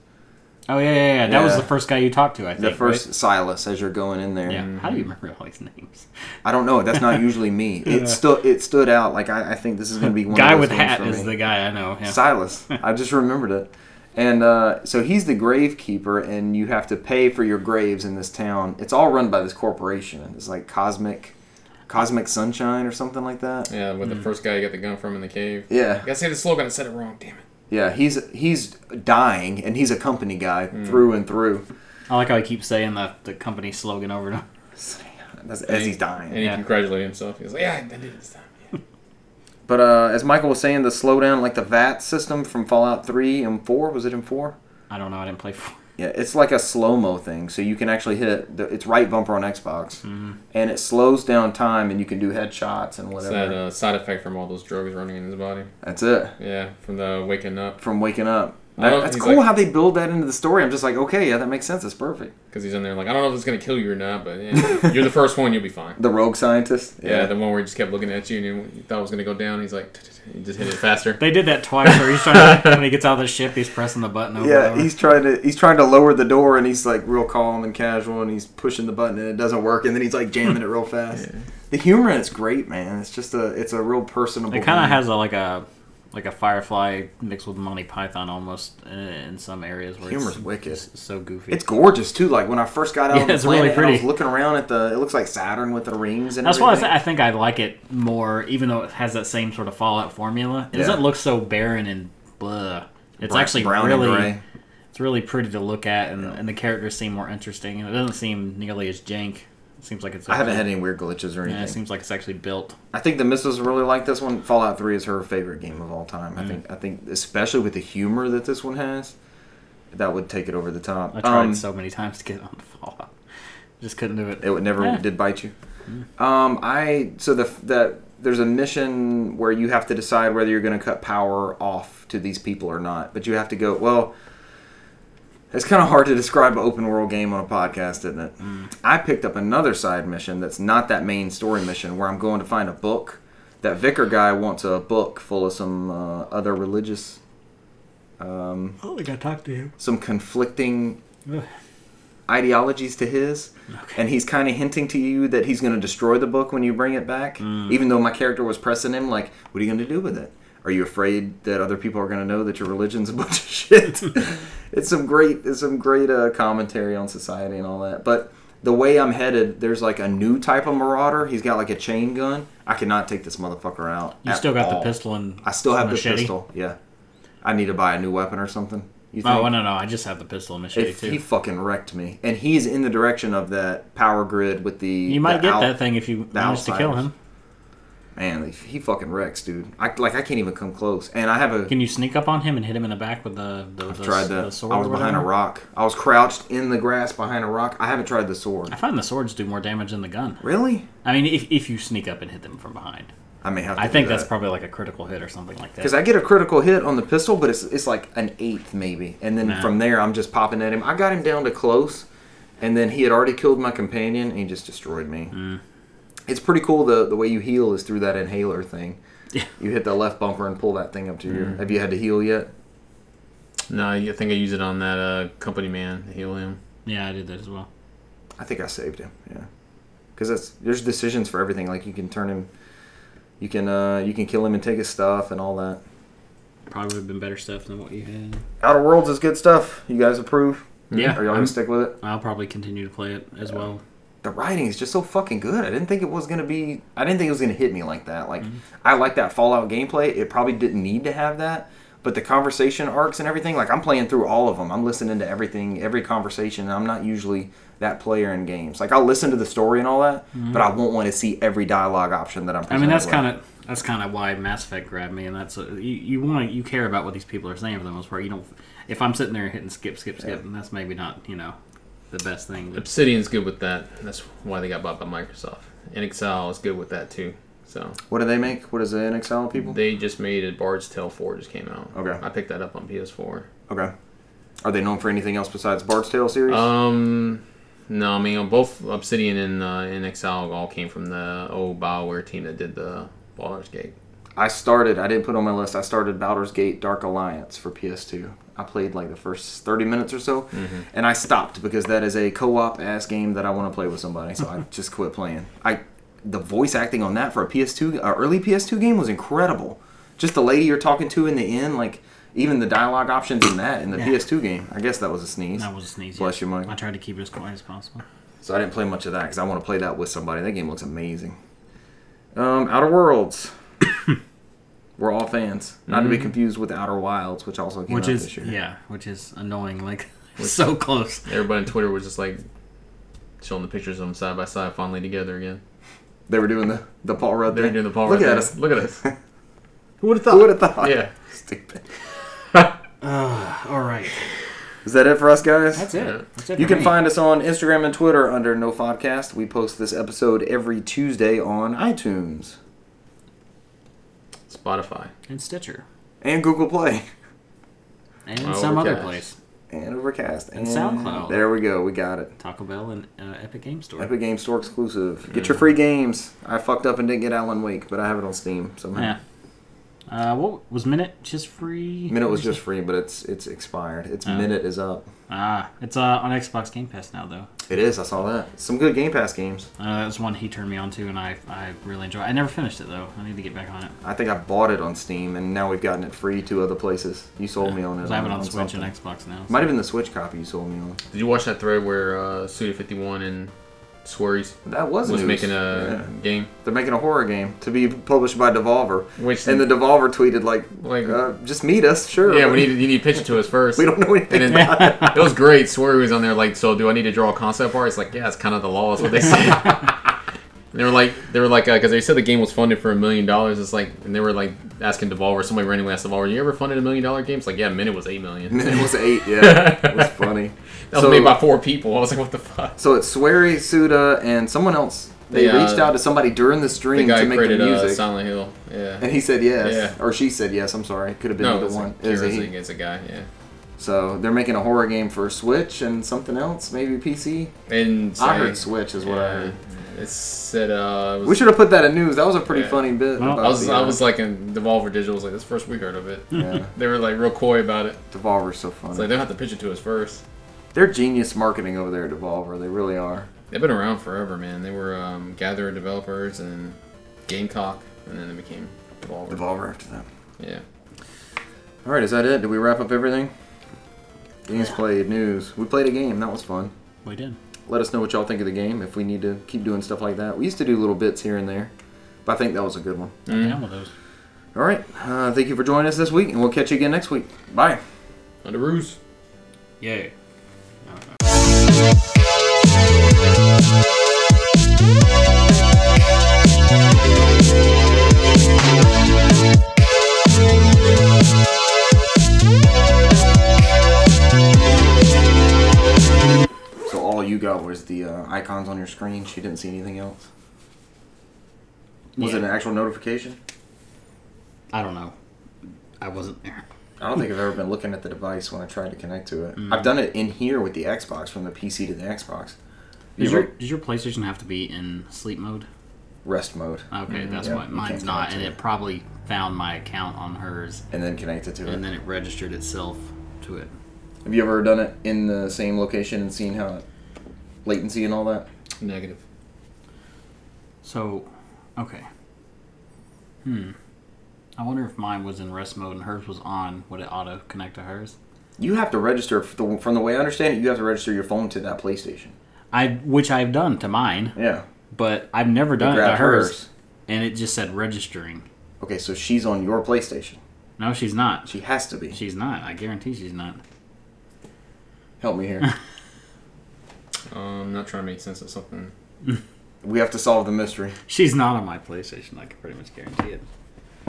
Speaker 2: Oh yeah, yeah, yeah. That was
Speaker 1: Yeah.
Speaker 2: the first guy you talked to. I think
Speaker 1: The first Silas as you're going in there.
Speaker 2: right? Yeah. How do you remember all these names?
Speaker 1: I don't know. That's not usually me. It stood. It stood out. Like I, I think this is gonna be one
Speaker 2: guy
Speaker 1: of those
Speaker 2: with
Speaker 1: games
Speaker 2: hat
Speaker 1: for
Speaker 2: is
Speaker 1: me.
Speaker 2: the guy I know. Yeah.
Speaker 1: Silas. I just remembered it. And uh, so he's the gravekeeper, and you have to pay for your graves in this town. It's all run by this corporation. It's like Cosmic, Cosmic Sunshine or something like that.
Speaker 3: Yeah, with the first guy you got the gun from in the cave.
Speaker 1: Yeah,
Speaker 3: I said the slogan and said it wrong, damn it.
Speaker 1: yeah. He's he's dying, and he's a company guy
Speaker 3: Hmm.
Speaker 1: through and through.
Speaker 2: I like how he keeps saying the the company slogan over and over.
Speaker 1: That's as he's dying.
Speaker 3: And he
Speaker 2: Yeah.
Speaker 3: congratulated himself. He was like, yeah, I did it this time. Yeah.
Speaker 1: But uh, as Michael was saying, the slowdown, like the VAT system from Fallout Three and Four, was it in Four?
Speaker 2: I don't know. I didn't play for.
Speaker 1: Yeah, it's like a slow mo thing, so you can actually hit. The, it's right bumper on Xbox,
Speaker 3: Mm-hmm.
Speaker 1: and it slows down time, and you can do headshots and
Speaker 3: It's
Speaker 1: whatever.
Speaker 3: that uh, side effect from all those drugs running in his body.
Speaker 1: That's it
Speaker 3: Yeah, from the waking up.
Speaker 1: from waking up.
Speaker 3: I don't-
Speaker 1: That- that's
Speaker 3: he's
Speaker 1: cool
Speaker 3: like-
Speaker 1: how they build that into the story. I'm just like, okay, yeah, that makes sense. It's perfect.
Speaker 3: Because he's in there like, I don't know if it's going to kill you or not, but yeah, you're the first one, you'll be fine.
Speaker 1: The rogue scientist.
Speaker 3: Yeah, the one where he just kept looking at you and you thought it was gonna go down. He's like, "T-t-t-t," he just hit it faster.
Speaker 2: They did that twice. Where he's trying to, when he gets out of the ship, he's pressing the button over. and
Speaker 1: Yeah,
Speaker 2: over.
Speaker 1: he's trying to he's trying to lower the door, and he's like real calm and casual, and he's pushing the button, and it doesn't work, and then he's like jamming it real fast. The humor in it's great, man. It's just a it's a real personable.
Speaker 2: It kind of
Speaker 1: game.
Speaker 2: has a like a like a Firefly mixed with Monty Python almost uh, in some areas where
Speaker 1: Humor's
Speaker 2: it's
Speaker 1: wicked.
Speaker 2: s- so goofy.
Speaker 1: It's gorgeous too. Like when I first got out
Speaker 2: Yeah,
Speaker 1: on the
Speaker 2: it's really
Speaker 1: planet, and I was
Speaker 2: pretty.
Speaker 1: looking around at the. It looks like Saturn with the rings and
Speaker 2: That's why I,
Speaker 1: everything.
Speaker 2: th- I think I like it more, even though it has that same sort of Fallout formula. It
Speaker 1: Yeah.
Speaker 2: doesn't look so barren and blah. It's
Speaker 1: Bra-
Speaker 2: actually
Speaker 1: brown and
Speaker 2: really,
Speaker 1: gray.
Speaker 2: it's really pretty to look at, and, and the characters seem more interesting, and it doesn't seem nearly as jank. It seems like it's.
Speaker 1: I haven't
Speaker 2: actually-
Speaker 1: had any weird glitches or
Speaker 2: Yeah, it
Speaker 1: anything.
Speaker 2: seems like it's actually built.
Speaker 1: I think the missus really liked this one. Fallout Three is her favorite game of all time.
Speaker 2: Mm.
Speaker 1: I think. I think, especially with the humor that this one has, that would take it over the top.
Speaker 2: I tried
Speaker 1: Um,
Speaker 2: so many times to get on the Fallout, just couldn't do it.
Speaker 1: It would never
Speaker 2: Yeah.
Speaker 1: did bite you. Um, I so the that there's a mission where you have to decide whether you're going to cut power off to these people or not. But you have to go. Well, it's kind of hard to describe an open world game on a podcast, isn't it? I picked up another side mission that's not that main story mission where I'm going to find a book. That vicar guy wants a book full of some uh, other religious,
Speaker 2: I don't think I talked to you.
Speaker 1: some conflicting ideologies to his, and he's kind of hinting to you that he's going to destroy the book when you bring it back.
Speaker 2: Mm.
Speaker 1: Even though my character was pressing him, like, "What are you going to do with it? Are you afraid that other people are going to know that your religion's a bunch of shit?" it's some great, it's some great uh, commentary on society and all that. But the way I'm headed, there's like a new type of marauder. He's got like a chain gun. I cannot take this motherfucker out.
Speaker 2: You
Speaker 1: at
Speaker 2: still got
Speaker 1: all.
Speaker 2: the pistol and
Speaker 1: I still have the
Speaker 2: machete?
Speaker 1: pistol. Yeah, I need to buy a new weapon or something. You
Speaker 2: Oh no, no, I just have the pistol and machete
Speaker 1: if
Speaker 2: too.
Speaker 1: he fucking wrecked me, and he's in the direction of that power grid with the
Speaker 2: you might
Speaker 1: the
Speaker 2: get
Speaker 1: out-
Speaker 2: that thing if you manage to kill
Speaker 1: outsiders.
Speaker 2: him.
Speaker 1: Man, if he fucking wrecks, dude. I like I can't even come close, and I have a.
Speaker 2: Can you sneak up on him and hit him in the back with the the, the,
Speaker 1: tried
Speaker 2: the
Speaker 1: that.
Speaker 2: sword?
Speaker 1: I
Speaker 2: or
Speaker 1: was behind a
Speaker 2: whatever?
Speaker 1: rock. I was crouched in the grass behind a rock. I haven't tried the sword.
Speaker 2: I find the swords do more damage than the gun.
Speaker 1: Really?
Speaker 2: I mean, if, if you sneak up and hit them from behind,
Speaker 1: I may have. to
Speaker 2: I think that's
Speaker 1: probably
Speaker 2: probably like a critical hit or something like that.
Speaker 1: because I get a critical hit on the pistol, but it's it's like an eighth maybe, and then
Speaker 2: Nah.
Speaker 1: from there I'm just popping at him. I got him down to close, and then he had already killed my companion, and he just destroyed me.
Speaker 2: Mm.
Speaker 1: It's pretty cool. the The way you heal is through that inhaler thing.
Speaker 2: Yeah. Mm-hmm.
Speaker 1: You hit the left bumper and pull that thing up to your. Have you had to heal yet?
Speaker 3: No, I I think I use it on that uh, company man, the helium.
Speaker 2: yeah, I did that as well.
Speaker 1: I think I saved him. Yeah, because that's there's decisions for everything. Like you can turn him, you can uh you can kill him and take his stuff and all that.
Speaker 2: Probably would have been better stuff than what you had.
Speaker 1: Outer Worlds is good stuff. You guys approve?
Speaker 2: Yeah,
Speaker 1: Mm. Are y'all
Speaker 2: I'm-
Speaker 1: gonna stick with it?
Speaker 2: I'll probably continue to play it as well.
Speaker 1: the writing is just so fucking good. I didn't think it was gonna be. I didn't think it was gonna hit me like that. Like
Speaker 2: Mm-hmm.
Speaker 1: I like that Fallout gameplay. It probably didn't need to have that, but the conversation arcs and everything. Like I'm playing through all of them. I'm listening to everything, every conversation. And I'm not usually that player in games. Like I'll listen to the story and all that, but I won't want to see every dialogue option that I'm.
Speaker 2: Mm-hmm. I mean, that's
Speaker 1: presented
Speaker 2: kind
Speaker 1: with.
Speaker 2: of that's kind of why Mass Effect grabbed me, and that's uh, you, you want to you care about what these people are saying for the most part. You don't. If I'm sitting there hitting skip, skip, skip, and that's maybe not you know the best thing. But
Speaker 3: Obsidian's good with that. That's why they got bought by Microsoft. And Exile is good with that too. So
Speaker 1: What do they make? What is the NXL people?
Speaker 3: they just made a Bard's Tale 4 just came out.
Speaker 1: Okay.
Speaker 3: I picked that up on PS4.
Speaker 1: Okay. Are they known for anything else besides Bard's Tale series?
Speaker 3: Um, no, I mean both Obsidian and uh, and Exile all came from the old Bioware team that did the Baldur's Gate.
Speaker 1: I started. I didn't put it on my list. I started Baldur's Gate: Dark Alliance for PS2. I played like the first 30 minutes or so,
Speaker 2: Mm-hmm.
Speaker 1: and I stopped because that is a co-op ass game that I want to play with somebody. So I just quit playing. I the voice acting on that for a PS2, a early PS2 game was incredible. Just the lady you're talking to in the end, like even the dialogue options in that in the PS2 game. I guess that was a sneeze.
Speaker 2: that was a sneeze.
Speaker 1: Bless
Speaker 2: yeah.
Speaker 1: you, Michael.
Speaker 2: I tried to keep it as quiet as possible.
Speaker 1: So I didn't play much of that because I want to play that with somebody. That game looks amazing. Um, Outer Worlds. We're all fans, not to be confused with Outer Wilds, which also came
Speaker 2: Mm-hmm. which
Speaker 1: out
Speaker 2: is
Speaker 1: this year.
Speaker 2: yeah, which is annoying. Like so close.
Speaker 3: Everybody on Twitter was just like showing the pictures of them side by side, finally together again.
Speaker 1: They were doing the, the Paul Rudd.
Speaker 3: They're
Speaker 1: thing.
Speaker 3: doing the Paul
Speaker 1: Look
Speaker 3: Rudd
Speaker 1: at us.
Speaker 3: thing. Look at us.
Speaker 1: Who would have thought? Who would have thought?
Speaker 3: yeah.
Speaker 1: Stupid.
Speaker 2: Uh, All right,
Speaker 1: Is that it for us, guys?
Speaker 2: that's it. That's it
Speaker 1: You
Speaker 2: for
Speaker 1: can
Speaker 2: me.
Speaker 1: find us on Instagram and Twitter under No Podcast. We post this episode every Tuesday on iTunes
Speaker 3: Spotify.
Speaker 2: and Stitcher
Speaker 1: and Google Play
Speaker 2: and
Speaker 1: Oh,
Speaker 3: Overcast.
Speaker 2: some other place,
Speaker 1: and Overcast
Speaker 2: And SoundCloud.
Speaker 1: There we go. We got it.
Speaker 2: Taco Bell and uh, Epic Game Store.
Speaker 1: Epic Game Store exclusive. Get your free games. I fucked up and didn't get Alan Wake, but I have it on Steam somehow.
Speaker 2: Yeah, Uh, what was minute just free?
Speaker 1: Minute was just free, but it's it's expired. Its
Speaker 2: Oh.
Speaker 1: minute is up.
Speaker 2: ah, it's uh, on Xbox Game Pass now though.
Speaker 1: It is. I saw that. Some good Game Pass games.
Speaker 2: Uh, that was one he turned me on to, and I I really enjoy. I never finished it though. I need to get back on it.
Speaker 1: I think I bought it on Steam, and now we've gotten it free to other places. You sold me on it.
Speaker 2: Because I have it on Switch
Speaker 1: something.
Speaker 2: and Xbox now. so-
Speaker 1: Might have been the Switch copy you sold me on.
Speaker 3: Did you watch that thread where uh, Studio 51 and Sweries
Speaker 1: That was
Speaker 3: was
Speaker 1: news.
Speaker 3: making a
Speaker 1: Yeah.
Speaker 3: game?
Speaker 1: They're making a horror game to be published by Devolver.
Speaker 3: Which
Speaker 1: and the Devolver tweeted like,
Speaker 3: Like-
Speaker 1: uh, "Just meet us, sure."
Speaker 3: yeah, we need you need to pitch it to us first.
Speaker 1: We don't know anything.
Speaker 3: And then, it was great. Swery was on there like, so do I need to draw a concept art? It's like, yeah, it's kind of the law. Is what they said. and they were like, they were like, because they said the game was funded for a million dollars. It's like, and they were like asking Devolver, somebody randomly asked Devolver, you ever funded a million dollar game? It's like, yeah, Minute was eight million.
Speaker 1: And it was eight. Yeah, it was funny.
Speaker 3: That was made by four people. I was like, what the fuck?
Speaker 1: so it's Swery Suda and someone else. They
Speaker 3: They, uh,
Speaker 1: reached out to somebody during the
Speaker 3: The
Speaker 1: stream
Speaker 3: guy
Speaker 1: to
Speaker 3: who
Speaker 1: make the
Speaker 3: created uh,
Speaker 1: music,
Speaker 3: Silent Hill. Yeah.
Speaker 1: and he said yes,
Speaker 3: Yeah.
Speaker 1: or she said yes. I'm sorry, it could have been
Speaker 3: No,
Speaker 1: either
Speaker 3: it's
Speaker 1: one.
Speaker 3: one.
Speaker 1: It was a he.
Speaker 3: It's a guy. Yeah.
Speaker 1: So they're making a horror game for Switch and something else, maybe PC.
Speaker 3: And
Speaker 1: I
Speaker 3: saying-
Speaker 1: heard Switch is what I
Speaker 3: Yeah.
Speaker 1: heard.
Speaker 3: It said uh. it was-
Speaker 1: We should have put that in news. That was a pretty
Speaker 3: Yeah.
Speaker 1: funny bit.
Speaker 2: Well,
Speaker 1: about
Speaker 3: I was,
Speaker 1: the,
Speaker 3: I
Speaker 1: uh,
Speaker 3: was like, in Devolver Digital was like, this first we heard of it.
Speaker 1: yeah,
Speaker 3: They were like real coy about it.
Speaker 1: Devolver's so funny.
Speaker 3: It's like they'll have to pitch it to us first.
Speaker 1: They're genius marketing over there at Devolver. They really are.
Speaker 3: They've been around forever, man. They were um, Gatherer developers and Gamecock, and then they became Devolver.
Speaker 1: Devolver after them.
Speaker 3: Yeah.
Speaker 1: All right, is that it? Did we wrap up everything? Games played, news. We played a game. That was fun.
Speaker 2: We did.
Speaker 1: Let us know what y'all think of the game if we need to keep doing stuff like that. We used to do little bits here and there, but I think that was a good one.
Speaker 2: I'm down with those.
Speaker 1: All right. Uh, thank you for joining us this week, and we'll catch you again next week. Bye.
Speaker 3: Under ruse.
Speaker 2: Yay.
Speaker 1: So all you got was the uh, icons on your screen. She didn't see anything else. Was
Speaker 2: Yeah.
Speaker 1: it an actual notification?
Speaker 2: I don't know. I wasn't there.
Speaker 1: I don't think I've ever been looking at the device when I tried to connect to it.
Speaker 2: Mm.
Speaker 1: I've done it in here with the Xbox, from the PC to the Xbox.
Speaker 2: Does
Speaker 1: You
Speaker 2: your,
Speaker 1: ever-
Speaker 2: does your PlayStation have to be in sleep mode?
Speaker 1: rest mode,
Speaker 2: Okay, that's
Speaker 1: yeah,
Speaker 2: why
Speaker 1: Mm-hmm. you
Speaker 2: mine's
Speaker 1: can't
Speaker 2: not,
Speaker 1: connect
Speaker 2: and
Speaker 1: to
Speaker 2: it
Speaker 1: it.
Speaker 2: probably found my account on hers,
Speaker 1: and then connect it to it.
Speaker 2: and then it registered itself to it.
Speaker 1: Have you ever done it in the same location and seen how it, latency and all that?
Speaker 3: Negative.
Speaker 2: So, okay. Hmm. I wonder if mine was in rest mode and hers was on. Would it auto connect to hers?
Speaker 1: You have to register f- the- from the way I understand it. You have to register your phone to that PlayStation.
Speaker 2: I which I've done to mine,
Speaker 1: Yeah,
Speaker 2: but I've never done it to
Speaker 1: grab
Speaker 2: hers.
Speaker 1: hers.
Speaker 2: And it just said registering.
Speaker 1: Okay, so she's on your PlayStation.
Speaker 2: No, she's not.
Speaker 1: She has to be.
Speaker 2: She's not. I guarantee she's not.
Speaker 1: Help me here.
Speaker 3: Um, I'm not trying to make sense of something.
Speaker 1: we have to solve the mystery.
Speaker 2: She's not on my PlayStation. I can pretty much guarantee it.